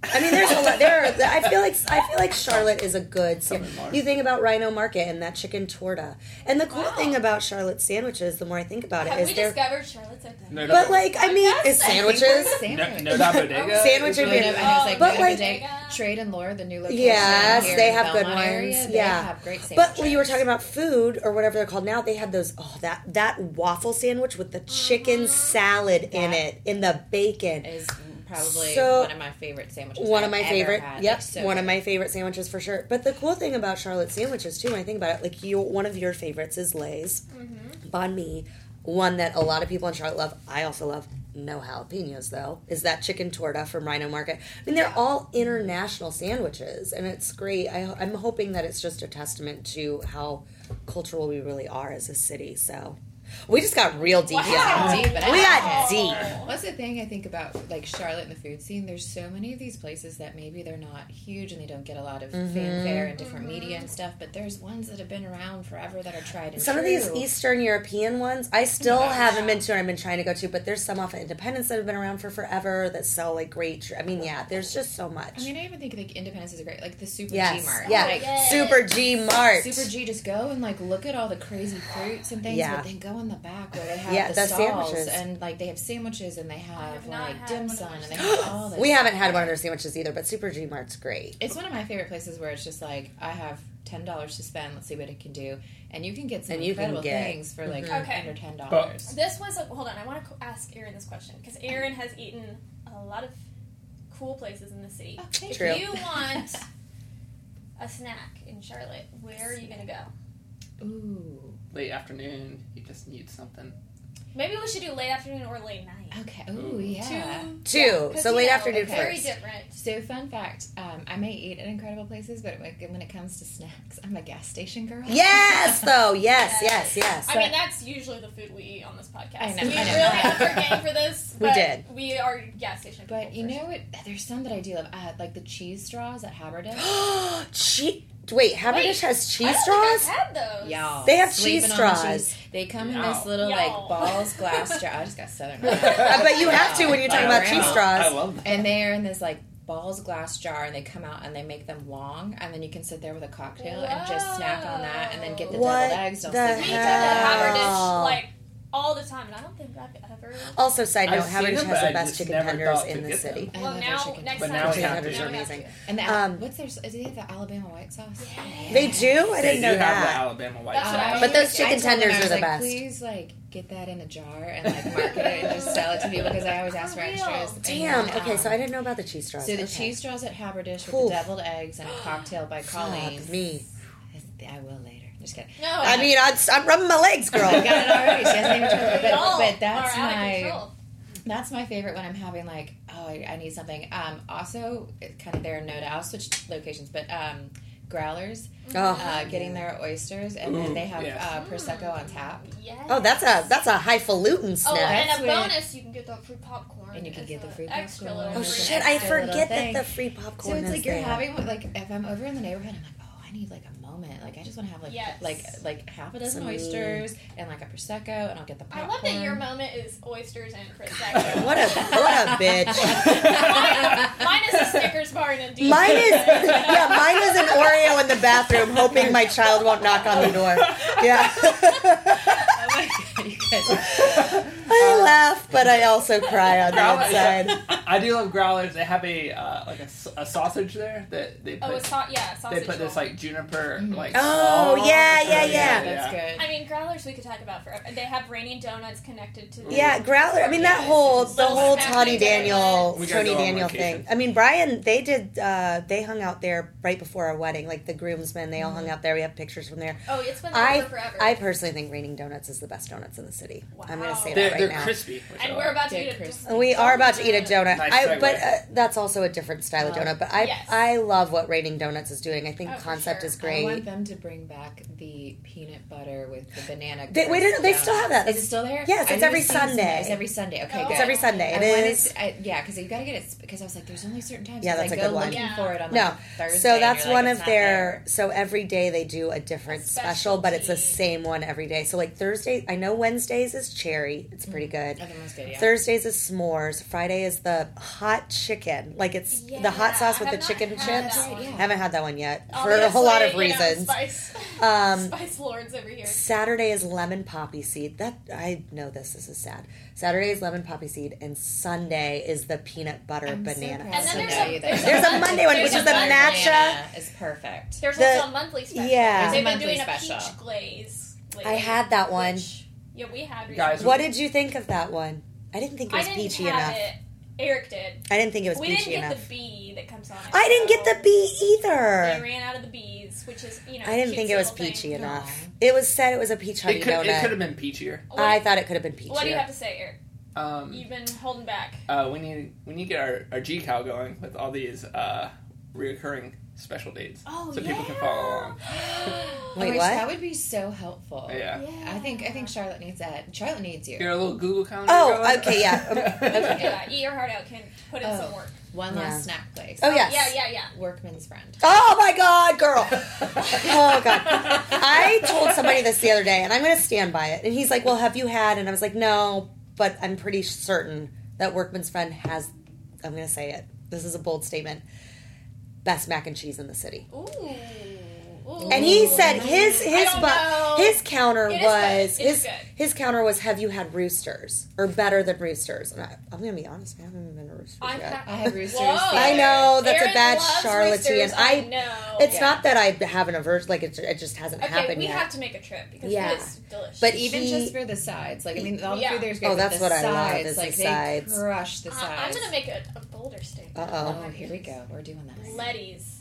Speaker 1: I mean, there's a lot. There are. I feel like I feel like Charlotte is a good. Sam-
Speaker 4: Tell me more.
Speaker 1: you think about Rhino Market and that chicken torta, and the cool
Speaker 3: Wow.
Speaker 1: thing about Charlotte sandwiches. The more I think about it,
Speaker 3: Have
Speaker 1: is
Speaker 3: we
Speaker 1: they're.
Speaker 3: discovered Charlotte's at the
Speaker 4: No, no,
Speaker 1: But like, I mean,
Speaker 3: Yes.
Speaker 1: it's sandwiches.
Speaker 4: No,
Speaker 2: Sandwich.
Speaker 4: no, that bodega. is
Speaker 1: Sandwich
Speaker 2: Trade
Speaker 1: and
Speaker 4: really-
Speaker 2: and-
Speaker 1: beer.
Speaker 2: and it's like
Speaker 1: But,
Speaker 2: the other
Speaker 1: like-
Speaker 2: day, Trade and Lore, the new location.
Speaker 1: Yes,
Speaker 2: here
Speaker 1: they
Speaker 2: in
Speaker 1: have
Speaker 2: Belmont
Speaker 1: good ones.
Speaker 2: Area, they
Speaker 1: Yeah.
Speaker 2: have great
Speaker 1: But
Speaker 2: sandwiches.
Speaker 1: when you were talking about food or whatever they're called now, they had those oh that that waffle sandwich with the chicken salad in
Speaker 2: Mm-hmm. That-
Speaker 1: it in the bacon.
Speaker 2: is probably
Speaker 1: So-
Speaker 2: one of my favorite sandwiches.
Speaker 1: one
Speaker 2: I've
Speaker 1: of my
Speaker 2: ever
Speaker 1: favorite.
Speaker 2: Had.
Speaker 1: Yep,
Speaker 2: It's so
Speaker 1: one
Speaker 2: good.
Speaker 1: of my favorite sandwiches for sure. But the cool thing about Charlotte sandwiches too, when I think about it, like you, one of your favorites is Lay's,
Speaker 3: Mm-hmm.
Speaker 1: banh mi. One that a lot of people in Charlotte love. I also love. No jalapenos though. Is that chicken torta from Rhino Market? I mean, they're all international sandwiches, and it's great. I, I'm hoping that it's just a testament to how cultural we really are as a city. So, we just got real deep.
Speaker 2: Yeah,
Speaker 1: y'all.
Speaker 2: deep, but I
Speaker 1: We
Speaker 2: like
Speaker 1: got
Speaker 2: it.
Speaker 1: deep.
Speaker 2: What's the thing I think about like Charlotte and the food scene? There's so many of these places that maybe they're not huge and they don't get a lot of
Speaker 1: Mm-hmm.
Speaker 2: fanfare and different media and stuff, but there's ones that have been around forever that are tried and
Speaker 1: Some of these
Speaker 2: true.
Speaker 1: Eastern European ones, I still
Speaker 2: gosh.
Speaker 1: haven't been to, and I've been trying to go to, but there's some off of Independence that have been around for forever that sell like great. tr- I mean, yeah, there's just so much.
Speaker 2: I mean, I even think like Independence is a great like the Super
Speaker 1: yes,
Speaker 2: G Mart.
Speaker 1: yeah,
Speaker 2: Like,
Speaker 3: Yes.
Speaker 1: Super G Mart.
Speaker 2: Super G, just go and like look at all the crazy fruits and things,
Speaker 1: Yeah.
Speaker 2: but then go in the back where they have
Speaker 1: Yeah,
Speaker 2: the,
Speaker 1: the
Speaker 2: stalls
Speaker 1: sandwiches.
Speaker 2: and like they have sandwiches and they have,
Speaker 3: have not
Speaker 2: like
Speaker 3: had
Speaker 2: dim
Speaker 3: one of
Speaker 2: sum and they
Speaker 3: those.
Speaker 2: have all this.
Speaker 1: we haven't had one of their sandwiches either, but Super G Mart's great.
Speaker 2: It's one of my favorite places where it's just like I have ten dollars to spend. Let's see what it can do, and you can get some
Speaker 1: And you can
Speaker 2: incredible
Speaker 1: get-
Speaker 2: things for like
Speaker 3: Mhm. Okay.
Speaker 2: under ten dollars.
Speaker 3: This was a, hold on. I want to ask Erin this question because Erin has eaten a lot of cool places in the city.
Speaker 2: Okay,
Speaker 3: If
Speaker 1: True.
Speaker 3: you want a snack in Charlotte, where are you gonna go?
Speaker 2: Ooh.
Speaker 4: Late afternoon, you just need something.
Speaker 3: Maybe we should do late afternoon or late night.
Speaker 2: Okay. Ooh, Oh, yeah.
Speaker 3: Two,
Speaker 1: Two,
Speaker 3: Yeah,
Speaker 1: so late
Speaker 3: casino,
Speaker 1: afternoon
Speaker 2: okay.
Speaker 3: Very
Speaker 1: first.
Speaker 3: different.
Speaker 2: So fun fact, um, I may eat at incredible places, but like, when it comes to snacks, I'm a gas station girl.
Speaker 1: Yes, though. Yes, yes, yes.
Speaker 3: I mean, that's usually the food we eat on this podcast.
Speaker 2: I know,
Speaker 3: we
Speaker 2: I know.
Speaker 3: really have our game for this.
Speaker 1: We
Speaker 3: but
Speaker 1: did.
Speaker 3: We are gas station.
Speaker 2: But
Speaker 3: people
Speaker 2: you
Speaker 3: for
Speaker 2: know what? There's some that I do love, uh, like the cheese straws at Haberdish.
Speaker 1: che- wait, Haberdish
Speaker 3: Wait,
Speaker 1: has
Speaker 3: sure. I
Speaker 1: cheese
Speaker 3: don't
Speaker 1: straws.
Speaker 3: Think I've had those.
Speaker 2: Y'all,
Speaker 1: They have
Speaker 2: sleeping
Speaker 1: cheese
Speaker 2: on the
Speaker 1: straws.
Speaker 2: They come in
Speaker 4: Y'all.
Speaker 2: this little like
Speaker 3: Y'all.
Speaker 2: balls glass jar. I just got southern. right now.
Speaker 1: I bet you have to when you're talking
Speaker 2: Like
Speaker 1: about cheese
Speaker 2: around.
Speaker 1: straws.
Speaker 4: I love that.
Speaker 2: And they are in this like balls glass jar, and they come out and they make them long, and then you can sit there with a cocktail and just snack on that, and then get the
Speaker 1: What
Speaker 2: deviled eggs. Don't
Speaker 1: the
Speaker 2: sleep
Speaker 3: We
Speaker 2: on
Speaker 3: do
Speaker 2: the
Speaker 3: the
Speaker 1: Wow. Oh.
Speaker 3: Haberdish like all the time, and I don't think I've ever.
Speaker 1: Also, side note,
Speaker 4: I've seen
Speaker 1: Haberdish has
Speaker 4: them, but
Speaker 1: the
Speaker 4: I
Speaker 1: best
Speaker 4: just
Speaker 1: chicken
Speaker 4: never
Speaker 1: tenders
Speaker 4: thought to
Speaker 1: in the
Speaker 4: get
Speaker 1: city.
Speaker 4: them.
Speaker 2: I
Speaker 3: Well,
Speaker 2: love their
Speaker 3: now
Speaker 2: chicken
Speaker 3: next
Speaker 4: But
Speaker 3: time.
Speaker 4: now
Speaker 3: we
Speaker 4: we
Speaker 3: have
Speaker 4: have
Speaker 3: to. Now
Speaker 4: to.
Speaker 3: we have
Speaker 1: Amazing.
Speaker 3: to.
Speaker 2: And the
Speaker 1: Um,
Speaker 2: what's their? Do they have the Alabama white sauce? Uh,
Speaker 3: Yeah.
Speaker 1: They do. Oh, I
Speaker 4: they
Speaker 1: didn't
Speaker 4: do
Speaker 1: know
Speaker 4: have
Speaker 1: that.
Speaker 4: the Alabama white
Speaker 3: That's what
Speaker 4: sauce.
Speaker 3: I-
Speaker 1: But those
Speaker 3: I
Speaker 1: chicken
Speaker 2: I told them,
Speaker 1: tenders
Speaker 2: I
Speaker 1: are
Speaker 2: was
Speaker 1: the
Speaker 2: like,
Speaker 1: best.
Speaker 2: Please, like, get that in a jar and like market it and just sell it to people because I always ask for
Speaker 3: For real.
Speaker 2: extras. And
Speaker 1: Damn.
Speaker 2: then,
Speaker 1: Okay, so
Speaker 2: um,
Speaker 1: I didn't know about the cheese straws.
Speaker 2: So the
Speaker 1: Okay.
Speaker 2: cheese straws at Haberdish with
Speaker 1: Oof.
Speaker 2: the deviled eggs and a cocktail by Colleen.
Speaker 1: Fuck me.
Speaker 2: I will later. Just kidding.
Speaker 3: No,
Speaker 1: I mean, I'm, I'm rubbing my legs, girl.
Speaker 2: Oh, I got it already. She hasn't even tried it.
Speaker 3: we all
Speaker 2: But, but that's
Speaker 3: are out of
Speaker 2: my
Speaker 3: control.
Speaker 2: that's my favorite when I'm having like oh I, I need something. Um, also it's kind of there in no doubt. I'll switch locations, but um, growlers
Speaker 1: Oh,
Speaker 2: uh, getting their oysters and
Speaker 4: Ooh,
Speaker 2: then they have
Speaker 4: yes.
Speaker 2: uh, prosecco on tap.
Speaker 3: Yes.
Speaker 1: oh, that's a that's a highfalutin
Speaker 3: Oh,
Speaker 1: snack.
Speaker 3: and
Speaker 2: that's
Speaker 3: a
Speaker 2: what-
Speaker 3: bonus, you can get the free popcorn.
Speaker 2: And you can
Speaker 3: as
Speaker 2: get the
Speaker 3: a
Speaker 2: free
Speaker 3: extra
Speaker 2: popcorn.
Speaker 1: Oh,
Speaker 3: little
Speaker 2: that's
Speaker 1: shit!
Speaker 2: an
Speaker 1: I
Speaker 2: extra
Speaker 1: forget
Speaker 2: little
Speaker 1: that
Speaker 2: thing.
Speaker 1: the free
Speaker 2: So
Speaker 1: popcorn.
Speaker 2: it's
Speaker 1: is
Speaker 2: like you're
Speaker 1: there.
Speaker 2: having like if I'm over in the neighborhood, I'm like, oh, I need like a moment. Like I just want to have like
Speaker 3: Yes.
Speaker 2: like like half a dozen
Speaker 1: Some-
Speaker 2: oysters and like a prosecco, and I'll get the
Speaker 3: I
Speaker 2: popcorn.
Speaker 3: love that your moment is oysters and prosecco.
Speaker 1: What a what a bitch.
Speaker 3: mine, mine is a Snickers bar and a deep
Speaker 1: Mine is
Speaker 3: freezer.
Speaker 1: yeah, mine is an Oreo in the bathroom, hoping my child won't knock on the door. Yeah,
Speaker 2: oh my god, you guys!
Speaker 1: I I laugh, but I also cry on the
Speaker 4: Growler.
Speaker 1: outside.
Speaker 4: I do love growlers. They have a uh, like a, s- a sausage there that they put.
Speaker 3: Oh, a sau- yeah, a sausage
Speaker 4: they put this
Speaker 3: roll. Mm-hmm.
Speaker 4: like juniper
Speaker 2: Mhm.
Speaker 4: like.
Speaker 1: Oh,
Speaker 4: sauce.
Speaker 1: yeah, yeah,
Speaker 2: yeah,
Speaker 1: yeah.
Speaker 2: that's good.
Speaker 3: I mean, growlers we could talk about forever. They have Rainy Donuts connected to. the-
Speaker 1: Yeah, Growler. I mean that whole the
Speaker 3: Little
Speaker 1: whole
Speaker 3: snack
Speaker 1: Tony
Speaker 3: thing there.
Speaker 1: Daniel
Speaker 4: We gotta
Speaker 1: Tony
Speaker 4: go on
Speaker 1: Daniel
Speaker 4: location.
Speaker 1: thing. I mean Brian, they did uh they hung out there right before our wedding. Like the groomsmen, they all hung out there. We have pictures from there.
Speaker 3: Oh, it's been
Speaker 1: I-
Speaker 3: there forever.
Speaker 1: I personally think Raining Donuts is the best donuts in the city. I'm gonna
Speaker 3: Wow.
Speaker 1: say
Speaker 4: They're,
Speaker 1: that right
Speaker 4: they're
Speaker 1: now.
Speaker 4: crispy. which I
Speaker 3: and
Speaker 4: like.
Speaker 3: we're about to
Speaker 2: Dick
Speaker 3: eat a
Speaker 2: Chris.
Speaker 3: donut.
Speaker 1: we are about to eat a donut,
Speaker 4: Nice
Speaker 1: I,
Speaker 4: segue.
Speaker 1: but uh, that's also a different style of
Speaker 2: Oh.
Speaker 1: donut. But I
Speaker 3: Yes.
Speaker 1: I love what Raining Donuts is doing. I think
Speaker 3: Oh,
Speaker 1: the
Speaker 3: for
Speaker 1: concept
Speaker 3: sure.
Speaker 1: is
Speaker 2: I
Speaker 1: great.
Speaker 2: want them to bring back the peanut butter with the banana.
Speaker 1: They- wait,
Speaker 2: crisp
Speaker 1: they
Speaker 2: donut.
Speaker 1: still have that.
Speaker 2: Is it still there?
Speaker 1: Yes,
Speaker 2: I
Speaker 1: it's
Speaker 2: haven't
Speaker 1: every
Speaker 2: seen it since-
Speaker 1: Sunday.
Speaker 2: It's every Sunday. Okay,
Speaker 3: Oh.
Speaker 2: good.
Speaker 1: It's every Sunday. It
Speaker 2: I wanted
Speaker 1: is-
Speaker 2: to- I- yeah, because you got to get it because I was like, there's only certain times.
Speaker 1: Yeah,
Speaker 2: 'cause
Speaker 1: that's
Speaker 2: I
Speaker 1: a
Speaker 2: go
Speaker 1: good one.
Speaker 2: looking
Speaker 3: Yeah.
Speaker 2: for it on
Speaker 1: No.
Speaker 2: like Thursday.
Speaker 1: so
Speaker 2: and
Speaker 1: that's
Speaker 2: you're like,
Speaker 1: one
Speaker 2: it's
Speaker 1: of
Speaker 2: not
Speaker 1: their. So every day they do a different
Speaker 3: A
Speaker 1: special, but it's the
Speaker 3: specialty.
Speaker 1: same one every day. So like Thursday, I know Wednesdays is cherry. It's pretty
Speaker 3: Mm.
Speaker 1: good.
Speaker 2: there.
Speaker 3: Oh,
Speaker 2: Okay, that's good. Yeah.
Speaker 1: Thursdays is s'mores. Friday is the hot chicken. Like it's the hot sauce with the chicken
Speaker 2: had
Speaker 1: chips.
Speaker 2: that one.
Speaker 1: I haven't had that one yet for
Speaker 3: Obviously,
Speaker 1: a whole lot of
Speaker 3: Oh, you know,
Speaker 1: reasons.
Speaker 3: spice,
Speaker 1: um,
Speaker 3: spice lords over here.
Speaker 1: Saturday is lemon poppy seed. That I know this. This is sad. Saturday is lemon poppy seed, and Sunday is the peanut butter
Speaker 2: I'm so
Speaker 1: banana.
Speaker 2: proud
Speaker 3: And then
Speaker 2: of
Speaker 3: there's
Speaker 2: you
Speaker 3: a-
Speaker 2: that-
Speaker 1: there's a Monday one, which is the
Speaker 2: Banana
Speaker 1: matcha.
Speaker 2: Is perfect.
Speaker 3: There's
Speaker 1: The-
Speaker 3: also a monthly special.
Speaker 1: yeah.
Speaker 3: They've been
Speaker 2: Monthly
Speaker 3: doing a
Speaker 2: special.
Speaker 3: peach glaze.
Speaker 1: I had that one.
Speaker 3: Which- yeah, we had. recently.
Speaker 4: Guys,
Speaker 1: What did you think of that one? I didn't think it
Speaker 3: I
Speaker 1: was
Speaker 3: didn't
Speaker 1: peachy
Speaker 3: have
Speaker 1: enough.
Speaker 3: it. Eric did.
Speaker 1: I didn't think it was
Speaker 3: we didn't
Speaker 1: peachy
Speaker 3: get
Speaker 1: enough.
Speaker 3: the bee that comes on. It,
Speaker 1: I didn't get
Speaker 3: so
Speaker 1: the bee
Speaker 3: They
Speaker 1: either.
Speaker 3: ran out of the bees, which is you know.
Speaker 1: I didn't
Speaker 3: cute
Speaker 1: think it was
Speaker 3: little thing.
Speaker 1: peachy enough. It was said it was a peach honey
Speaker 4: It could, it could
Speaker 1: donut.
Speaker 4: have been peachier.
Speaker 3: What,
Speaker 1: I thought it could have been peachy.
Speaker 3: what do you have to say, Eric?
Speaker 4: Um,
Speaker 3: You've been holding back.
Speaker 4: uh, we need we need to get our our G cow going with all these uh, reoccurring special dates.
Speaker 3: Oh
Speaker 4: So
Speaker 3: yeah.
Speaker 4: people can follow along.
Speaker 2: Oh
Speaker 1: Wait,
Speaker 2: my gosh,
Speaker 1: what?
Speaker 2: That would be so
Speaker 3: Oh.
Speaker 2: helpful.
Speaker 4: Yeah.
Speaker 2: I think I think Charlotte needs that. Charlotte needs you.
Speaker 4: Get our little Google calendar.
Speaker 1: Oh,
Speaker 4: going.
Speaker 1: okay, yeah. Okay.
Speaker 3: yeah, eat your heart out, can put in
Speaker 2: Oh.
Speaker 3: some work.
Speaker 2: One
Speaker 1: Yeah.
Speaker 2: last snack place.
Speaker 1: Oh yes.
Speaker 3: Yeah, yeah, yeah.
Speaker 2: Workman's friend.
Speaker 1: Oh my god, girl. Oh, God. I told somebody this the other day, and I'm going to stand by it. And he's like, "Well, have you had?" And I was like, "No, but I'm pretty certain that Workman's Friend has." I'm going to say it. This is a bold statement. Best mac and cheese in the city.
Speaker 3: Ooh. Ooh.
Speaker 1: And he
Speaker 2: Ooh.
Speaker 1: said his
Speaker 3: I
Speaker 1: his
Speaker 3: don't
Speaker 1: bu-
Speaker 3: know.
Speaker 1: his counter
Speaker 3: It is
Speaker 1: was
Speaker 3: good. It is
Speaker 1: his
Speaker 3: good.
Speaker 1: his counter was have you had roosters or better than roosters? And I, I'm gonna be honest, I haven't even been to roosters
Speaker 3: I've
Speaker 1: yet.
Speaker 3: had-
Speaker 2: I had roosters.
Speaker 3: Whoa.
Speaker 2: the other
Speaker 1: I know that's
Speaker 3: Aaron
Speaker 1: a bad
Speaker 3: loves
Speaker 1: charlatan.
Speaker 3: roosters,
Speaker 1: I,
Speaker 3: know.
Speaker 1: it's
Speaker 2: Yeah.
Speaker 1: not that I have an aversion, like it, it just hasn't
Speaker 3: okay.
Speaker 1: happened
Speaker 3: We
Speaker 1: yet.
Speaker 3: have to make a trip because
Speaker 1: Yeah.
Speaker 3: it's delicious.
Speaker 1: But
Speaker 2: Even
Speaker 1: He-
Speaker 2: just for the sides, like I mean, all the
Speaker 3: Yeah.
Speaker 2: food there's great.
Speaker 1: Oh,
Speaker 2: but
Speaker 1: that's
Speaker 2: the
Speaker 1: what I
Speaker 2: sides,
Speaker 1: love is the
Speaker 2: like they
Speaker 1: sides.
Speaker 2: crush the
Speaker 3: Uh,
Speaker 2: sides.
Speaker 3: I'm gonna make a, a bolder statement.
Speaker 1: Uh-oh.
Speaker 2: Oh, here we go. We're doing this.
Speaker 3: Letty's.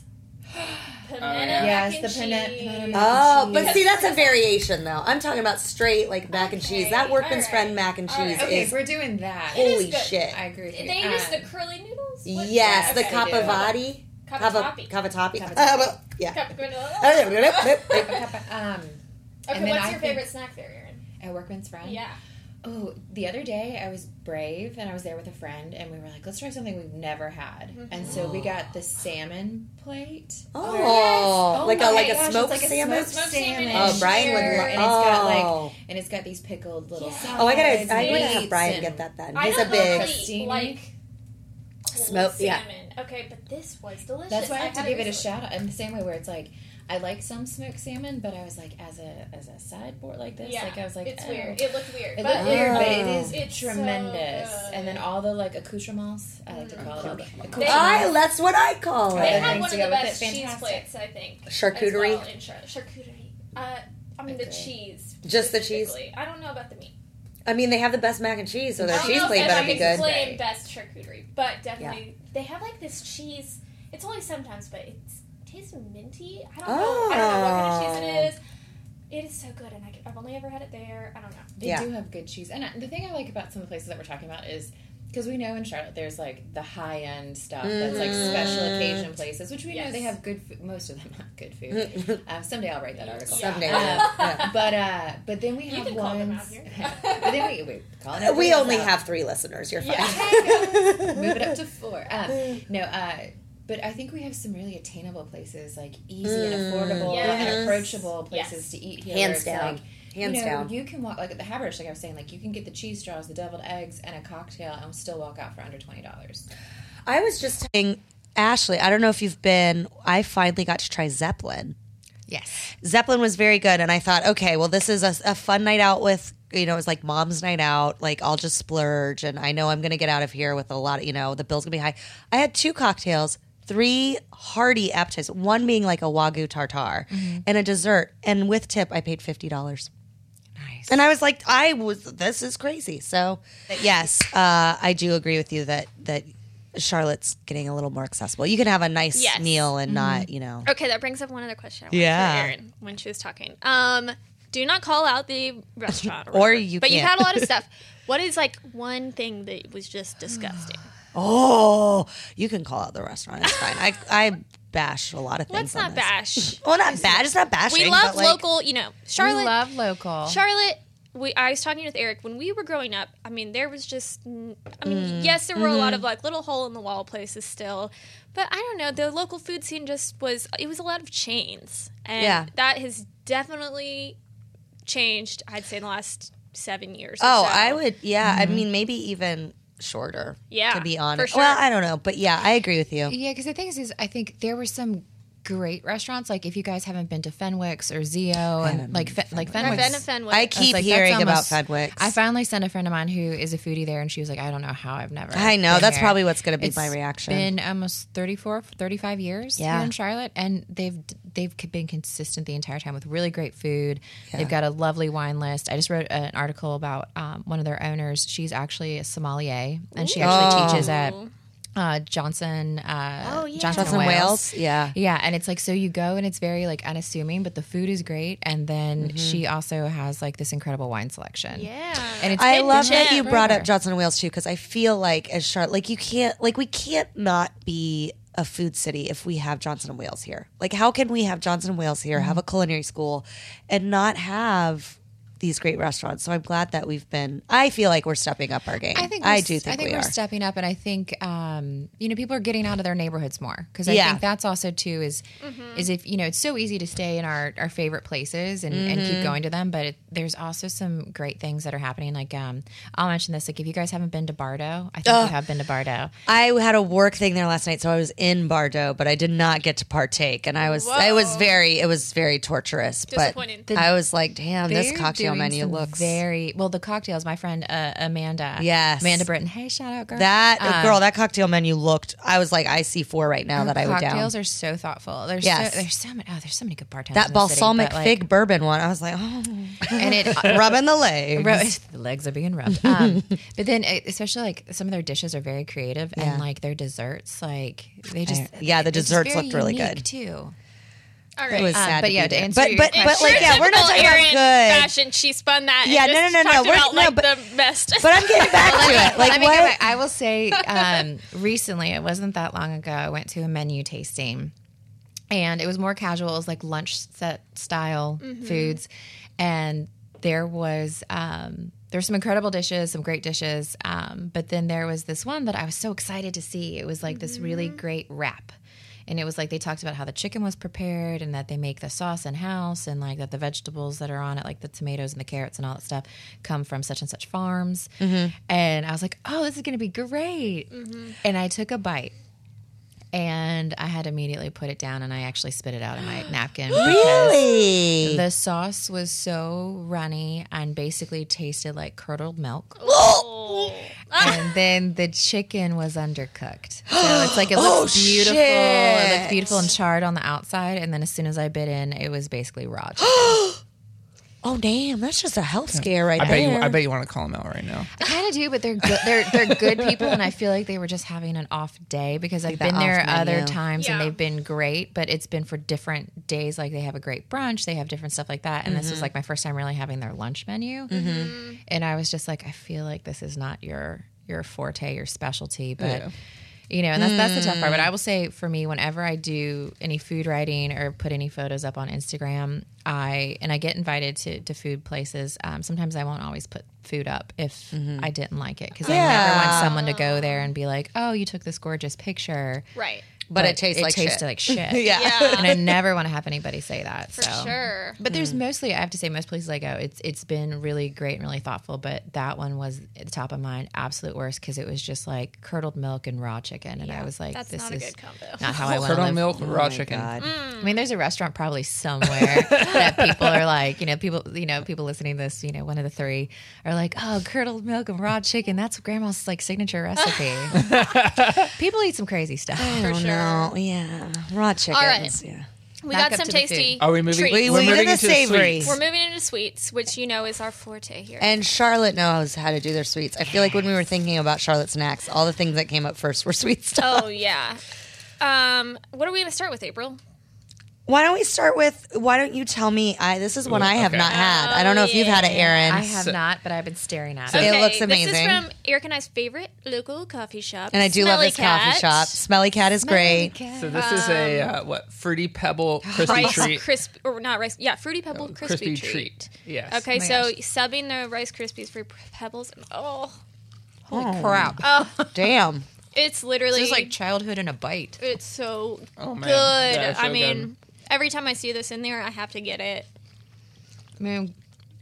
Speaker 3: Pimento
Speaker 2: Oh,
Speaker 4: yeah.
Speaker 2: Yes,
Speaker 3: mac and
Speaker 2: the pimento-
Speaker 3: cheese. Uh,
Speaker 2: pimento mac
Speaker 1: Oh, but
Speaker 2: Cheese.
Speaker 1: see, that's a variation though. I'm talking about straight like mac and cheese.
Speaker 3: Okay,
Speaker 1: That workman's
Speaker 3: alright,
Speaker 1: friend mac and
Speaker 3: alright.
Speaker 1: cheese
Speaker 2: Okay,
Speaker 1: is
Speaker 2: we're doing that.
Speaker 3: It is
Speaker 1: holy
Speaker 3: good.
Speaker 1: shit.
Speaker 2: I agree. With you.
Speaker 3: They use the
Speaker 2: Um,
Speaker 3: curly noodles. What-
Speaker 1: yes,
Speaker 2: yeah,
Speaker 1: the
Speaker 2: okay, I do.
Speaker 1: cavavati, cava-
Speaker 3: Cavatappi.
Speaker 1: cavatappi,
Speaker 2: Cavatappi.
Speaker 1: Uh, well, yeah.
Speaker 3: Cup granola.
Speaker 1: Okay,
Speaker 2: um,
Speaker 3: Okay,
Speaker 2: And then
Speaker 3: what's
Speaker 2: I
Speaker 3: your
Speaker 2: think-
Speaker 3: favorite snack there, Erin?
Speaker 2: a workman's friend.
Speaker 3: Yeah.
Speaker 2: Oh, the other day I was brave and I was there with a friend and we were like, let's try something we've never had.
Speaker 3: Mm-hmm.
Speaker 2: And so we got the salmon plate.
Speaker 1: Oh,
Speaker 2: Or-
Speaker 1: Yes. like a-
Speaker 2: my
Speaker 1: like a
Speaker 2: gosh, it's
Speaker 1: smoked
Speaker 2: like a
Speaker 1: salmon?
Speaker 2: Smoked
Speaker 3: Smoked
Speaker 2: salmon.
Speaker 3: salmon
Speaker 1: Oh, Brian would
Speaker 2: And
Speaker 1: love.
Speaker 2: it's got like,
Speaker 1: Oh.
Speaker 2: and it's got these pickled little.
Speaker 3: Yeah.
Speaker 1: oh,
Speaker 2: salads,
Speaker 1: I gotta. I gotta
Speaker 2: meats,
Speaker 1: have Brian
Speaker 2: and-
Speaker 1: get that then.
Speaker 3: I
Speaker 1: He's a
Speaker 3: don't
Speaker 1: big.
Speaker 3: normally
Speaker 2: Steamy.
Speaker 3: like cold
Speaker 1: Smoke- yeah.
Speaker 3: salmon. Okay, but this was delicious.
Speaker 2: That's why I have to
Speaker 3: had
Speaker 2: give it a
Speaker 3: recently.
Speaker 2: shout out in the same way where it's like. I like some smoked salmon, but I was like, as a as a sideboard like this,
Speaker 3: Yeah,
Speaker 2: like I was like,
Speaker 3: it's
Speaker 2: oh.
Speaker 3: weird. It looked weird.
Speaker 2: It
Speaker 3: but
Speaker 2: looked weird, but it
Speaker 1: Oh.
Speaker 2: is
Speaker 3: It's so
Speaker 2: tremendous.
Speaker 3: good. Mm-hmm.
Speaker 2: and then all the like accoutrements, I like to call it all the
Speaker 4: Accoutrements.
Speaker 2: accoutrements.
Speaker 1: I. That's what I call
Speaker 2: They
Speaker 3: They
Speaker 1: it.
Speaker 2: have
Speaker 3: had one of
Speaker 2: together
Speaker 3: the
Speaker 2: with
Speaker 3: best
Speaker 2: it,
Speaker 3: cheese
Speaker 2: fantastic.
Speaker 3: plates, I think. as
Speaker 1: Charcuterie?
Speaker 3: well in Charlotte. Charcuterie. Uh, I mean, the
Speaker 2: Agree.
Speaker 3: cheese.
Speaker 1: Just the cheese?
Speaker 3: specifically. I don't know about the meat.
Speaker 1: I mean, they have the best mac and cheese, so
Speaker 3: I
Speaker 1: their
Speaker 3: don't
Speaker 1: cheese
Speaker 3: know
Speaker 1: plate
Speaker 3: if
Speaker 1: better
Speaker 3: I
Speaker 1: be
Speaker 3: can
Speaker 1: good.
Speaker 3: claim best charcuterie, but definitely they have like this cheese. It's only sometimes, but it's, it tastes minty. I don't know. I don't know what kind
Speaker 1: Oh.
Speaker 3: of cheese it is. It is so good, and I, have only ever had it there. I don't know.
Speaker 2: They
Speaker 1: Yeah.
Speaker 2: do have good cheese. And I- the thing I like about some of the places that we're talking about is because we know in Charlotte there's like the high end stuff that's like
Speaker 1: Mhm.
Speaker 2: special occasion places, which we know
Speaker 3: Yes.
Speaker 2: they have good food. Most of them have good food.
Speaker 1: Mm-hmm.
Speaker 2: um, someday I'll write that article.
Speaker 1: Someday,
Speaker 2: Um,
Speaker 1: yeah, yeah.
Speaker 2: But uh, but then we
Speaker 3: You
Speaker 2: have
Speaker 3: can
Speaker 2: ones.
Speaker 3: call them out here.
Speaker 2: but then we wait, call it out,
Speaker 1: we
Speaker 2: bring us
Speaker 1: only
Speaker 2: out.
Speaker 1: have three listeners. You're fine.
Speaker 2: Yeah. Move it up to four. Um, no, uh, but I think we have some really attainable places, like easy and
Speaker 1: Mm.
Speaker 2: affordable and
Speaker 1: Yes.
Speaker 2: approachable places
Speaker 3: Yes.
Speaker 2: to eat here. where
Speaker 1: Hands
Speaker 2: it's
Speaker 1: down.
Speaker 2: Like,
Speaker 1: Hands
Speaker 2: you know,
Speaker 1: down.
Speaker 2: You can walk like at the Haberdish, like I was saying, like you can get the cheese straws, the deviled eggs, and a cocktail, and still walk out for under twenty dollars.
Speaker 1: I was just saying, Ashley. I don't know if you've been. I finally got to try Zeppelin.
Speaker 2: Yes.
Speaker 1: Zeppelin was very good, and I thought, okay, well, this is a, a fun night out with you know, it was like mom's night out. Like, I'll just splurge. And I know I'm going to get out of here with a lot of, you know, the bill's going to be high. I had two cocktails, three hearty appetizers, one being like a Wagyu tartar and a dessert. And with tip, I paid $50.
Speaker 2: Nice.
Speaker 1: And I was like, I was, this is crazy. So, yes, uh, I do agree with you that, that, Charlotte's getting a little more accessible. You can have a nice
Speaker 3: Yes.
Speaker 1: meal and not, you know.
Speaker 3: Okay, that brings up one other question. I wanted
Speaker 1: Yeah.
Speaker 3: to Erin when she was talking. Um, do not call out the restaurant,
Speaker 1: Or
Speaker 3: whatever.
Speaker 1: you
Speaker 3: But you've
Speaker 1: can't.
Speaker 3: had a lot of stuff. What is like one thing that was just disgusting?
Speaker 1: Oh, you can call out the restaurant. It's fine. I I bash a lot of things.
Speaker 3: Let's
Speaker 1: on
Speaker 3: not
Speaker 1: this.
Speaker 3: bash.
Speaker 1: Well, not bad. It's not bashing.
Speaker 3: We
Speaker 1: but,
Speaker 3: love
Speaker 1: like,
Speaker 3: local. You know, Charlotte.
Speaker 2: we love local.
Speaker 3: Charlotte, we I was talking with Eric when we were growing up. I mean, there was just, n- I mean,
Speaker 1: Mm,
Speaker 3: yes, there were a
Speaker 1: mm-hmm.
Speaker 3: lot of like little hole in the wall places still, but I don't know. The local food scene just was. It was a lot of chains, and
Speaker 1: Yeah.
Speaker 3: that has definitely changed. I'd say in the last seven years. or
Speaker 1: Oh,
Speaker 3: so.
Speaker 1: I would. Yeah,
Speaker 2: Mm-hmm.
Speaker 1: I mean, maybe even shorter.
Speaker 3: Yeah,
Speaker 1: to be
Speaker 3: for
Speaker 1: honest.
Speaker 3: sure.
Speaker 1: Well, I don't know, but yeah, I agree with you.
Speaker 2: Yeah, because the thing is, is I think there were some great restaurants. Like if you guys haven't been to Fenwick's or Zio, and like Fe- like
Speaker 3: I've
Speaker 2: Fenwick's.
Speaker 3: been a fan with
Speaker 1: I
Speaker 3: it.
Speaker 1: keep
Speaker 2: like, that's
Speaker 1: hearing about
Speaker 2: almost-
Speaker 1: Fenwick's.
Speaker 2: I finally sent a friend of mine who is a foodie there, and she was like, "I don't know how I've never."
Speaker 1: I know
Speaker 2: been
Speaker 1: that's
Speaker 2: here."
Speaker 1: probably what's going to be
Speaker 2: It's
Speaker 1: my reaction.
Speaker 2: Been almost 34, 35 years
Speaker 1: Yeah.
Speaker 2: here in Charlotte, and they've they've been consistent the entire time with really great food. They've got a lovely wine list. I just wrote an article about um, one of their owners. She's actually a sommelier, and she actually
Speaker 1: Oh.
Speaker 2: teaches at uh, Johnson uh,
Speaker 3: Oh, yeah.
Speaker 2: Johnson,
Speaker 1: Johnson
Speaker 2: and
Speaker 1: Wales.
Speaker 2: Wales.
Speaker 1: Yeah.
Speaker 2: Yeah, and it's like so you go and it's very like unassuming, but the food is great, and then she also has like this incredible wine selection.
Speaker 3: Yeah.
Speaker 2: and it's
Speaker 1: I
Speaker 2: been
Speaker 1: love
Speaker 2: the
Speaker 1: that
Speaker 2: jam
Speaker 1: you brought up
Speaker 2: forever.
Speaker 1: Johnson and Wales too, because I feel like as Charlotte, like you can't, like we can't not be a food city if we have Johnson and Wales here. Like, how can we have Johnson and Wales here, have
Speaker 2: Mm-hmm.
Speaker 1: a culinary school, and not have these great restaurants? So I'm glad that we've been. I feel like we're stepping up our game.
Speaker 2: I think
Speaker 1: I
Speaker 2: we're-
Speaker 1: do think,
Speaker 2: I think
Speaker 1: we
Speaker 2: are
Speaker 1: are.
Speaker 2: stepping up, and I think um, you know people are getting out of their neighborhoods more because I
Speaker 1: Yeah.
Speaker 2: think that's also too is is if you know it's so easy to stay in our our favorite places and, and
Speaker 1: Mm-hmm.
Speaker 2: keep going to them, but it, there's also some great things that are happening. Like um, I'll mention this like if you guys haven't been to Bardo, I think you have been to Bardo.
Speaker 1: I had a work thing there last night, so I was in Bardo, but I did not get to partake, and I was I was very it was very torturous, but
Speaker 3: Disappointing.
Speaker 1: I was like, damn, this
Speaker 2: They're doing
Speaker 1: cocktail menu
Speaker 2: some
Speaker 1: looks
Speaker 2: very well. The cocktails, my friend uh, Amanda,
Speaker 1: Yes.
Speaker 2: Amanda Britton. Hey, shout out girl.
Speaker 1: That uh,
Speaker 2: Um,
Speaker 1: girl, that cocktail menu looked. I was like, I see four right now that I would down.
Speaker 2: Um, cocktails are so thoughtful. There's
Speaker 1: Yes.
Speaker 2: so, there's so many. Oh, there's so many good bartenders.
Speaker 1: that
Speaker 2: in the city,
Speaker 1: balsamic
Speaker 2: but, like,
Speaker 1: fig bourbon one. I was like, oh,
Speaker 2: and it uh,
Speaker 1: rubbing the legs.
Speaker 2: Ro- the legs are being rubbed. Um, but then, uh, especially like some of their dishes are very creative,
Speaker 1: Yeah.
Speaker 2: and like their desserts, like they just
Speaker 1: yeah, the
Speaker 2: they're just
Speaker 1: desserts
Speaker 2: very
Speaker 1: looked really
Speaker 2: unique,
Speaker 1: good.
Speaker 2: too.
Speaker 3: All
Speaker 1: It
Speaker 3: right.
Speaker 1: was
Speaker 2: Um,
Speaker 1: sad,
Speaker 2: but
Speaker 1: to
Speaker 2: yeah,
Speaker 1: be
Speaker 2: to
Speaker 1: there.
Speaker 2: answer
Speaker 1: but
Speaker 2: your
Speaker 1: but,
Speaker 2: question-
Speaker 1: but like
Speaker 3: Sure,
Speaker 1: yeah, we're not
Speaker 3: typical
Speaker 1: talking
Speaker 3: Erin
Speaker 1: about good.
Speaker 3: Fashion. She spun that. And
Speaker 1: Yeah, no,
Speaker 3: just
Speaker 1: no, no, no,
Speaker 3: talked
Speaker 1: we're-
Speaker 3: about,
Speaker 1: no,
Speaker 3: like,
Speaker 1: but-
Speaker 3: the best.
Speaker 1: But I'm getting back to it. Like
Speaker 2: Let me go
Speaker 1: what?
Speaker 2: back. I will say, um, recently, it wasn't that long ago, I went to a menu tasting and it was more casual. It was like lunch set style foods. And there was, um, there's some incredible dishes, some great dishes. Um, but then there was this one that I was so excited to see. It was like this really great wrap. And it was like they talked about how the chicken was prepared and that they make the sauce in house and like that the vegetables that are on it, like the tomatoes and the carrots and all that stuff, come from such and such farms. And I was like, oh, this is going to be great. And I took a bite and I had immediately put it down and I actually spit it out on my napkin. Because
Speaker 1: Really?
Speaker 2: the sauce was so runny and basically tasted like curdled milk.
Speaker 3: Oh.
Speaker 2: and then the chicken was undercooked. So it's like it looks
Speaker 1: Oh,
Speaker 2: beautiful. It
Speaker 1: shit.
Speaker 2: looks beautiful and charred on the outside. And then as soon as I bit in, it was basically raw. chicken.
Speaker 1: Oh damn, that's just a health scare right
Speaker 4: I bet
Speaker 1: there.
Speaker 4: you. I bet you want to call him out right now.
Speaker 2: I kind of do, but they're good. They're they're good people, and I feel like they were just having an off day because I've
Speaker 1: the
Speaker 2: been there
Speaker 1: off
Speaker 2: other
Speaker 1: menu.
Speaker 2: times and
Speaker 3: Yeah.
Speaker 2: they've been great, but it's been for different days. Like they have a great brunch, they have different stuff like that, and this
Speaker 1: Mm-hmm.
Speaker 2: was like my first time really having their lunch menu, and I was just like, I feel like this is not your your forte, your specialty, but.
Speaker 4: Yeah.
Speaker 2: You know, and that's that's the tough
Speaker 1: Hmm.
Speaker 2: part. But I will say, for me, whenever I do any food writing or put any photos up on Instagram, I and I get invited to to food places. Um, sometimes I won't always put food up if I didn't like it because I never
Speaker 1: Mm-hmm. Yeah.
Speaker 2: want someone to go there and be like, "Oh, you took this gorgeous picture."
Speaker 3: Right.
Speaker 1: but, it tastes like
Speaker 2: tasted
Speaker 1: shit.
Speaker 2: like shit.
Speaker 1: yeah.
Speaker 2: yeah. and I never want to have anybody say that.
Speaker 3: for
Speaker 2: so.
Speaker 3: sure.
Speaker 2: But there's mostly, I have to say, most places I go, it's it's been really great and really thoughtful. But that one was at the top of mine, absolute worst because it was just like curdled milk and raw chicken, and I was like,
Speaker 3: That's
Speaker 2: this
Speaker 3: not a
Speaker 2: is
Speaker 3: good combo.
Speaker 2: not Hmm. how I want to
Speaker 4: Curdled
Speaker 2: live.
Speaker 4: milk, raw
Speaker 1: oh my
Speaker 4: chicken.
Speaker 1: God.
Speaker 2: I mean, there's a restaurant probably somewhere that people are like, you know, people, you know, people listening to this, you know, one of the three are like, oh, curdled milk and raw chicken. That's grandma's like signature recipe. people eat some crazy stuff.
Speaker 1: I
Speaker 3: For
Speaker 1: don't
Speaker 3: sure.
Speaker 1: know. Oh, Yeah, raw chickens.
Speaker 3: right.
Speaker 1: Yeah.
Speaker 3: We
Speaker 2: Back
Speaker 3: got
Speaker 2: up
Speaker 3: some
Speaker 2: to the
Speaker 3: tasty.
Speaker 4: Are we moving?
Speaker 3: treats.
Speaker 1: We-
Speaker 4: we're
Speaker 1: we
Speaker 4: moving
Speaker 1: did a
Speaker 4: into the
Speaker 1: savory.
Speaker 4: sweets.
Speaker 3: We're moving into sweets, which you know is our forte here.
Speaker 1: And Charlotte knows how to do their sweets. I feel like when we were thinking about Charlotte snacks, all the things that came up first were sweet stuff.
Speaker 3: oh yeah. Um, what are we gonna start with, April?
Speaker 1: Why don't we start with? Why don't you tell me? I this is one
Speaker 4: Ooh,
Speaker 1: I have
Speaker 4: okay.
Speaker 1: not had. I don't know if you've had it, Aaron.
Speaker 2: I have
Speaker 4: So-
Speaker 2: not, but I've been staring at
Speaker 4: So-
Speaker 2: it.
Speaker 1: It looks
Speaker 3: This is
Speaker 1: amazing.
Speaker 3: from Eric and I's favorite local coffee shop.
Speaker 1: and I do love
Speaker 3: Smelly
Speaker 1: this coffee
Speaker 3: Cat.
Speaker 1: shop. Smelly Cat is great.
Speaker 4: So this is a uh, what fruity pebble crispy
Speaker 3: Rice
Speaker 4: treat, Oh,
Speaker 3: crisp or not rice? Yeah, fruity pebble crispy,
Speaker 4: crispy
Speaker 3: treat.
Speaker 4: treat. Yes.
Speaker 3: Okay,
Speaker 2: Oh my
Speaker 3: so
Speaker 2: gosh.
Speaker 3: subbing the rice krispies for pebbles. and- Oh,
Speaker 2: Holy crap.
Speaker 3: oh,
Speaker 1: Damn.
Speaker 3: it's literally
Speaker 2: This is like childhood in a bite.
Speaker 3: it's so
Speaker 4: Oh man.
Speaker 3: good.
Speaker 4: Yeah, it's
Speaker 3: I
Speaker 4: so
Speaker 3: mean,
Speaker 4: good.
Speaker 3: every time I see this in there, I have to get it.
Speaker 2: I mean,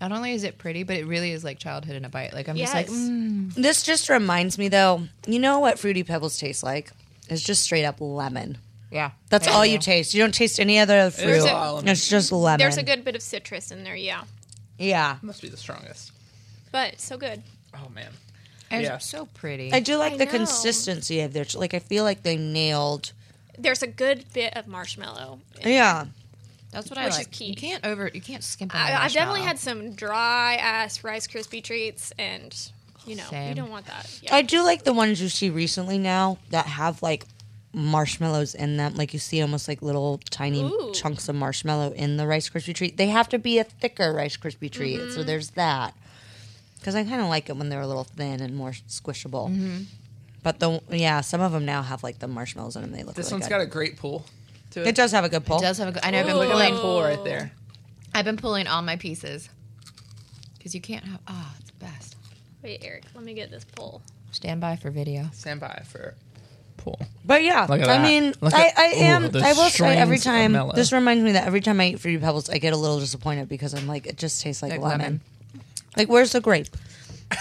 Speaker 2: not only is it pretty, but it really is like childhood in a bite. Like I'm
Speaker 3: Yes.
Speaker 2: just like, mm,
Speaker 1: This just reminds me though. You know what fruity pebbles taste like? It's just straight up lemon.
Speaker 2: yeah,
Speaker 1: That's
Speaker 2: There
Speaker 1: all
Speaker 2: go.
Speaker 1: you taste. You don't taste any other fruit.
Speaker 4: a- all lemon.
Speaker 1: it's just lemon.
Speaker 3: There's a good bit of citrus in there, yeah,
Speaker 1: yeah.
Speaker 4: must be the strongest.
Speaker 3: but so good.
Speaker 4: Oh man.
Speaker 2: It's
Speaker 4: Yeah.
Speaker 2: so pretty.
Speaker 1: I do like
Speaker 3: I
Speaker 1: the
Speaker 3: know.
Speaker 1: consistency of their. Like I feel like they nailed.
Speaker 3: There's a good bit of marshmallow.
Speaker 1: Yeah.
Speaker 2: That's what
Speaker 3: Which
Speaker 2: I
Speaker 3: is
Speaker 2: like.
Speaker 3: key.
Speaker 2: You can't over. You can't skimp on.
Speaker 3: I,
Speaker 2: the
Speaker 3: I've definitely
Speaker 2: marshmallow.
Speaker 3: had some dry ass Rice Krispie treats, and you know you
Speaker 2: Same.
Speaker 3: don't want that. Yeah.
Speaker 1: I do like the ones you see recently now that have like marshmallows in them. Like you see almost like little tiny
Speaker 3: Ooh.
Speaker 1: chunks of marshmallow in the Rice Krispie treat. They have to be a thicker Rice Krispie treat.
Speaker 4: Mm-hmm.
Speaker 1: So there's that. Because I kind of like it when they're a little thin and more squishable.
Speaker 4: Mm-hmm.
Speaker 1: But the yeah, some of them now have like the marshmallows in them. They look.
Speaker 4: This
Speaker 1: really
Speaker 4: one's
Speaker 1: good.
Speaker 4: got a great pull to it.
Speaker 1: It does have a good pull.
Speaker 2: It does have a good. I know. I've been
Speaker 3: Ooh.
Speaker 4: Look at
Speaker 2: pulling.
Speaker 4: that pull right there.
Speaker 2: I've been pulling all my pieces because you can't have. Ah, it's the best.
Speaker 3: Wait, Eric, let me get this bowl.
Speaker 2: Stand by for video.
Speaker 4: Stand by for pull.
Speaker 1: But yeah,
Speaker 4: Look at
Speaker 1: I
Speaker 4: that.
Speaker 1: mean,
Speaker 4: Look
Speaker 1: I,
Speaker 4: at-
Speaker 1: I
Speaker 4: ooh,
Speaker 1: am.
Speaker 4: the
Speaker 1: I will say every
Speaker 4: strings of
Speaker 1: time.
Speaker 4: mellow.
Speaker 1: This reminds me that every time I eat fruity pebbles, I get a little disappointed because I'm like, it just tastes like,
Speaker 2: Like
Speaker 1: lemon.
Speaker 2: lemon.
Speaker 1: Like, where's the grape?
Speaker 4: you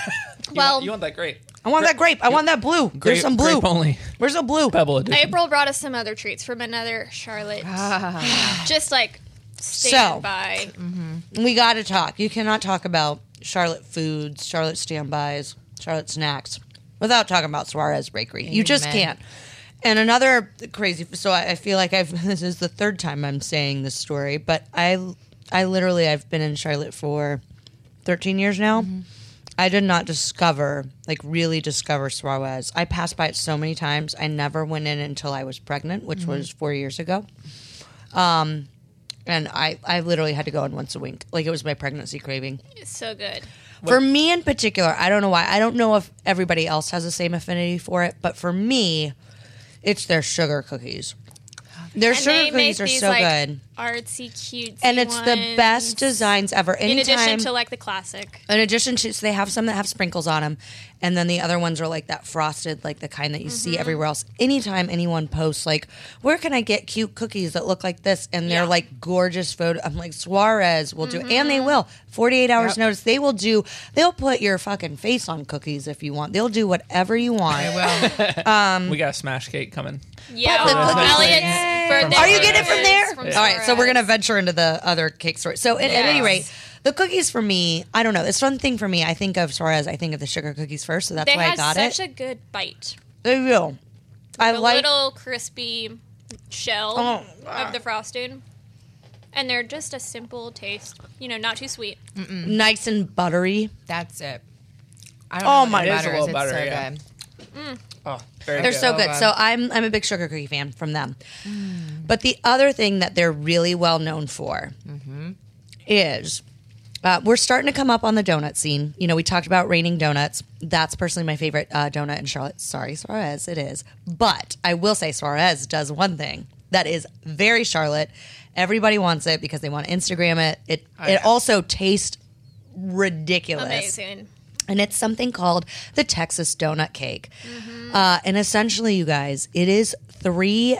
Speaker 3: Well,
Speaker 4: want, you want that grape?
Speaker 1: I want that grape. I want that blue. There's
Speaker 4: Grape,
Speaker 1: some blue.
Speaker 4: grape only
Speaker 1: Where's the blue?
Speaker 4: pebble edition.
Speaker 3: April brought us some other treats from another Charlotte. Just like stand
Speaker 1: Ah. So-
Speaker 3: by.
Speaker 1: We got to talk. You cannot talk about Charlotte foods, Charlotte standbys, Charlotte snacks without talking about Suarez Bakery. You just
Speaker 2: Amen.
Speaker 1: can't. And another crazy. So I, I feel like I've. This is the third time I'm saying this story, but I, I literally I've been in Charlotte for, thirteen years now. I did not discover, like, really discover Suarez. I passed by it so many times. I never went in until I was pregnant, which was four years ago. Um, and I, I literally had to go in once a week. Like, it was my pregnancy craving.
Speaker 3: It's so good.
Speaker 1: For me in particular, I don't know why. I don't know if everybody else has the same affinity for it, but for me, it's their sugar cookies. Their
Speaker 3: And
Speaker 1: sugar
Speaker 3: they make
Speaker 1: cookies are
Speaker 3: these
Speaker 1: so
Speaker 3: like
Speaker 1: good.
Speaker 3: artsy, cutesy
Speaker 1: And it's the
Speaker 3: ones.
Speaker 1: best designs ever.
Speaker 3: In
Speaker 1: Anytime,
Speaker 3: addition to like the classic.
Speaker 1: in addition to, so they have some that have sprinkles on them, and then the other ones are like that frosted, like the kind that you
Speaker 3: Mm-hmm.
Speaker 1: see everywhere else. Anytime anyone posts, like, where can I get cute cookies that look like this? And they're
Speaker 3: Yeah. Mm-hmm.
Speaker 1: like gorgeous photo. I'm like, Suarez will do, and they will. 48 hours notice, they will do, they'll put your fucking face on cookies if you want. They'll do whatever you want.
Speaker 4: we got a smash cake coming.
Speaker 3: Yeah,
Speaker 1: the
Speaker 3: well,
Speaker 1: cookies-
Speaker 3: Elliot's for their
Speaker 1: Are you getting it from
Speaker 3: favorites
Speaker 1: there?
Speaker 3: from
Speaker 1: All right, so we're
Speaker 3: Suarez.
Speaker 1: gonna venture into the other cake story. So at, at any
Speaker 3: Yes.
Speaker 1: rate, the cookies for me, I don't know. It's one thing for me. I think of Suarez. I think of the sugar cookies first, so that's
Speaker 3: They
Speaker 1: why I
Speaker 3: had
Speaker 1: got
Speaker 3: such
Speaker 1: it.
Speaker 3: a good bite.
Speaker 1: they will. I
Speaker 3: the
Speaker 1: like.
Speaker 3: little crispy shell
Speaker 1: Oh,
Speaker 3: of the frosting. And they're just a simple taste, you know, not too sweet.
Speaker 1: nice and buttery.
Speaker 2: That's it. I don't
Speaker 1: Oh
Speaker 2: know
Speaker 1: my-
Speaker 2: what
Speaker 1: It
Speaker 2: the
Speaker 1: is a
Speaker 2: butter is.
Speaker 4: little
Speaker 2: It's
Speaker 4: butter,
Speaker 2: so
Speaker 4: yeah.
Speaker 2: good.
Speaker 4: Oh, very
Speaker 1: They're
Speaker 4: good.
Speaker 1: so good.
Speaker 2: God.
Speaker 1: So I'm I'm a big sugar cookie fan from them.
Speaker 3: Hmm.
Speaker 1: But the other thing that they're really well known for
Speaker 3: Mm-hmm.
Speaker 1: is uh, we're starting to come up on the donut scene. You know, we talked about raining donuts. That's personally my favorite uh, donut in Charlotte. Sorry, Suarez, it is. But I will say Suarez does one thing that is very Charlotte. Everybody wants it because they want to Instagram it. It it also tastes ridiculous
Speaker 3: Oh, Amazing.
Speaker 1: and it's something called the Texas donut cake. Uh, and essentially, you guys, it is three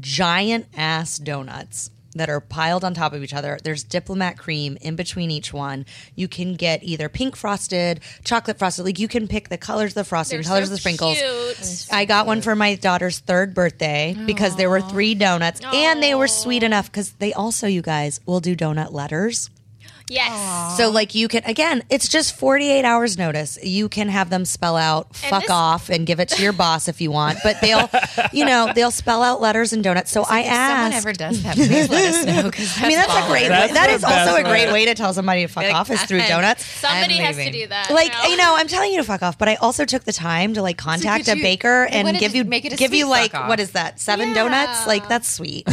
Speaker 1: giant ass donuts that are piled on top of each other. There's diplomat cream in between each one. You can get either pink frosted, chocolate frosted. Like you can pick the colors of the frosting,
Speaker 3: They're
Speaker 1: colors
Speaker 3: so
Speaker 1: of the sprinkles.
Speaker 3: cute.
Speaker 1: I got one for my daughter's third birthday because there were three donuts and they were sweet enough because they also, you guys, will do donut letters.
Speaker 3: Yes.
Speaker 1: So, like, you can, again, it's just 48 hours notice. You can have them spell out fuck
Speaker 3: this-
Speaker 1: off and give it to your boss if you want, but they'll, you know, they'll spell out letters and donuts. So I
Speaker 2: If
Speaker 1: asked.
Speaker 2: someone ever does that, please let us know. 'cause
Speaker 1: I mean, that's a
Speaker 2: baller.
Speaker 1: great
Speaker 5: That's
Speaker 1: way. That
Speaker 5: the
Speaker 1: is also
Speaker 5: best
Speaker 1: a great
Speaker 5: way.
Speaker 1: way to tell somebody to fuck
Speaker 2: Like,
Speaker 1: off is through
Speaker 2: I'm-
Speaker 1: donuts.
Speaker 3: Somebody
Speaker 2: I'm
Speaker 3: has to
Speaker 2: leaving.
Speaker 3: do that.
Speaker 1: Like
Speaker 3: no?
Speaker 1: you know, I'm telling you to fuck off, but I also took the time to like contact
Speaker 2: could
Speaker 1: a
Speaker 2: you-
Speaker 1: baker
Speaker 2: Why
Speaker 1: and
Speaker 2: don't
Speaker 1: give
Speaker 2: you
Speaker 1: you
Speaker 2: make it a
Speaker 1: give you
Speaker 2: sweet
Speaker 1: like
Speaker 2: fuck off?
Speaker 1: what is that seven donuts? Like that's sweet.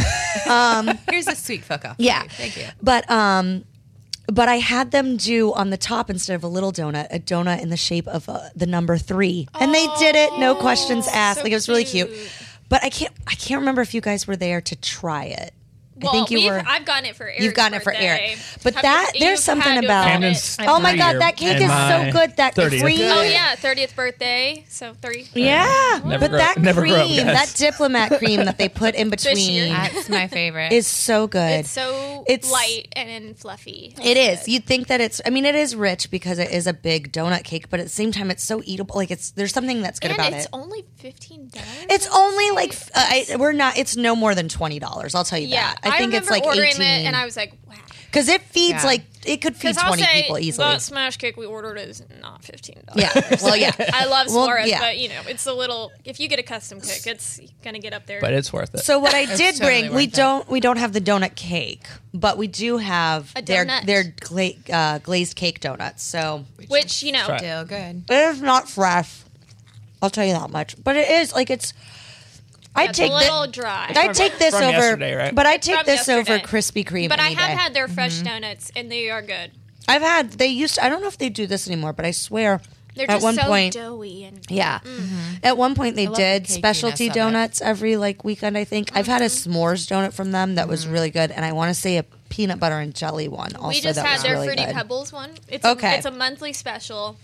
Speaker 2: Here's a sweet fuck off.
Speaker 1: Yeah.
Speaker 2: for you. Thank you.
Speaker 1: But um but I had them do on the top instead of a little donut, a donut in the shape of uh, the number 3. And they did it, no questions asked.
Speaker 3: Oh, so
Speaker 1: like it was really cute.
Speaker 3: cute.
Speaker 1: But I can't I can't remember if you guys were there to try it.
Speaker 3: well,
Speaker 1: I think you
Speaker 3: we've-
Speaker 1: were
Speaker 3: I've gotten it for Eric.
Speaker 1: You've gotten it for Eric. But that- there's something about-
Speaker 4: Camden's
Speaker 1: Oh my
Speaker 4: three
Speaker 1: God,
Speaker 4: year
Speaker 1: that cake
Speaker 4: and
Speaker 1: is so
Speaker 4: my
Speaker 1: good, that
Speaker 4: 30th.
Speaker 1: cream.
Speaker 3: Oh yeah, thirtieth birthday. So three.
Speaker 1: Yeah,
Speaker 4: Never
Speaker 1: but
Speaker 4: grow-
Speaker 1: that
Speaker 4: never grow up,
Speaker 1: cream,
Speaker 4: guys.
Speaker 1: that diplomat cream that they put in
Speaker 3: year.
Speaker 1: between
Speaker 2: That's my favorite.
Speaker 1: is so good.
Speaker 3: It's so
Speaker 1: It's-
Speaker 3: light and then fluffy.
Speaker 1: It is. You'd think that it's. I mean, it is rich because it is a big donut cake, but at the same time, it's so eatable. Like it's there's something that's good
Speaker 3: and
Speaker 1: about
Speaker 3: it's
Speaker 1: it.
Speaker 3: only fifteen dollars.
Speaker 1: It's only like f- uh, I, we're not. It's no more than twenty dollars. I'll tell you
Speaker 3: yeah.
Speaker 1: that. I think it's
Speaker 3: remember
Speaker 1: like
Speaker 3: ordering
Speaker 1: eighteen.
Speaker 3: it, and I was like, wow.
Speaker 1: because it feeds
Speaker 2: Yeah.
Speaker 1: like it could feed
Speaker 3: Because I'll
Speaker 1: twenty
Speaker 3: say
Speaker 1: people easily.
Speaker 3: that smash cake we ordered is not fifteen dollars.
Speaker 1: yeah. Well, yeah.
Speaker 3: I love
Speaker 1: Well,
Speaker 3: Suarez,
Speaker 1: yeah.
Speaker 3: but you know, it's a little. If you get a custom cook, it's gonna get up there.
Speaker 4: But it's worth it.
Speaker 1: So what I did
Speaker 2: totally
Speaker 1: bring,
Speaker 2: worth
Speaker 1: we
Speaker 2: it.
Speaker 1: don't we don't have the donut cake, but we do have
Speaker 3: A
Speaker 1: their
Speaker 3: donut.
Speaker 1: their gla- uh, glazed cake donuts. So
Speaker 3: which you know,
Speaker 4: Try it.
Speaker 2: still good.
Speaker 1: It is not fresh. I'll tell you that much. But it is like it's. I
Speaker 3: it's
Speaker 1: take
Speaker 3: a
Speaker 1: thi-
Speaker 3: little dry.
Speaker 1: I take this
Speaker 4: from
Speaker 1: over,
Speaker 4: yesterday, right?
Speaker 1: but I take
Speaker 3: from
Speaker 1: this over
Speaker 3: yesterday.
Speaker 1: Krispy Kreme.
Speaker 3: but I
Speaker 1: any
Speaker 3: have
Speaker 1: day.
Speaker 3: had their
Speaker 4: Mm-hmm.
Speaker 3: fresh donuts, and they are good.
Speaker 1: I've had. They used. To, I don't know if they do this anymore, but I swear.
Speaker 3: They're
Speaker 1: at
Speaker 3: just
Speaker 1: one
Speaker 3: so Mm-hmm.
Speaker 1: point,
Speaker 3: doughy and
Speaker 1: yeah. At one point, they
Speaker 2: love the
Speaker 1: did
Speaker 2: cakiness
Speaker 1: specialty
Speaker 2: of it.
Speaker 1: donuts every like weekend. I think I've had a
Speaker 3: Mm-hmm.
Speaker 1: s'mores donut from them that was really good, and I want to say a peanut butter and jelly one. Also,
Speaker 3: we just
Speaker 1: that
Speaker 3: had
Speaker 1: was
Speaker 3: their
Speaker 1: really
Speaker 3: fruity
Speaker 1: good.
Speaker 3: pebbles one. It's
Speaker 1: Okay.
Speaker 3: a, it's a monthly special.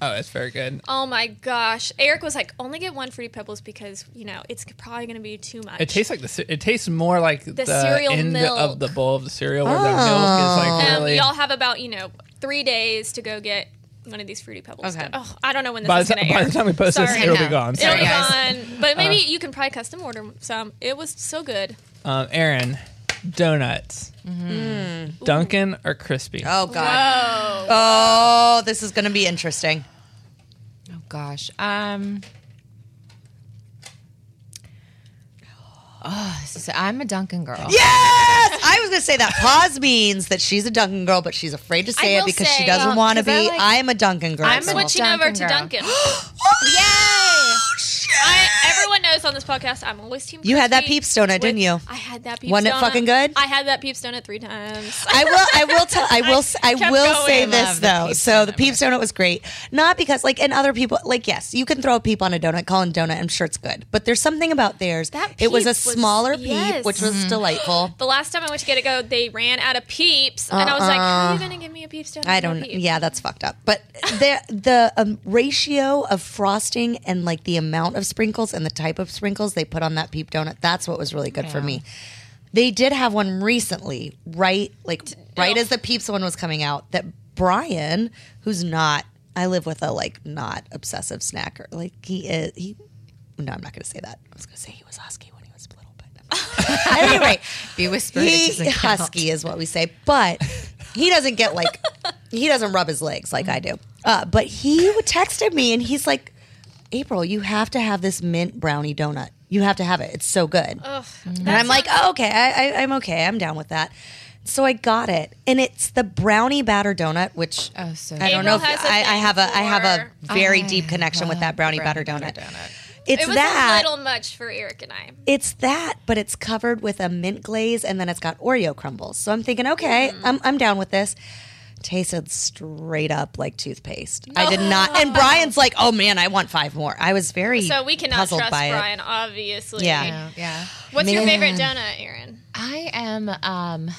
Speaker 4: oh, it's very good.
Speaker 3: Oh my gosh! Eric was like, "Only get one fruity pebbles because you know it's probably going to be too much."
Speaker 4: It tastes like the. ce- It tastes more like the,
Speaker 3: cereal
Speaker 4: end
Speaker 3: milk.
Speaker 4: of the bowl of the cereal, where the milk is like
Speaker 3: Um,
Speaker 4: really.
Speaker 3: Y'all have about you know three days to go get one of these fruity pebbles.
Speaker 2: Okay.
Speaker 3: Oh, I don't know when this
Speaker 4: by,
Speaker 3: is
Speaker 4: the
Speaker 3: going
Speaker 4: time,
Speaker 3: to
Speaker 4: by
Speaker 3: air.
Speaker 4: the time we post
Speaker 3: Sorry.
Speaker 4: this, it'll be
Speaker 2: No.
Speaker 4: gone.
Speaker 3: It'll be
Speaker 4: Sorry.
Speaker 3: gone, but maybe you can probably custom order some. It was so good.
Speaker 4: Um, Aaron, donuts. Dunkin' or crispy?
Speaker 1: Oh god!
Speaker 3: Oh,
Speaker 1: Oh, this is going to be interesting.
Speaker 2: Oh gosh. Um. Oh, this is, I'm a Dunkin' girl. Yeah.
Speaker 1: Yes, I was going to say that. Pause means that she's a Duncan girl, but she's afraid to say
Speaker 3: I
Speaker 1: it
Speaker 3: will
Speaker 1: because she
Speaker 3: say- um,
Speaker 1: doesn't
Speaker 2: Oh,
Speaker 1: want to
Speaker 2: 'cause I
Speaker 1: be.
Speaker 2: like-
Speaker 1: I am a Duncan girl.
Speaker 2: I'm
Speaker 1: so- Oh,
Speaker 3: switching
Speaker 2: Dunkin'
Speaker 3: over to
Speaker 2: girl.
Speaker 3: Duncan.
Speaker 1: Yay!
Speaker 3: I, everyone knows on this podcast I'm always team.
Speaker 1: You had that
Speaker 3: Crispy
Speaker 1: Peeps donut,
Speaker 3: with-
Speaker 1: didn't you?
Speaker 3: I had that peeps.
Speaker 1: Wasn't it
Speaker 3: donut.
Speaker 1: fucking good?
Speaker 3: I had that peeps donut three times.
Speaker 1: I will. I will tell. I will. s- I
Speaker 3: kept
Speaker 1: will
Speaker 3: going.
Speaker 1: say
Speaker 3: I
Speaker 2: love
Speaker 1: this
Speaker 2: the
Speaker 1: though.
Speaker 2: Peeps
Speaker 1: so the
Speaker 2: donut,
Speaker 1: Peeps donut was great, not because like and other people like yes, you can throw a peep on a donut, call it a donut. I'm sure it's good, but there's something about theirs.
Speaker 3: That
Speaker 1: it was a
Speaker 3: Peeps was-
Speaker 1: smaller peep,
Speaker 3: yes.
Speaker 1: which was delightful.
Speaker 3: the last time I went to get it go, they ran out of peeps, and I was like, "How are you gonna give me a peeps donut?"
Speaker 1: Uh-uh. I
Speaker 3: and a
Speaker 1: don't.
Speaker 3: Peep?
Speaker 1: Yeah, that's fucked up. But the the um, ratio of frosting and like the amount of sprinkles and the type of sprinkles they put on that peep donut. That's what was really good for
Speaker 2: Yeah.
Speaker 1: me. They did have one recently, right? Like right
Speaker 3: no.
Speaker 1: as the peeps one was coming out. That Brian, who's not, I live with a like not obsessive snacker. Like he is. He. No, I'm not going to say that. I was going to say he was husky when he was little, but anyway
Speaker 2: Be whispered. it
Speaker 1: he
Speaker 2: doesn't count.
Speaker 1: husky is what we say, but he doesn't get like he doesn't rub his legs like I do. Uh, but he would texted me and he's like, "April, you have to have this mint brownie donut. You have to have it. It's so good."
Speaker 3: Ugh,
Speaker 1: and I'm like, oh, "Okay, I, I, I'm okay. I'm down with that." So I got it, and it's the brownie batter donut, which
Speaker 2: Oh, so
Speaker 1: I don't
Speaker 3: April
Speaker 1: know. If,
Speaker 3: has a
Speaker 1: I, I
Speaker 3: thing
Speaker 1: have a I have a
Speaker 3: for- Oh
Speaker 1: very
Speaker 2: I
Speaker 1: deep connection with
Speaker 2: love
Speaker 1: that brownie,
Speaker 2: brownie
Speaker 1: batter donut.
Speaker 2: batter donut.
Speaker 1: It's
Speaker 3: it was
Speaker 1: that
Speaker 3: a little much for Eric and I.
Speaker 1: it's that, but it's covered with a mint glaze and then it's got Oreo crumbles. So I'm thinking, okay,
Speaker 3: Mm-hmm.
Speaker 1: I'm, I'm down with this. Tasted straight up like toothpaste. I did not. And Brian's like, oh man, I want five more. I was very
Speaker 3: So we cannot
Speaker 1: puzzled
Speaker 3: trust
Speaker 1: by it.
Speaker 3: Brian, obviously.
Speaker 1: Yeah.
Speaker 2: yeah. yeah.
Speaker 3: What's your
Speaker 1: Man.
Speaker 3: favorite donut, Aaron?
Speaker 1: Mm. Mm-hmm.
Speaker 2: I am um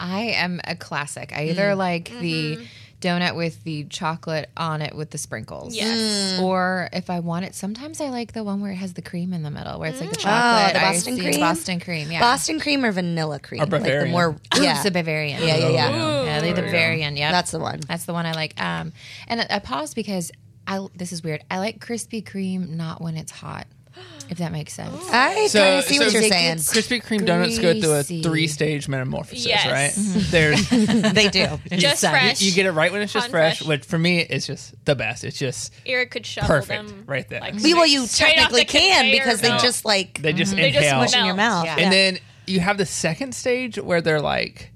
Speaker 2: I am a classic. I either like the donut with the chocolate on it with the sprinkles.
Speaker 3: Yes.
Speaker 1: Mm.
Speaker 2: Or if I want it, sometimes I like the one where it has the cream in the middle, where it's like the
Speaker 1: Oh,
Speaker 2: chocolate,
Speaker 1: the
Speaker 2: ice
Speaker 1: Boston
Speaker 2: tea,
Speaker 1: cream?
Speaker 2: Boston cream, yeah.
Speaker 1: Boston cream or vanilla cream?
Speaker 4: Or
Speaker 1: Like the
Speaker 4: Bavarian.
Speaker 1: more,
Speaker 2: Ooh,
Speaker 1: yeah,
Speaker 2: it's the Bavarian.
Speaker 1: yeah, yeah, yeah.
Speaker 2: Yeah, the Bavarian. Yeah,
Speaker 1: That's the one.
Speaker 2: That's the one I like. Um, and I, I paused because I this is weird. I like Krispy Kreme not when it's hot, if that makes sense.
Speaker 1: I kind of see what you're saying.
Speaker 4: Krispy Kreme donuts go through a
Speaker 2: greasy.
Speaker 4: three stage metamorphosis,
Speaker 3: Yes. Mm-hmm.
Speaker 4: right? There's
Speaker 1: they do.
Speaker 3: Just fresh.
Speaker 4: You get it right when it's just
Speaker 3: On
Speaker 4: fresh,
Speaker 3: fresh.
Speaker 4: which for me is just the best. It's just
Speaker 3: Eric could shovel
Speaker 4: perfect
Speaker 3: them.
Speaker 4: right there.
Speaker 3: Like,
Speaker 1: Well, you
Speaker 3: straight off the
Speaker 1: technically can
Speaker 3: conveyor
Speaker 1: because they
Speaker 3: belt.
Speaker 1: just like
Speaker 4: they just
Speaker 3: Mm-hmm. They just
Speaker 4: inhale.
Speaker 3: melt.
Speaker 1: push in your mouth.
Speaker 2: Yeah.
Speaker 4: And then you have the second stage where they're like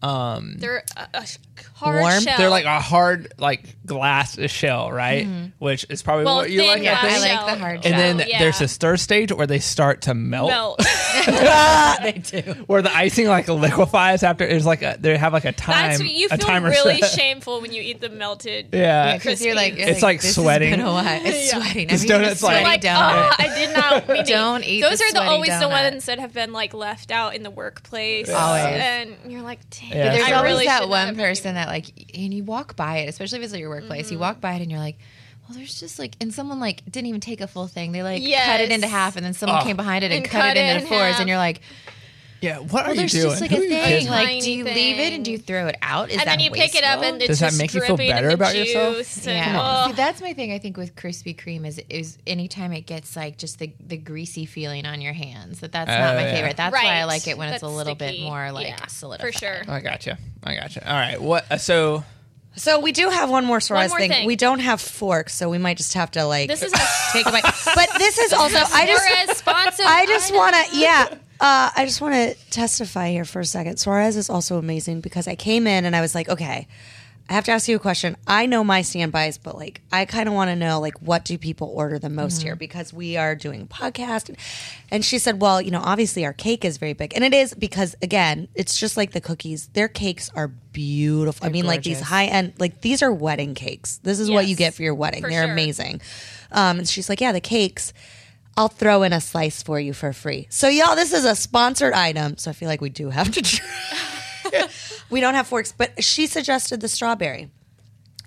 Speaker 4: um
Speaker 3: They're a, a hard
Speaker 1: Warm?
Speaker 3: shell. Mm-hmm.
Speaker 4: they're like "Oh, a hard like glass shell, right? Which is probably
Speaker 3: well,
Speaker 4: what you
Speaker 3: thin
Speaker 4: like. I
Speaker 3: glass
Speaker 4: think.
Speaker 2: I like
Speaker 3: shell.
Speaker 2: the hard
Speaker 4: And then
Speaker 3: Yeah.
Speaker 4: there's this third stage where they start to melt,
Speaker 3: melt.
Speaker 1: they do.
Speaker 4: where the icing like liquefies after. It's like a, they have like a time,
Speaker 3: That's what you
Speaker 4: a
Speaker 3: feel
Speaker 4: timer
Speaker 3: really
Speaker 4: set.
Speaker 3: shameful when you eat the melted.
Speaker 4: yeah,
Speaker 2: because you're like,
Speaker 4: It's like
Speaker 2: this has
Speaker 4: sweating.
Speaker 2: been a while. It's sweating.
Speaker 4: This
Speaker 2: I've eaten a
Speaker 4: donut's
Speaker 2: sweaty
Speaker 3: Like,
Speaker 4: like-
Speaker 2: donut.
Speaker 3: oh, I did not mean to
Speaker 2: Don't eat
Speaker 3: Those
Speaker 2: the
Speaker 3: are the
Speaker 2: sweaty
Speaker 3: always the
Speaker 2: donut.
Speaker 3: ones that have been like left out in the workplace.
Speaker 2: Always.
Speaker 3: And you're like, dang.
Speaker 4: Yeah. But
Speaker 2: There's
Speaker 3: I
Speaker 2: always
Speaker 3: really
Speaker 2: that
Speaker 3: should
Speaker 2: one
Speaker 3: have
Speaker 2: person that like, and you walk by it, especially if it's at your workplace.
Speaker 3: Mm-hmm.
Speaker 2: You walk by it and you're like, well, there's just like, and someone like didn't even take a full thing. They like cut it
Speaker 3: Yes.
Speaker 2: into half, and then someone
Speaker 4: Ugh.
Speaker 2: came behind it and,
Speaker 3: And
Speaker 2: cut,
Speaker 3: cut
Speaker 2: it into
Speaker 3: it in
Speaker 2: fours,
Speaker 3: half.
Speaker 2: and you're like,
Speaker 4: yeah. What are
Speaker 2: well,
Speaker 4: you
Speaker 2: there's
Speaker 4: doing?
Speaker 2: just like
Speaker 4: Who
Speaker 2: a
Speaker 4: are you
Speaker 2: thing.
Speaker 4: kidding?
Speaker 2: Like, do you
Speaker 3: Tiny
Speaker 2: leave it and
Speaker 3: thing.
Speaker 2: do you throw it out? Is
Speaker 3: And
Speaker 2: that
Speaker 3: then you pick it up
Speaker 2: wasteful?
Speaker 3: and it's
Speaker 4: Does that
Speaker 3: just
Speaker 4: make you feel
Speaker 3: dripping
Speaker 4: better
Speaker 3: in the
Speaker 4: about
Speaker 3: juice And,
Speaker 4: yourself?
Speaker 2: Yeah.
Speaker 3: oh.
Speaker 2: See, that's my thing. I think with Krispy Kreme is is anytime it gets like just the the greasy feeling on your hands. That that's not
Speaker 4: Oh,
Speaker 2: my
Speaker 1: Uh,
Speaker 4: yeah.
Speaker 2: favorite. That's why I
Speaker 3: Right.
Speaker 2: like it when it's a
Speaker 3: That's
Speaker 2: little bit
Speaker 3: sticky.
Speaker 2: more like
Speaker 3: Yeah,
Speaker 2: solidified.
Speaker 3: for sure.
Speaker 4: I gotcha. I gotcha. All right. What? uh, So
Speaker 1: So we do have one more surprise
Speaker 3: more
Speaker 1: thing.
Speaker 3: thing.
Speaker 1: We don't have forks, so we might just have to like
Speaker 3: This is a
Speaker 1: take a bite. But this is also I just
Speaker 3: responsive.
Speaker 1: I just
Speaker 3: item.
Speaker 1: want to yeah. Uh, I just want to testify here for a second. Suarez is also amazing because I came in and I was like, okay, I have to ask you a question. I know my standbys, but like, I kind of want to know like, what do people order the most here because we are doing a podcast. And she said, well, you know, obviously our cake is very big, and it is because again, it's just like the cookies. Their cakes are beautiful. I mean, like these
Speaker 2: gorgeous.
Speaker 1: high end, like these are wedding cakes. This is what you
Speaker 3: Yes,
Speaker 1: get for your wedding.
Speaker 3: for
Speaker 1: They're
Speaker 3: sure.
Speaker 1: amazing. Um, and she's like, yeah, the cakes. I'll throw in a slice for you for free. So, y'all, this is a sponsored item. So, I feel like we do have to try. we don't have forks, but she suggested the strawberry.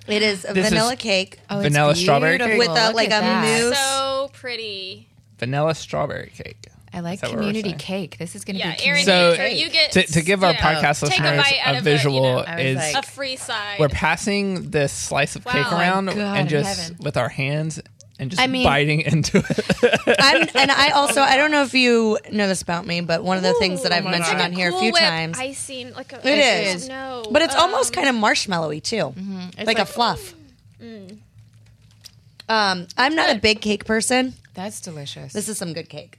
Speaker 1: It is a
Speaker 4: This is-
Speaker 1: vanilla cake
Speaker 2: Oh, it's
Speaker 4: Vanilla strawberry
Speaker 2: beautiful.
Speaker 4: cake?
Speaker 1: with a,
Speaker 2: Look
Speaker 1: like a
Speaker 2: at that.
Speaker 1: mousse.
Speaker 3: So pretty.
Speaker 4: vanilla strawberry cake.
Speaker 2: I like
Speaker 4: that what we're
Speaker 2: community
Speaker 4: saying?
Speaker 2: cake. This is going to
Speaker 3: Yeah,
Speaker 2: be
Speaker 3: Erin,
Speaker 2: community
Speaker 4: So-
Speaker 2: cake.
Speaker 3: you get
Speaker 4: To, to give our
Speaker 3: you know,
Speaker 4: podcast
Speaker 3: take
Speaker 4: listeners
Speaker 3: bite out
Speaker 4: a
Speaker 3: of
Speaker 4: visual
Speaker 3: it, you know,
Speaker 2: I was
Speaker 4: is
Speaker 2: like-
Speaker 3: a free side.
Speaker 4: we're passing this slice of cake
Speaker 3: Wow.
Speaker 4: around
Speaker 2: Oh my God,
Speaker 4: and just
Speaker 2: heaven.
Speaker 4: with our hands and just
Speaker 1: I mean-
Speaker 4: biting into it.
Speaker 1: I'm, and I also, I don't know if you know this about me, but one of the things that I've
Speaker 4: my
Speaker 1: mentioned
Speaker 4: God.
Speaker 1: on here a
Speaker 3: oh Cool
Speaker 1: few
Speaker 3: Whip
Speaker 1: times,
Speaker 3: icing like a
Speaker 1: It
Speaker 3: I
Speaker 1: is.
Speaker 3: don't know.
Speaker 1: but it's
Speaker 3: Um, Mm-hmm.
Speaker 1: almost kind of marshmallowy too, like, a
Speaker 2: like-
Speaker 1: fluff.
Speaker 3: mm.
Speaker 1: Um, I'm not a big cake person.
Speaker 2: That's delicious.
Speaker 1: This is some good cake.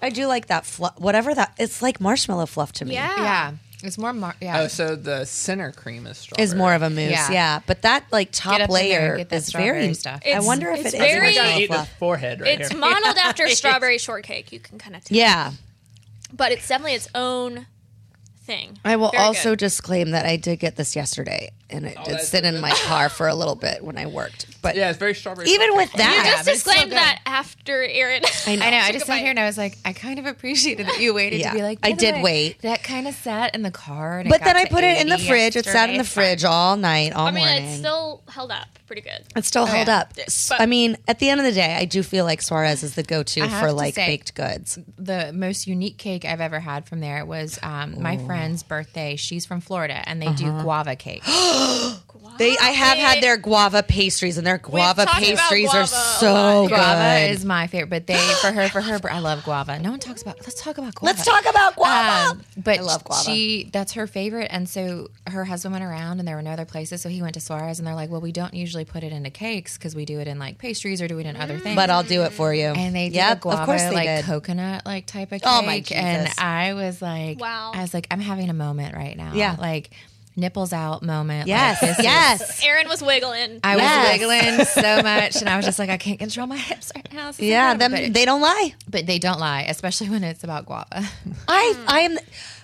Speaker 1: I do like that fluff, whatever that. It's like marshmallow fluff to me.
Speaker 3: yeah.
Speaker 2: yeah, it's more. Mar- yeah,
Speaker 4: oh, so the center cream is strawberry.
Speaker 1: is more of a mousse. Yeah,
Speaker 2: Yeah.
Speaker 1: but that like
Speaker 2: Get up in
Speaker 1: top
Speaker 2: there and
Speaker 1: layer
Speaker 2: get that
Speaker 1: is
Speaker 2: strawberry
Speaker 1: very.
Speaker 2: stuff.
Speaker 1: I
Speaker 3: It's-
Speaker 1: wonder if
Speaker 3: it's
Speaker 1: it is
Speaker 3: very-
Speaker 1: marshmallow
Speaker 4: Eat
Speaker 1: fluff.
Speaker 4: this forehead right
Speaker 3: It's
Speaker 4: here.
Speaker 3: modeled after strawberry shortcake. You can kind of tell.
Speaker 1: Yeah,
Speaker 3: But it's definitely its own thing.
Speaker 1: I will
Speaker 3: Very
Speaker 1: also
Speaker 3: good.
Speaker 1: disclaim that I did get this yesterday, and it did
Speaker 4: Oh, that's
Speaker 1: sit in my car for a little bit when I worked. But
Speaker 4: yeah, it's very strawberry.
Speaker 1: even
Speaker 4: shortcake.
Speaker 1: with that,
Speaker 3: You just
Speaker 2: but it's still
Speaker 3: disclaimed
Speaker 2: good.
Speaker 3: that after Aaron.
Speaker 2: I know. I just sat here and I was like, I kind of appreciated that you waited
Speaker 1: Yeah,
Speaker 2: to be like,
Speaker 1: I
Speaker 2: by the
Speaker 1: did
Speaker 2: way,
Speaker 1: wait.
Speaker 2: That kind of sat in the car. And
Speaker 1: but then I put it in the fridge. It sat in the fridge all night, all
Speaker 3: I mean,
Speaker 1: morning.
Speaker 3: it's still held up pretty good.
Speaker 1: It's still held
Speaker 2: yeah.
Speaker 1: up. S- I mean, at the end of the day, I do feel like Suarez is the go-to
Speaker 2: have
Speaker 1: for
Speaker 2: to
Speaker 1: like
Speaker 2: say-
Speaker 1: baked goods.
Speaker 2: the most unique cake I've ever had from there was um,
Speaker 1: Oh.
Speaker 2: my friend's birthday. She's from Florida, and they
Speaker 1: Uh-huh.
Speaker 2: do guava cake.
Speaker 1: They, I have had their guava pastries, and their guava
Speaker 3: talked about
Speaker 1: pastries are
Speaker 3: guava a
Speaker 1: so good.
Speaker 2: guava is my favorite, but they for her for her. I love guava. No one talks about. Let's talk about guava.
Speaker 1: Let's talk about guava.
Speaker 2: Um, but
Speaker 1: I love guava.
Speaker 2: she that's her favorite, and so her husband went around, and there were no other places, so he went to Suarez, and they're like, "Well, we don't usually put it into cakes because we do it in like pastries or do it in other things."
Speaker 1: Mm. but I'll do it for you.
Speaker 2: and they did
Speaker 1: Yep,
Speaker 2: a guava
Speaker 1: of course they
Speaker 2: like
Speaker 1: did.
Speaker 2: coconut like type of cake.
Speaker 1: Oh, my
Speaker 2: And
Speaker 1: Jesus.
Speaker 2: I was like,
Speaker 3: Wow.
Speaker 2: I was like, I'm having a moment right now.
Speaker 1: Yeah.
Speaker 2: like nipples out moment. like,
Speaker 1: Yes,
Speaker 2: this is-
Speaker 1: yes.
Speaker 3: Aaron was wiggling.
Speaker 2: I
Speaker 1: Yes.
Speaker 2: was wiggling so much, and I was just like, I can't control my hips right now. This is
Speaker 1: Yeah, them,
Speaker 2: incredible. but,
Speaker 1: they don't lie.
Speaker 2: but they don't lie, especially when it's about guava.
Speaker 1: I, I am.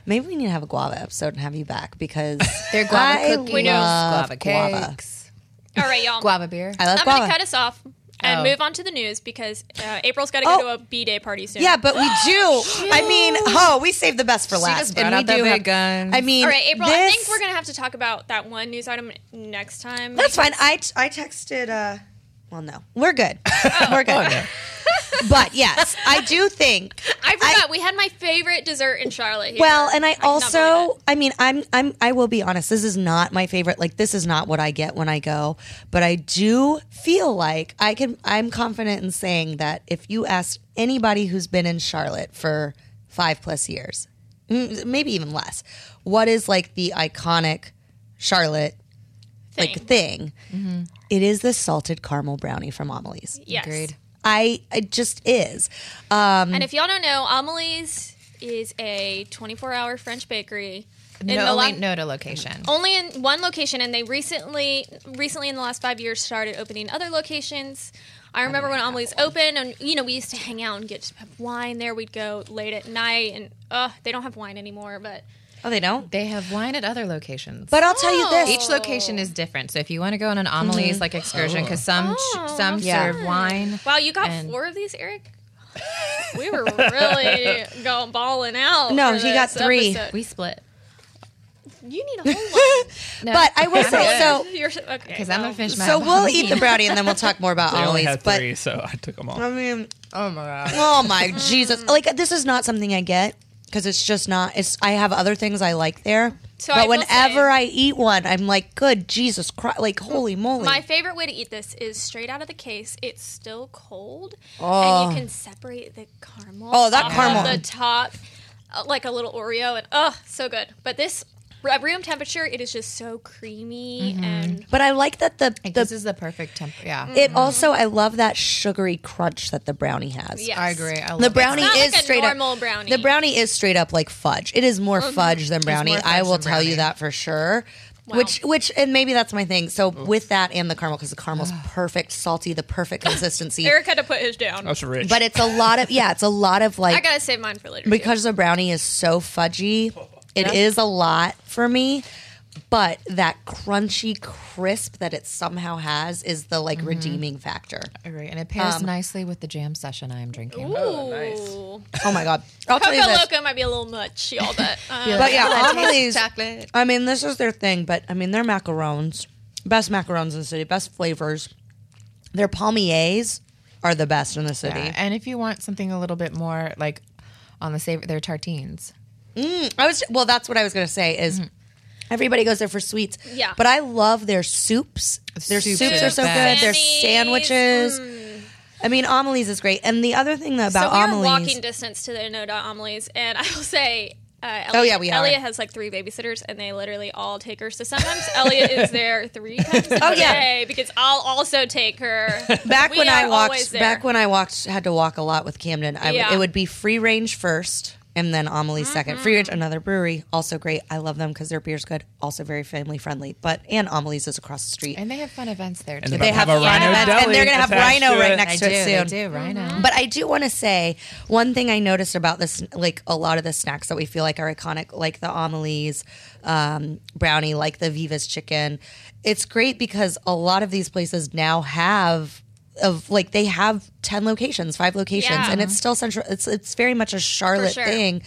Speaker 1: Maybe we need to have a guava episode and have you back because
Speaker 2: They're guava
Speaker 1: I
Speaker 2: cookies,
Speaker 1: love
Speaker 2: guava cakes,
Speaker 1: guava.
Speaker 3: All right, y'all.
Speaker 2: guava beer.
Speaker 1: I love
Speaker 3: I'm
Speaker 1: guava.
Speaker 3: gonna cut us off. and
Speaker 2: Oh.
Speaker 3: move on to the news because uh, April's got to
Speaker 1: Oh.
Speaker 3: go to a B day party soon.
Speaker 1: Yeah, but we do. I mean, oh, we saved the best for
Speaker 2: She
Speaker 1: last.
Speaker 2: just brought
Speaker 1: and we
Speaker 2: out the
Speaker 1: do
Speaker 2: big
Speaker 1: have-
Speaker 2: guns.
Speaker 1: I mean,
Speaker 3: All right, April. I
Speaker 1: this-
Speaker 3: think we're gonna have to talk about that one news item next time.
Speaker 1: That's fine. I I texted. Uh, well, no, we're good. We're good. But yes, I do think.
Speaker 3: I forgot we had my favorite dessert in Charlotte. Here.
Speaker 1: Well, and I,
Speaker 3: cannot believe
Speaker 1: also, I mean, I'm, I'm, I will be honest. This is not my favorite. Like, this is not what I get when I go. But I do feel like I can. I'm confident in saying that if you ask anybody who's been in Charlotte for five plus years, mm, maybe even less, what is like the iconic Charlotte like thing? Mm-hmm. It is the salted caramel brownie from Amelie's.
Speaker 3: it. yes.
Speaker 2: Agreed.
Speaker 1: I it just is. Um,
Speaker 3: And if y'all don't know, Amelie's is a 24-hour French bakery. in
Speaker 2: no, only
Speaker 3: Milan-
Speaker 2: no to location.
Speaker 1: Oh.
Speaker 3: only in one location and they recently recently in the last five years started opening other locations i remember when amelie's opened and you know we used to hang out and get to have wine there we'd go late at night and uh they don't have wine anymore but
Speaker 1: Oh, they don't.
Speaker 2: They have wine at other locations.
Speaker 1: But I'll tell you this.
Speaker 2: each location is different. So if you want to go on an Amelie's like excursion, because some
Speaker 3: Oh,
Speaker 2: some
Speaker 1: Mm-hmm. Yeah.
Speaker 2: serve wine.
Speaker 3: wow you got
Speaker 2: And-
Speaker 3: four of these eric we were really going balling out
Speaker 1: No,
Speaker 3: for
Speaker 1: he got
Speaker 3: this
Speaker 1: three.
Speaker 3: episode.
Speaker 2: We split
Speaker 3: you need a whole one
Speaker 1: but I will say so.
Speaker 3: You're, okay
Speaker 2: because I'm
Speaker 3: well.
Speaker 2: gonna finish my.
Speaker 1: So we'll eat the brownie and then we'll talk more about
Speaker 4: I
Speaker 1: Ollie's.
Speaker 4: only had
Speaker 1: But Um,
Speaker 4: three, so I took them all.
Speaker 1: I mean,
Speaker 2: Oh my god.
Speaker 1: oh my Jesus! Like this is not something I get because it's just not. It's I have other things I like there.
Speaker 3: So
Speaker 1: but
Speaker 3: I will
Speaker 1: whenever
Speaker 3: say-
Speaker 1: I eat one, I'm like, good Jesus Christ! Like holy moly!
Speaker 3: My favorite way to eat this is straight out of the case. It's still cold,
Speaker 1: Oh.
Speaker 3: and you can separate the caramel.
Speaker 1: Oh, that
Speaker 3: off of
Speaker 1: caramel.
Speaker 3: the top, uh, like a little Oreo, and oh, so good. But this at room temperature, it is just so creamy
Speaker 1: Mm-hmm.
Speaker 3: and
Speaker 1: but I like that the
Speaker 2: this
Speaker 1: the. Mm,
Speaker 2: is the perfect temp. Yeah,
Speaker 1: It also, I love that sugary crunch that the brownie has.
Speaker 3: yes.
Speaker 2: I agree. I love
Speaker 1: The
Speaker 2: it.
Speaker 1: brownie
Speaker 3: It's not
Speaker 1: is
Speaker 3: like a
Speaker 1: straight
Speaker 3: normal
Speaker 1: up
Speaker 3: brownie.
Speaker 1: The brownie is straight up like fudge. It is more fudge than brownie.
Speaker 2: Mm-hmm. more fudge
Speaker 1: I will
Speaker 2: than
Speaker 1: tell
Speaker 2: brownie.
Speaker 1: you that for sure. Which which and maybe that's my thing. So with that and the caramel because the caramel's perfect, salty, the perfect consistency.
Speaker 3: Eric had to put his down.
Speaker 6: Oh,
Speaker 4: That's rich.
Speaker 1: but it's a lot of yeah, it's a lot of
Speaker 3: I
Speaker 1: like
Speaker 3: gotta save mine for later. too.
Speaker 1: because the brownie is so fudgy. It is a lot for me. But that crunchy crisp that it somehow has is the
Speaker 2: Mm-hmm.
Speaker 1: like redeeming factor.
Speaker 2: I agree, and it pairs
Speaker 1: Um,
Speaker 2: nicely with the jam session I am drinking.
Speaker 3: Ooh.
Speaker 6: Oh, nice.
Speaker 1: Oh my god! I'll tell you
Speaker 3: Coca
Speaker 1: this.
Speaker 3: Loco might be a little much, y'all, but um,
Speaker 1: But yeah,
Speaker 2: That tastes
Speaker 1: Amelie's
Speaker 2: chocolate.
Speaker 1: I mean, this is their thing, but I mean, their macarons, best macarons in the city, best flavors. Their palmiers are the best in the city.
Speaker 2: Yeah, And if you want something a little bit more like on the savory, they're tartines.
Speaker 1: I was well, that's what I was going to say is everybody goes there for sweets.
Speaker 3: Yeah.
Speaker 1: But I love their soups. Their
Speaker 2: Soups
Speaker 1: soups,
Speaker 2: are
Speaker 1: are so
Speaker 2: best.
Speaker 1: good. Their
Speaker 3: Sammies,
Speaker 1: sandwiches. I mean, Amelie's is great. And the other thing that about
Speaker 3: so we
Speaker 1: Amelie's,
Speaker 3: are walking distance to the Inoda Amelie's, and I will say, uh, Elliot,
Speaker 1: Oh, yeah, we are.
Speaker 3: Elliot has like three babysitters, and they literally all take her. So sometimes Elliot is there three times a
Speaker 1: Oh, yeah.
Speaker 3: day because I'll also take her.
Speaker 1: back
Speaker 3: We
Speaker 1: when
Speaker 3: are
Speaker 1: I
Speaker 3: always
Speaker 1: walked,
Speaker 3: there.
Speaker 1: back when I walked, had to walk a lot with Camden. I would
Speaker 3: Yeah.
Speaker 1: it would be free range first, and then Amelie second. Free range, another brewery, also great. I love them because their beer's good, also very family friendly. But and Amelie's is across the street.
Speaker 2: And they have fun events there.
Speaker 4: And
Speaker 2: too.
Speaker 4: They
Speaker 1: they have
Speaker 4: have a
Speaker 1: fun
Speaker 4: Rhino
Speaker 1: events, and they're
Speaker 4: deli
Speaker 1: gonna have
Speaker 4: attached
Speaker 1: Rhino
Speaker 4: to it.
Speaker 1: right next
Speaker 2: I
Speaker 1: to
Speaker 2: do. They
Speaker 1: it soon. Mm-hmm.
Speaker 2: do. Rhino.
Speaker 1: But I do want to say one thing I noticed about this, like a lot of the snacks that we feel like are iconic, like the Amelie's um, brownie, like the Viva's chicken. It's great because a lot of these places now have of like they have 10 locations, five locations
Speaker 3: Yeah.
Speaker 1: and it's still central it's it's very much a Charlotte
Speaker 3: sure.
Speaker 1: thing,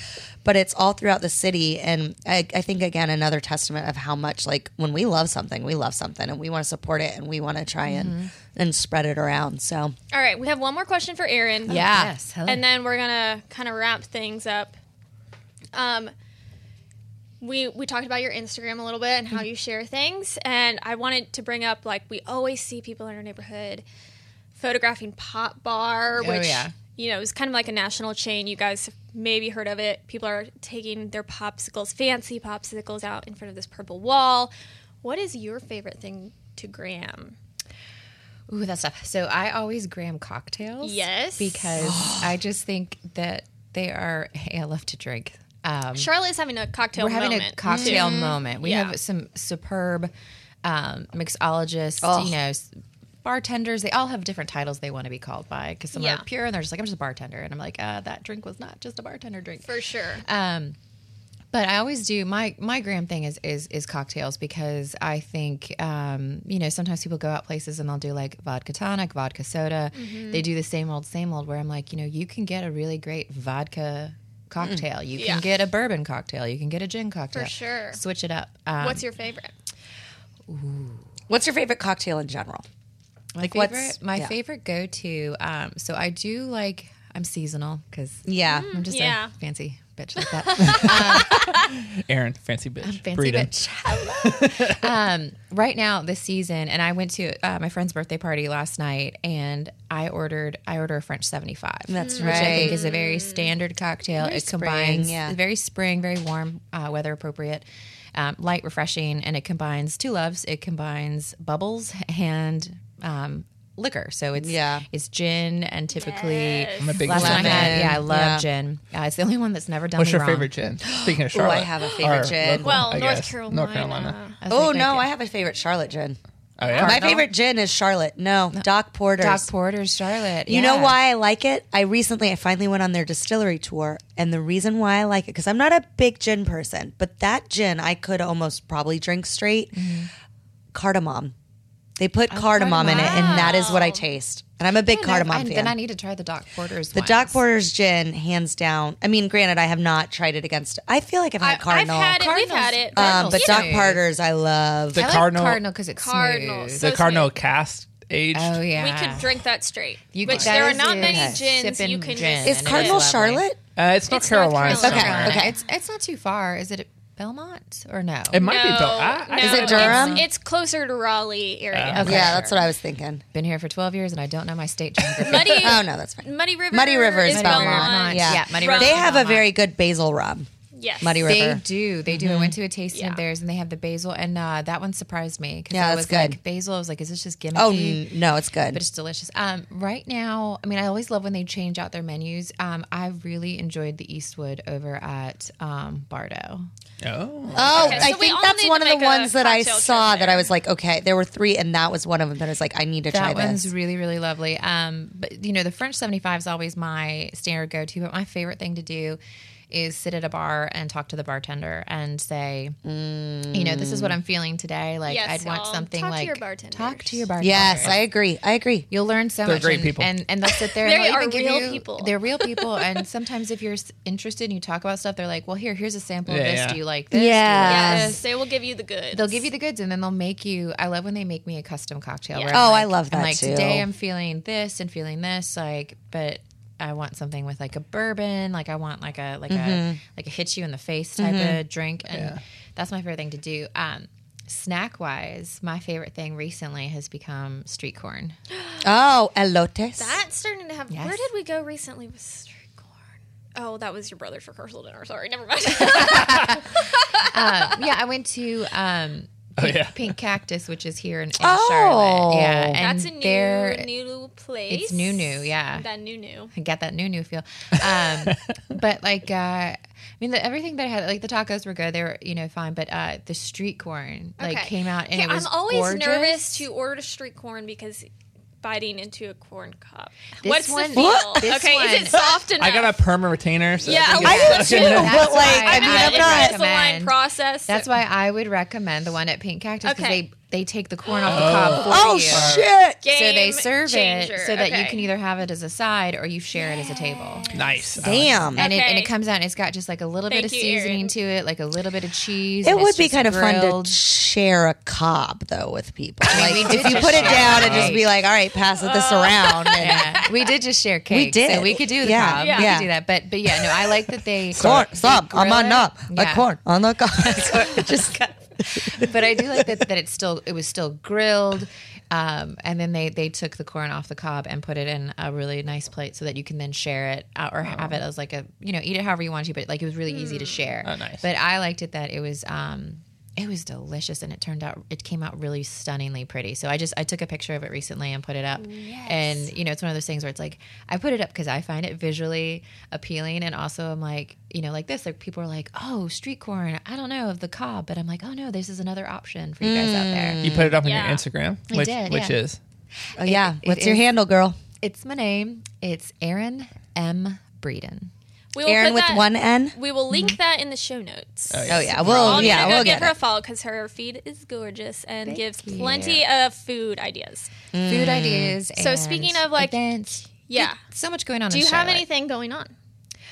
Speaker 1: but it's all throughout the city and I, I think again another testament of how much like when we love something, we love something and we want to support it and we want to try
Speaker 3: Mm-hmm.
Speaker 1: and and spread it around. So
Speaker 3: All right, we have one more question for Aaron.
Speaker 1: yeah.
Speaker 2: Oh, yes, hello.
Speaker 3: and then we're gonna kind of wrap things up. Um, we we talked about your Instagram a little bit and how
Speaker 2: Mm-hmm.
Speaker 3: you share things, and I wanted to bring up like we always see people in our neighborhood photographing Pop Bar,
Speaker 2: Oh,
Speaker 3: which
Speaker 2: yeah.
Speaker 3: you know is kind of like a national chain. You guys have maybe heard of it. People are taking their popsicles, fancy popsicles, out in front of this purple wall. What is your favorite thing to gram?
Speaker 2: Ooh, that stuff. So I always gram cocktails.
Speaker 3: Yes.
Speaker 2: Because I just think that they are, hey, I love to drink. Um,
Speaker 3: Charlotte is having a cocktail.
Speaker 2: we're having
Speaker 3: moment,
Speaker 2: a cocktail
Speaker 3: too.
Speaker 2: moment. We
Speaker 3: Yeah.
Speaker 2: have some superb um, mixologists,
Speaker 3: Oh.
Speaker 2: you know, s- bartenders. They all have different titles they want to be called by because some
Speaker 3: Yeah.
Speaker 2: are pure and they're just like, I'm just a bartender. And I'm like, uh, that drink was not just a bartender drink.
Speaker 3: for sure.
Speaker 2: Um, But I always do my my gram thing is is is cocktails because I think um, you know sometimes people go out places and they'll do like vodka tonic, vodka soda.
Speaker 3: Mm-hmm.
Speaker 2: They do the same old same old where I'm like, you know, you can get a really great vodka cocktail. You can
Speaker 3: Yeah.
Speaker 2: get a bourbon cocktail. You can get a gin cocktail.
Speaker 3: sure.
Speaker 2: Switch it up. Um,
Speaker 3: What's your favorite?
Speaker 1: What's your favorite cocktail in general?
Speaker 2: my
Speaker 1: like,
Speaker 2: favorite,
Speaker 1: what's-
Speaker 2: my
Speaker 1: yeah.
Speaker 2: favorite go to? Um, so I do like I'm seasonal because
Speaker 1: Yeah.
Speaker 2: I'm just
Speaker 3: Mm, yeah.
Speaker 2: a fancy bitch like that.
Speaker 4: Aaron, fancy bitch.
Speaker 2: fancy
Speaker 4: Breeden.
Speaker 2: bitch. um, right now this season, and I went to uh, my friend's birthday party last night, and I ordered I order a French seventy five.
Speaker 1: That's
Speaker 2: Which I
Speaker 1: right.
Speaker 2: think is a very standard cocktail. it combines
Speaker 1: spring, yeah.
Speaker 2: very spring, very warm, uh, weather appropriate. Um, light, refreshing, and it combines two loves. It combines bubbles and um, liquor. So it's
Speaker 1: Yeah.
Speaker 2: it's gin and typically
Speaker 4: I'm a big
Speaker 2: last
Speaker 4: gin
Speaker 2: time I had
Speaker 1: Lemon.
Speaker 2: yeah I love
Speaker 1: Yeah.
Speaker 2: gin. Uh, it's the only one that's never done
Speaker 4: What's
Speaker 2: me
Speaker 4: your
Speaker 2: wrong.
Speaker 4: favorite gin? Speaking of Charlotte,
Speaker 1: have a
Speaker 4: or
Speaker 1: favorite gin.
Speaker 4: local,
Speaker 3: Well,
Speaker 4: I
Speaker 3: North
Speaker 4: guess.
Speaker 3: Carolina.
Speaker 4: North Carolina.
Speaker 2: I was
Speaker 1: Oh
Speaker 2: like,
Speaker 1: no,
Speaker 2: okay.
Speaker 1: I have a favorite Charlotte gin.
Speaker 4: Oh yeah.
Speaker 1: My favorite gin is Charlotte. No, Doc Porter's.
Speaker 2: Doc Porter's Charlotte.
Speaker 1: You know
Speaker 2: yeah.
Speaker 1: why I like it? I recently, I finally went on their distillery tour, and the reason why I like it, because I'm not a big gin person, but that gin I could almost probably drink straight. Cardamom. They put cardamom, in it, and that is what I taste. And I'm a big
Speaker 2: I don't know if
Speaker 1: cardamom
Speaker 2: I-
Speaker 1: fan.
Speaker 2: Then I need to try the Doc Porter's.
Speaker 1: the Doc Porter's gin, hands down. I mean, granted, I have not tried it against. I feel like I've
Speaker 3: I,
Speaker 1: had Cardinal,
Speaker 3: I've had it. We've
Speaker 2: Cardinals.
Speaker 3: had it.
Speaker 1: um, but
Speaker 2: Cardinal's
Speaker 1: Doc
Speaker 2: smooth.
Speaker 1: Porter's I love.
Speaker 4: The
Speaker 2: I
Speaker 4: cardinal,
Speaker 2: like Cardinal because it's
Speaker 3: Cardinal.
Speaker 2: smooth.
Speaker 4: the
Speaker 3: So
Speaker 4: cardinal
Speaker 3: smooth.
Speaker 4: cast aged.
Speaker 2: Oh yeah,
Speaker 3: We could drink that straight.
Speaker 2: You
Speaker 3: which
Speaker 2: could-
Speaker 3: there
Speaker 2: that
Speaker 3: are
Speaker 2: is
Speaker 3: not
Speaker 2: it.
Speaker 3: many
Speaker 2: Okay.
Speaker 3: gins
Speaker 2: Sipping
Speaker 3: you can
Speaker 2: gin.
Speaker 1: is
Speaker 3: just
Speaker 2: and
Speaker 3: sip.
Speaker 2: it
Speaker 1: Cardinal
Speaker 2: lovely.
Speaker 1: Charlotte?
Speaker 4: Uh, it's North
Speaker 3: It's North Carolina.
Speaker 4: Carolina. somewhere.
Speaker 1: Okay, okay.
Speaker 2: It's it's not too far. Is it at Belmont or no?
Speaker 4: It might
Speaker 3: No,
Speaker 4: be though. I, I
Speaker 3: no,
Speaker 1: Is it
Speaker 3: it's-
Speaker 1: Durham?
Speaker 3: It's, closer to Raleigh area.
Speaker 2: Okay,
Speaker 1: yeah,
Speaker 2: sure.
Speaker 1: that's what I was thinking.
Speaker 2: Been here for twelve years and I don't know my state geography.
Speaker 3: Muddy,
Speaker 1: Oh no, that's fine.
Speaker 3: Muddy River.
Speaker 1: Muddy River is
Speaker 3: in
Speaker 1: Belmont.
Speaker 2: Belmont.
Speaker 1: Yeah.
Speaker 2: Yeah, Muddy
Speaker 3: River
Speaker 1: They
Speaker 3: is
Speaker 1: have a
Speaker 2: Belmont.
Speaker 1: very good basil rum.
Speaker 3: Yes.
Speaker 1: Muddy River.
Speaker 2: They do. They do.
Speaker 1: Mm-hmm.
Speaker 2: I went to a tasting
Speaker 3: Yeah.
Speaker 2: of theirs and they have the basil, and uh, that one surprised me because
Speaker 1: Yeah,
Speaker 2: I was
Speaker 1: that's good.
Speaker 2: like basil. I was like, is this just gimmicky?
Speaker 1: Oh mm. n- no, it's good.
Speaker 2: but it's delicious. Um, right now, I mean, I always love when they change out their menus. Um, I really enjoyed the Eastwood over at um, Bardo.
Speaker 4: Oh.
Speaker 1: oh,
Speaker 3: Okay,
Speaker 1: I
Speaker 3: so we
Speaker 1: think
Speaker 3: all
Speaker 1: that's
Speaker 3: need
Speaker 1: one
Speaker 3: to
Speaker 1: of the
Speaker 3: make a
Speaker 1: ones that I
Speaker 3: cocktail trip
Speaker 1: saw that I
Speaker 3: there.
Speaker 1: was like, okay, there were three, and that was one of them that I was like, I need to
Speaker 2: That
Speaker 1: try
Speaker 2: one's
Speaker 1: this.
Speaker 2: really, really lovely. Um, but you know, the French 75 is always my standard go to, but my favorite thing to do is sit at a bar and talk to the bartender and say,
Speaker 1: Mm.
Speaker 2: you know, this is what I'm feeling today. Like,
Speaker 3: Yes,
Speaker 2: I'd want
Speaker 3: y'all.
Speaker 2: something
Speaker 3: Talk to
Speaker 2: like
Speaker 3: your bartenders.
Speaker 2: talk to your bartender.
Speaker 1: Yes, I agree. I agree.
Speaker 2: You'll learn so
Speaker 4: They're
Speaker 2: much.
Speaker 4: great
Speaker 2: and,
Speaker 4: people.
Speaker 2: And, and they'll sit there.
Speaker 3: They
Speaker 2: and they'll
Speaker 3: are
Speaker 2: even give
Speaker 3: real
Speaker 2: you-
Speaker 3: people.
Speaker 2: They're real people. And sometimes if you're s- interested and you talk about stuff, they're like, well, here, here's a sample
Speaker 4: Yeah,
Speaker 2: of this.
Speaker 4: yeah.
Speaker 2: Do you like this? Do you
Speaker 1: Yeah.
Speaker 2: like
Speaker 3: Yes,
Speaker 2: this?
Speaker 3: they will give you the goods.
Speaker 2: They'll give you the goods and then they'll make you. I love when they make me a custom cocktail.
Speaker 3: Yeah.
Speaker 2: where I'm
Speaker 1: Oh,
Speaker 2: like-
Speaker 1: I love
Speaker 2: I'm
Speaker 1: that
Speaker 2: like
Speaker 1: too.
Speaker 2: today I'm feeling this and feeling this, like, but I want something with like a bourbon. Like I want like a like a like a hit you in the face type of drink, and that's my favorite thing to do. Um, snack wise, my favorite thing recently has become street corn.
Speaker 1: Oh, elotes.
Speaker 3: That's starting to have.
Speaker 2: Yes.
Speaker 3: Where did we go recently with street corn? Oh, that was your brother's rehearsal dinner. Sorry, never mind.
Speaker 2: um, yeah, I went to um, Pink,
Speaker 4: yeah.
Speaker 2: Pink Cactus, which is here in, in
Speaker 1: Oh.
Speaker 2: Charlotte. Yeah, and
Speaker 3: That's a new,
Speaker 2: they're-
Speaker 3: new place.
Speaker 2: it's new, new, yeah.
Speaker 3: That new, new.
Speaker 2: I got that new new feel. Um, but like, uh, I mean, the, everything that I had, like the tacos were good. They were, you know, fine. But uh, the street corn like
Speaker 3: Okay.
Speaker 2: came out and
Speaker 3: Okay,
Speaker 2: it was
Speaker 3: I'm always
Speaker 2: gorgeous.
Speaker 3: nervous to order street corn because biting into a corn cob.
Speaker 2: This
Speaker 3: What's
Speaker 2: one-
Speaker 3: the feel?
Speaker 2: This
Speaker 3: okay, is
Speaker 2: one-
Speaker 3: it soft enough?
Speaker 4: I got a perma retainer. So I
Speaker 3: Yeah,
Speaker 4: think
Speaker 3: I
Speaker 4: it's-
Speaker 3: did
Speaker 1: too,
Speaker 2: That's
Speaker 1: but like,
Speaker 2: why
Speaker 1: I mean,
Speaker 2: I
Speaker 1: I'm
Speaker 2: would
Speaker 1: not.
Speaker 3: It's a line process.
Speaker 2: That's why I would recommend the one at Pink Cactus because
Speaker 3: Okay.
Speaker 2: they they take the corn off the cob for
Speaker 1: Oh
Speaker 2: you.
Speaker 1: shit!
Speaker 3: Game
Speaker 2: So they serve
Speaker 3: changer.
Speaker 2: it so that you
Speaker 3: Okay.
Speaker 2: can either have it as a side or you share it as a table.
Speaker 4: nice. I like
Speaker 1: Damn.
Speaker 2: And, it, and it
Speaker 3: Okay.
Speaker 2: comes out and it's got just like a little
Speaker 3: Thank
Speaker 2: bit of
Speaker 3: you,
Speaker 2: seasoning
Speaker 3: Erin.
Speaker 2: to it, like a little bit of cheese.
Speaker 1: It
Speaker 2: and
Speaker 1: would
Speaker 2: it's
Speaker 1: be
Speaker 2: just
Speaker 1: kind of fun
Speaker 2: grilled.
Speaker 1: to share a cob though with people. Like
Speaker 2: we
Speaker 1: if
Speaker 2: did
Speaker 1: you
Speaker 2: just
Speaker 1: put it
Speaker 2: share
Speaker 1: down
Speaker 2: a
Speaker 1: and just
Speaker 2: cob.
Speaker 1: be like, all right, pass it this around. And
Speaker 2: yeah, we did just share cake.
Speaker 1: did.
Speaker 2: So we could do the
Speaker 1: Yeah.
Speaker 2: cob.
Speaker 1: Yeah.
Speaker 2: We
Speaker 1: Yeah.
Speaker 2: could do that. But but yeah, no, I like that they
Speaker 1: corn, some
Speaker 2: grill
Speaker 1: I'm on
Speaker 2: it.
Speaker 1: up.
Speaker 2: Yeah.
Speaker 1: Like corn on the cob. just
Speaker 2: But I do like that that it's still it was still grilled. Um, and then they they took the corn off the cob and put it in a really nice plate so that you can then share it uh, or
Speaker 1: Oh.
Speaker 2: have it as like a you know eat it however you want to. But like it was really easy to
Speaker 1: Mm.
Speaker 2: share.
Speaker 4: Oh, nice.
Speaker 2: But I liked it that it was. Um, it was delicious and it turned out it came out really stunningly pretty so i just i took a picture of it recently and put it up and you know it's one of those things where it's like i put it up because i find it visually appealing and also i'm like you know like this like people are like oh street corn i don't know of the cob but i'm like oh no this is another option for you guys out
Speaker 3: Mm.
Speaker 2: there
Speaker 4: You put it up on
Speaker 3: Yeah.
Speaker 4: your Instagram,
Speaker 2: I
Speaker 4: which
Speaker 2: did,
Speaker 4: which
Speaker 2: yeah.
Speaker 4: is
Speaker 1: Oh, yeah.
Speaker 2: it
Speaker 1: What's your
Speaker 2: is-
Speaker 1: handle, girl?
Speaker 2: it's my name it's erin Mm-hmm. m breeden
Speaker 3: We will
Speaker 1: Aaron
Speaker 3: put
Speaker 1: with
Speaker 3: that-
Speaker 1: one N.
Speaker 3: We will link that in the show notes.
Speaker 4: yeah.
Speaker 1: Oh yeah,
Speaker 3: All
Speaker 1: we'll
Speaker 3: you
Speaker 1: yeah
Speaker 3: gotta do
Speaker 1: we'll
Speaker 3: is
Speaker 1: get
Speaker 3: give her a
Speaker 1: it.
Speaker 3: follow because her feed is gorgeous and gives plenty of food ideas.
Speaker 2: food ideas.
Speaker 3: Mm. So
Speaker 2: and
Speaker 3: speaking of, like,
Speaker 2: events,
Speaker 3: Yeah.
Speaker 2: so much going on.
Speaker 3: Do
Speaker 2: in
Speaker 3: you have
Speaker 2: Charlotte.
Speaker 3: anything going on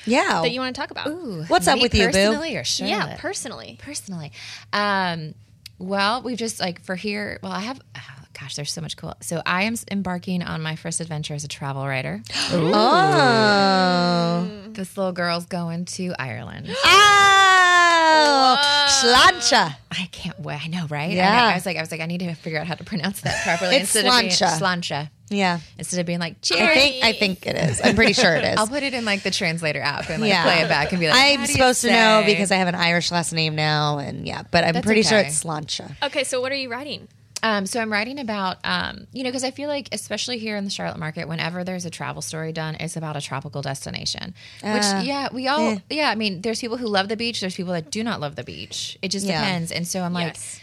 Speaker 1: Yeah,
Speaker 3: that you want to talk about?
Speaker 2: Oh. Ooh,
Speaker 1: What's up
Speaker 2: me
Speaker 1: with you, boo?
Speaker 2: personally or Charlotte?
Speaker 3: yeah, personally.
Speaker 2: personally. Um, well, we've just like for here. Well, I have. Oh, gosh, there's so much cool. So I am embarking on my first adventure as a travel writer.
Speaker 1: oh
Speaker 2: this little girl's going to Ireland.
Speaker 1: oh slancha.
Speaker 2: I can't wait. I know, right? I
Speaker 1: Yeah.
Speaker 2: know. I, was like, I was like, I need to figure out how to pronounce that properly.
Speaker 1: It's
Speaker 2: instead Of being,
Speaker 1: slancha.
Speaker 2: slancha.
Speaker 1: Yeah,
Speaker 2: Instead of being like,
Speaker 1: I
Speaker 2: cheers.
Speaker 1: think I think it is. I'm pretty sure it is.
Speaker 2: I'll put it in like the translator app and like
Speaker 1: Yeah.
Speaker 2: play it back and be like,
Speaker 1: I'm
Speaker 2: how do you
Speaker 1: supposed to know
Speaker 2: say?
Speaker 1: because I have an Irish last name now, and yeah, but I'm
Speaker 2: That's
Speaker 1: pretty sure
Speaker 2: okay.
Speaker 1: it's Slancha.
Speaker 3: Okay, so what are you writing?
Speaker 2: Um, so I'm writing about, um, you know, because I feel like, especially here in the Charlotte market, whenever there's a travel story done, it's about a tropical destination.
Speaker 1: Ah.
Speaker 2: which, yeah, we all,
Speaker 1: Eh.
Speaker 2: yeah. I mean, there's people who love the beach, there's people that do not love the beach. It just
Speaker 1: Yeah.
Speaker 2: depends. And so I'm like,
Speaker 3: Yes.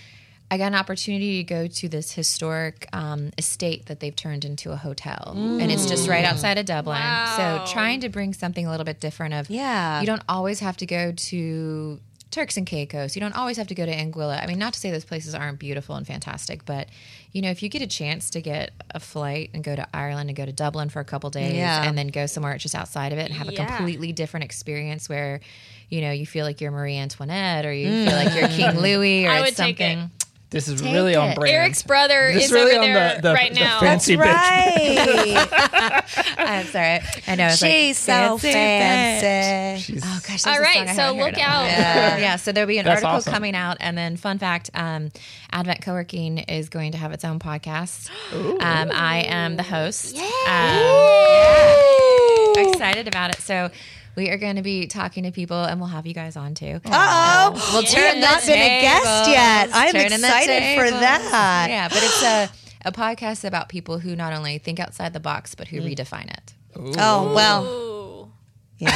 Speaker 2: I got an opportunity to go to this historic um, estate that they've turned into a hotel, and it's just
Speaker 1: Mm.
Speaker 2: right outside of Dublin.
Speaker 3: Wow.
Speaker 2: So trying to bring something a little bit different. Of
Speaker 1: Yeah.
Speaker 2: you don't always have to go to Turks and Caicos. You don't always have to go to Anguilla. I mean, not to say those places aren't beautiful and fantastic, but you know, if you get a chance to get a flight and go to Ireland and go to Dublin for a couple days,
Speaker 1: Yeah.
Speaker 2: and then go somewhere just outside of it and have a
Speaker 3: Yeah.
Speaker 2: completely different experience where. You know, you feel like you're Marie Antoinette, or you feel like you're King Louis, or
Speaker 3: Mm. I
Speaker 2: it's
Speaker 3: would take
Speaker 2: something.
Speaker 3: it.
Speaker 4: This is
Speaker 2: Take
Speaker 4: really on
Speaker 2: it.
Speaker 4: brand.
Speaker 3: Eric's brother
Speaker 4: This
Speaker 3: is
Speaker 4: really
Speaker 3: over
Speaker 4: on
Speaker 3: there
Speaker 4: the, the,
Speaker 3: right
Speaker 4: the
Speaker 3: now.
Speaker 4: fancy bitch.
Speaker 1: right.
Speaker 2: I'm sorry. I know. It's
Speaker 1: She's so
Speaker 2: like,
Speaker 1: fancy.
Speaker 4: She's-
Speaker 2: Oh gosh!
Speaker 3: All
Speaker 2: there's a
Speaker 3: right,
Speaker 2: song I
Speaker 3: so
Speaker 2: haven't heard
Speaker 3: look
Speaker 2: in a while.
Speaker 3: out.
Speaker 2: Yeah. yeah. So there'll be an
Speaker 4: That's
Speaker 2: article
Speaker 4: awesome.
Speaker 2: coming out, and then fun fact: um, Advent Coworking is going to have its own podcast. Um, I am the host. Um, yeah. Excited about it. So we are going to be talking to people, and we'll have you guys on too.
Speaker 1: Uh oh.
Speaker 2: We'll
Speaker 1: you
Speaker 2: turn
Speaker 1: have not
Speaker 2: the
Speaker 1: been a guest yet.
Speaker 2: tables.
Speaker 1: I'm
Speaker 2: Turning the
Speaker 1: excited for
Speaker 2: tables.
Speaker 1: that.
Speaker 2: Yeah, but it's a a podcast about people who not only think outside the box, but who
Speaker 1: Mm.
Speaker 2: redefine it.
Speaker 1: Oh well.
Speaker 3: Ooh.
Speaker 1: Yeah.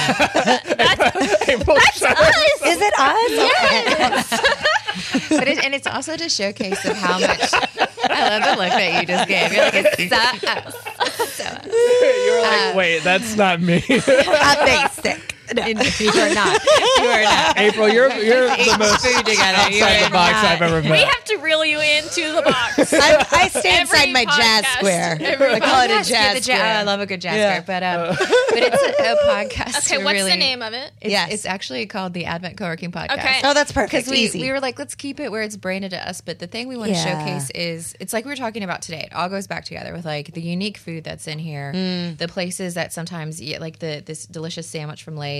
Speaker 4: April Sharp.
Speaker 1: Is it us?
Speaker 2: but it, and it's also to showcase of how much I love the look that you just gave. You're like, it's so us.
Speaker 4: You're like, wait, that's not me.
Speaker 1: I think sick.
Speaker 2: And you are not. You are not.
Speaker 4: April, you're you're the most
Speaker 2: food together. You
Speaker 4: outside
Speaker 2: are
Speaker 4: the box
Speaker 2: not.
Speaker 4: I've ever
Speaker 3: We
Speaker 4: met.
Speaker 3: have to reel you into the box.
Speaker 1: I, I stay
Speaker 3: Every
Speaker 1: inside my jazz
Speaker 3: podcast,
Speaker 1: square.
Speaker 3: every
Speaker 1: I call it a
Speaker 2: Yes, yeah, the
Speaker 1: jazz
Speaker 2: ja-
Speaker 1: square.
Speaker 2: oh, I love a good jazz
Speaker 1: Yeah.
Speaker 2: square, but um, but it's a, a podcast.
Speaker 3: Oh. Okay,
Speaker 2: to
Speaker 3: what's
Speaker 2: really,
Speaker 3: the name of it?
Speaker 2: It's,
Speaker 1: Yes.
Speaker 2: it's actually called the Advent Coworking Podcast.
Speaker 3: Okay.
Speaker 1: oh, that's perfect.
Speaker 2: because we,
Speaker 1: Easy.
Speaker 2: we were like let's keep it where it's branded to us but the thing we want
Speaker 1: Yeah.
Speaker 2: to showcase is it's like we were talking about today it all goes back together with like the unique food that's in here
Speaker 1: Mm.
Speaker 2: the places that sometimes yeah, like the this delicious sandwich from lay's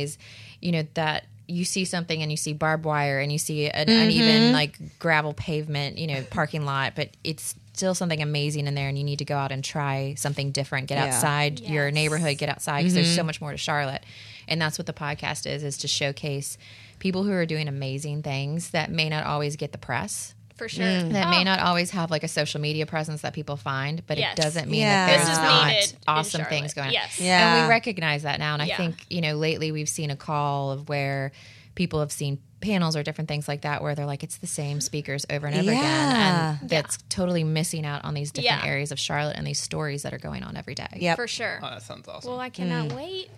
Speaker 2: you know that you see something and you see barbed wire and you see an
Speaker 1: Mm-hmm.
Speaker 2: uneven like gravel pavement you know parking lot but it's still something amazing in there and you need to go out and try something different get outside your
Speaker 3: Yes. Mm-hmm.
Speaker 2: neighborhood get outside because there's so much more to charlotte and that's what the podcast is is to showcase people who are doing amazing things that may not always get the press
Speaker 3: For sure.
Speaker 2: Mm, that
Speaker 3: Oh.
Speaker 2: may not always have like a social media presence that people find but
Speaker 3: Yes.
Speaker 2: it doesn't mean
Speaker 1: Yeah.
Speaker 2: that
Speaker 1: This
Speaker 2: there's
Speaker 1: is
Speaker 2: not
Speaker 3: needed in
Speaker 2: awesome
Speaker 3: Charlotte.
Speaker 2: things going on
Speaker 3: Yes.
Speaker 1: Yeah.
Speaker 2: and we recognize that now and
Speaker 3: Yeah.
Speaker 2: i think you know lately we've seen a call of where people have seen panels or different things like that where they're like it's the same speakers over and over
Speaker 1: Yeah.
Speaker 2: again and that's totally missing out on these different
Speaker 3: Yeah.
Speaker 2: areas of charlotte and these stories that are going on every day
Speaker 1: Yep.
Speaker 3: For sure.
Speaker 7: Oh, that sounds awesome.
Speaker 3: Well, I cannot
Speaker 2: Mm.
Speaker 3: wait.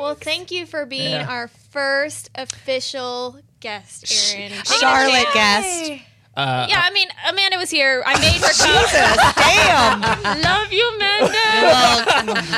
Speaker 3: Well, thank you for being our first official guest, Erin. Taking a
Speaker 1: Charlotte
Speaker 3: chance.
Speaker 1: guest.
Speaker 4: Uh,
Speaker 3: Yeah, I mean, Amanda was here. I made her come.
Speaker 1: Damn.
Speaker 3: Love you, Amanda.
Speaker 1: Well,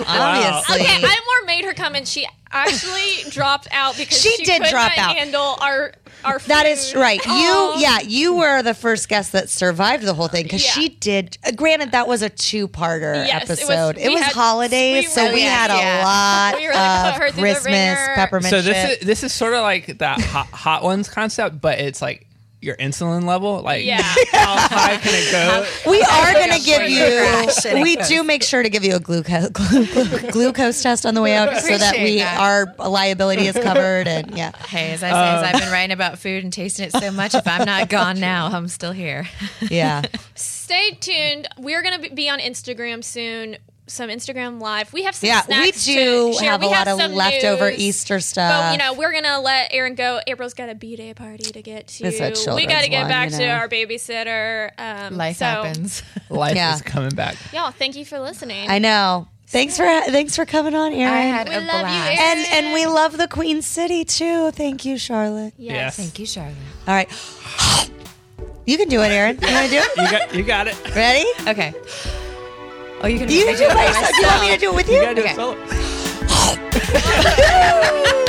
Speaker 1: obviously.
Speaker 3: Okay, I more made her come, and she actually dropped out because
Speaker 1: She
Speaker 3: she,
Speaker 1: did
Speaker 3: could
Speaker 1: drop
Speaker 3: not
Speaker 1: out.
Speaker 3: handle our our. Food. Oh,
Speaker 1: That is right. You,
Speaker 3: Aw.
Speaker 1: yeah, you were the first guest that survived the whole thing because
Speaker 3: Yeah.
Speaker 1: she did. uh, granted, that was a two-parter
Speaker 3: Yes, it was-
Speaker 1: episode. It was,
Speaker 3: we had-
Speaker 1: holidays,
Speaker 3: we
Speaker 1: so
Speaker 3: really-
Speaker 1: we had a
Speaker 2: yeah.
Speaker 1: lot
Speaker 3: We really put her
Speaker 1: of
Speaker 3: through the
Speaker 1: Christmas
Speaker 3: wringer.
Speaker 1: peppermint.
Speaker 4: so this
Speaker 1: shit.
Speaker 4: is this is sort of like that hot, hot ones concept, but it's like your insulin level. Like,
Speaker 3: Yeah.
Speaker 4: how high can it go?
Speaker 1: we are going to
Speaker 3: I'm
Speaker 1: give
Speaker 3: sure
Speaker 1: you. We do make sure to give you a glucose glu- glucose test on the way out, so that we
Speaker 2: Appreciate that.
Speaker 1: our liability is covered. And yeah,
Speaker 2: Hey, as I say, as I've been writing about food and tasting it so much, if I'm not gone now, I'm still here.
Speaker 1: yeah,
Speaker 3: Stay tuned. We're gonna be- be on Instagram soon. Some Instagram live. We have some
Speaker 1: yeah. We
Speaker 3: snacks
Speaker 1: do
Speaker 3: to share.
Speaker 1: have a
Speaker 3: We
Speaker 1: lot of
Speaker 3: some
Speaker 1: leftover
Speaker 3: news.
Speaker 1: Easter stuff.
Speaker 3: But you know, we're gonna let Erin go. April's got a B day party to get to.
Speaker 1: It's a
Speaker 3: we
Speaker 1: children's
Speaker 3: gotta get
Speaker 1: one,
Speaker 3: back
Speaker 1: you
Speaker 3: to
Speaker 1: know.
Speaker 3: our babysitter. Um,
Speaker 2: Life
Speaker 3: so,
Speaker 2: happens.
Speaker 4: Life
Speaker 1: Yeah.
Speaker 4: is coming back.
Speaker 3: Y'all, thank you for listening.
Speaker 1: I know. Thanks for thanks for coming on, Erin.
Speaker 2: I had
Speaker 3: We
Speaker 2: a
Speaker 3: love you,
Speaker 2: blast.
Speaker 3: Erin.
Speaker 1: and and we love the Queen City too. Thank you, Charlotte.
Speaker 4: Yes.
Speaker 2: Thank you, Charlotte.
Speaker 1: All right. You can do it, Erin. You want to do it?
Speaker 4: You got, you got it.
Speaker 1: Ready?
Speaker 2: Okay. Oh, you can
Speaker 1: You
Speaker 2: I
Speaker 1: can do it
Speaker 2: by
Speaker 1: by yourself. You want me to do it with you?
Speaker 4: You got to do
Speaker 2: Okay.
Speaker 4: it solo.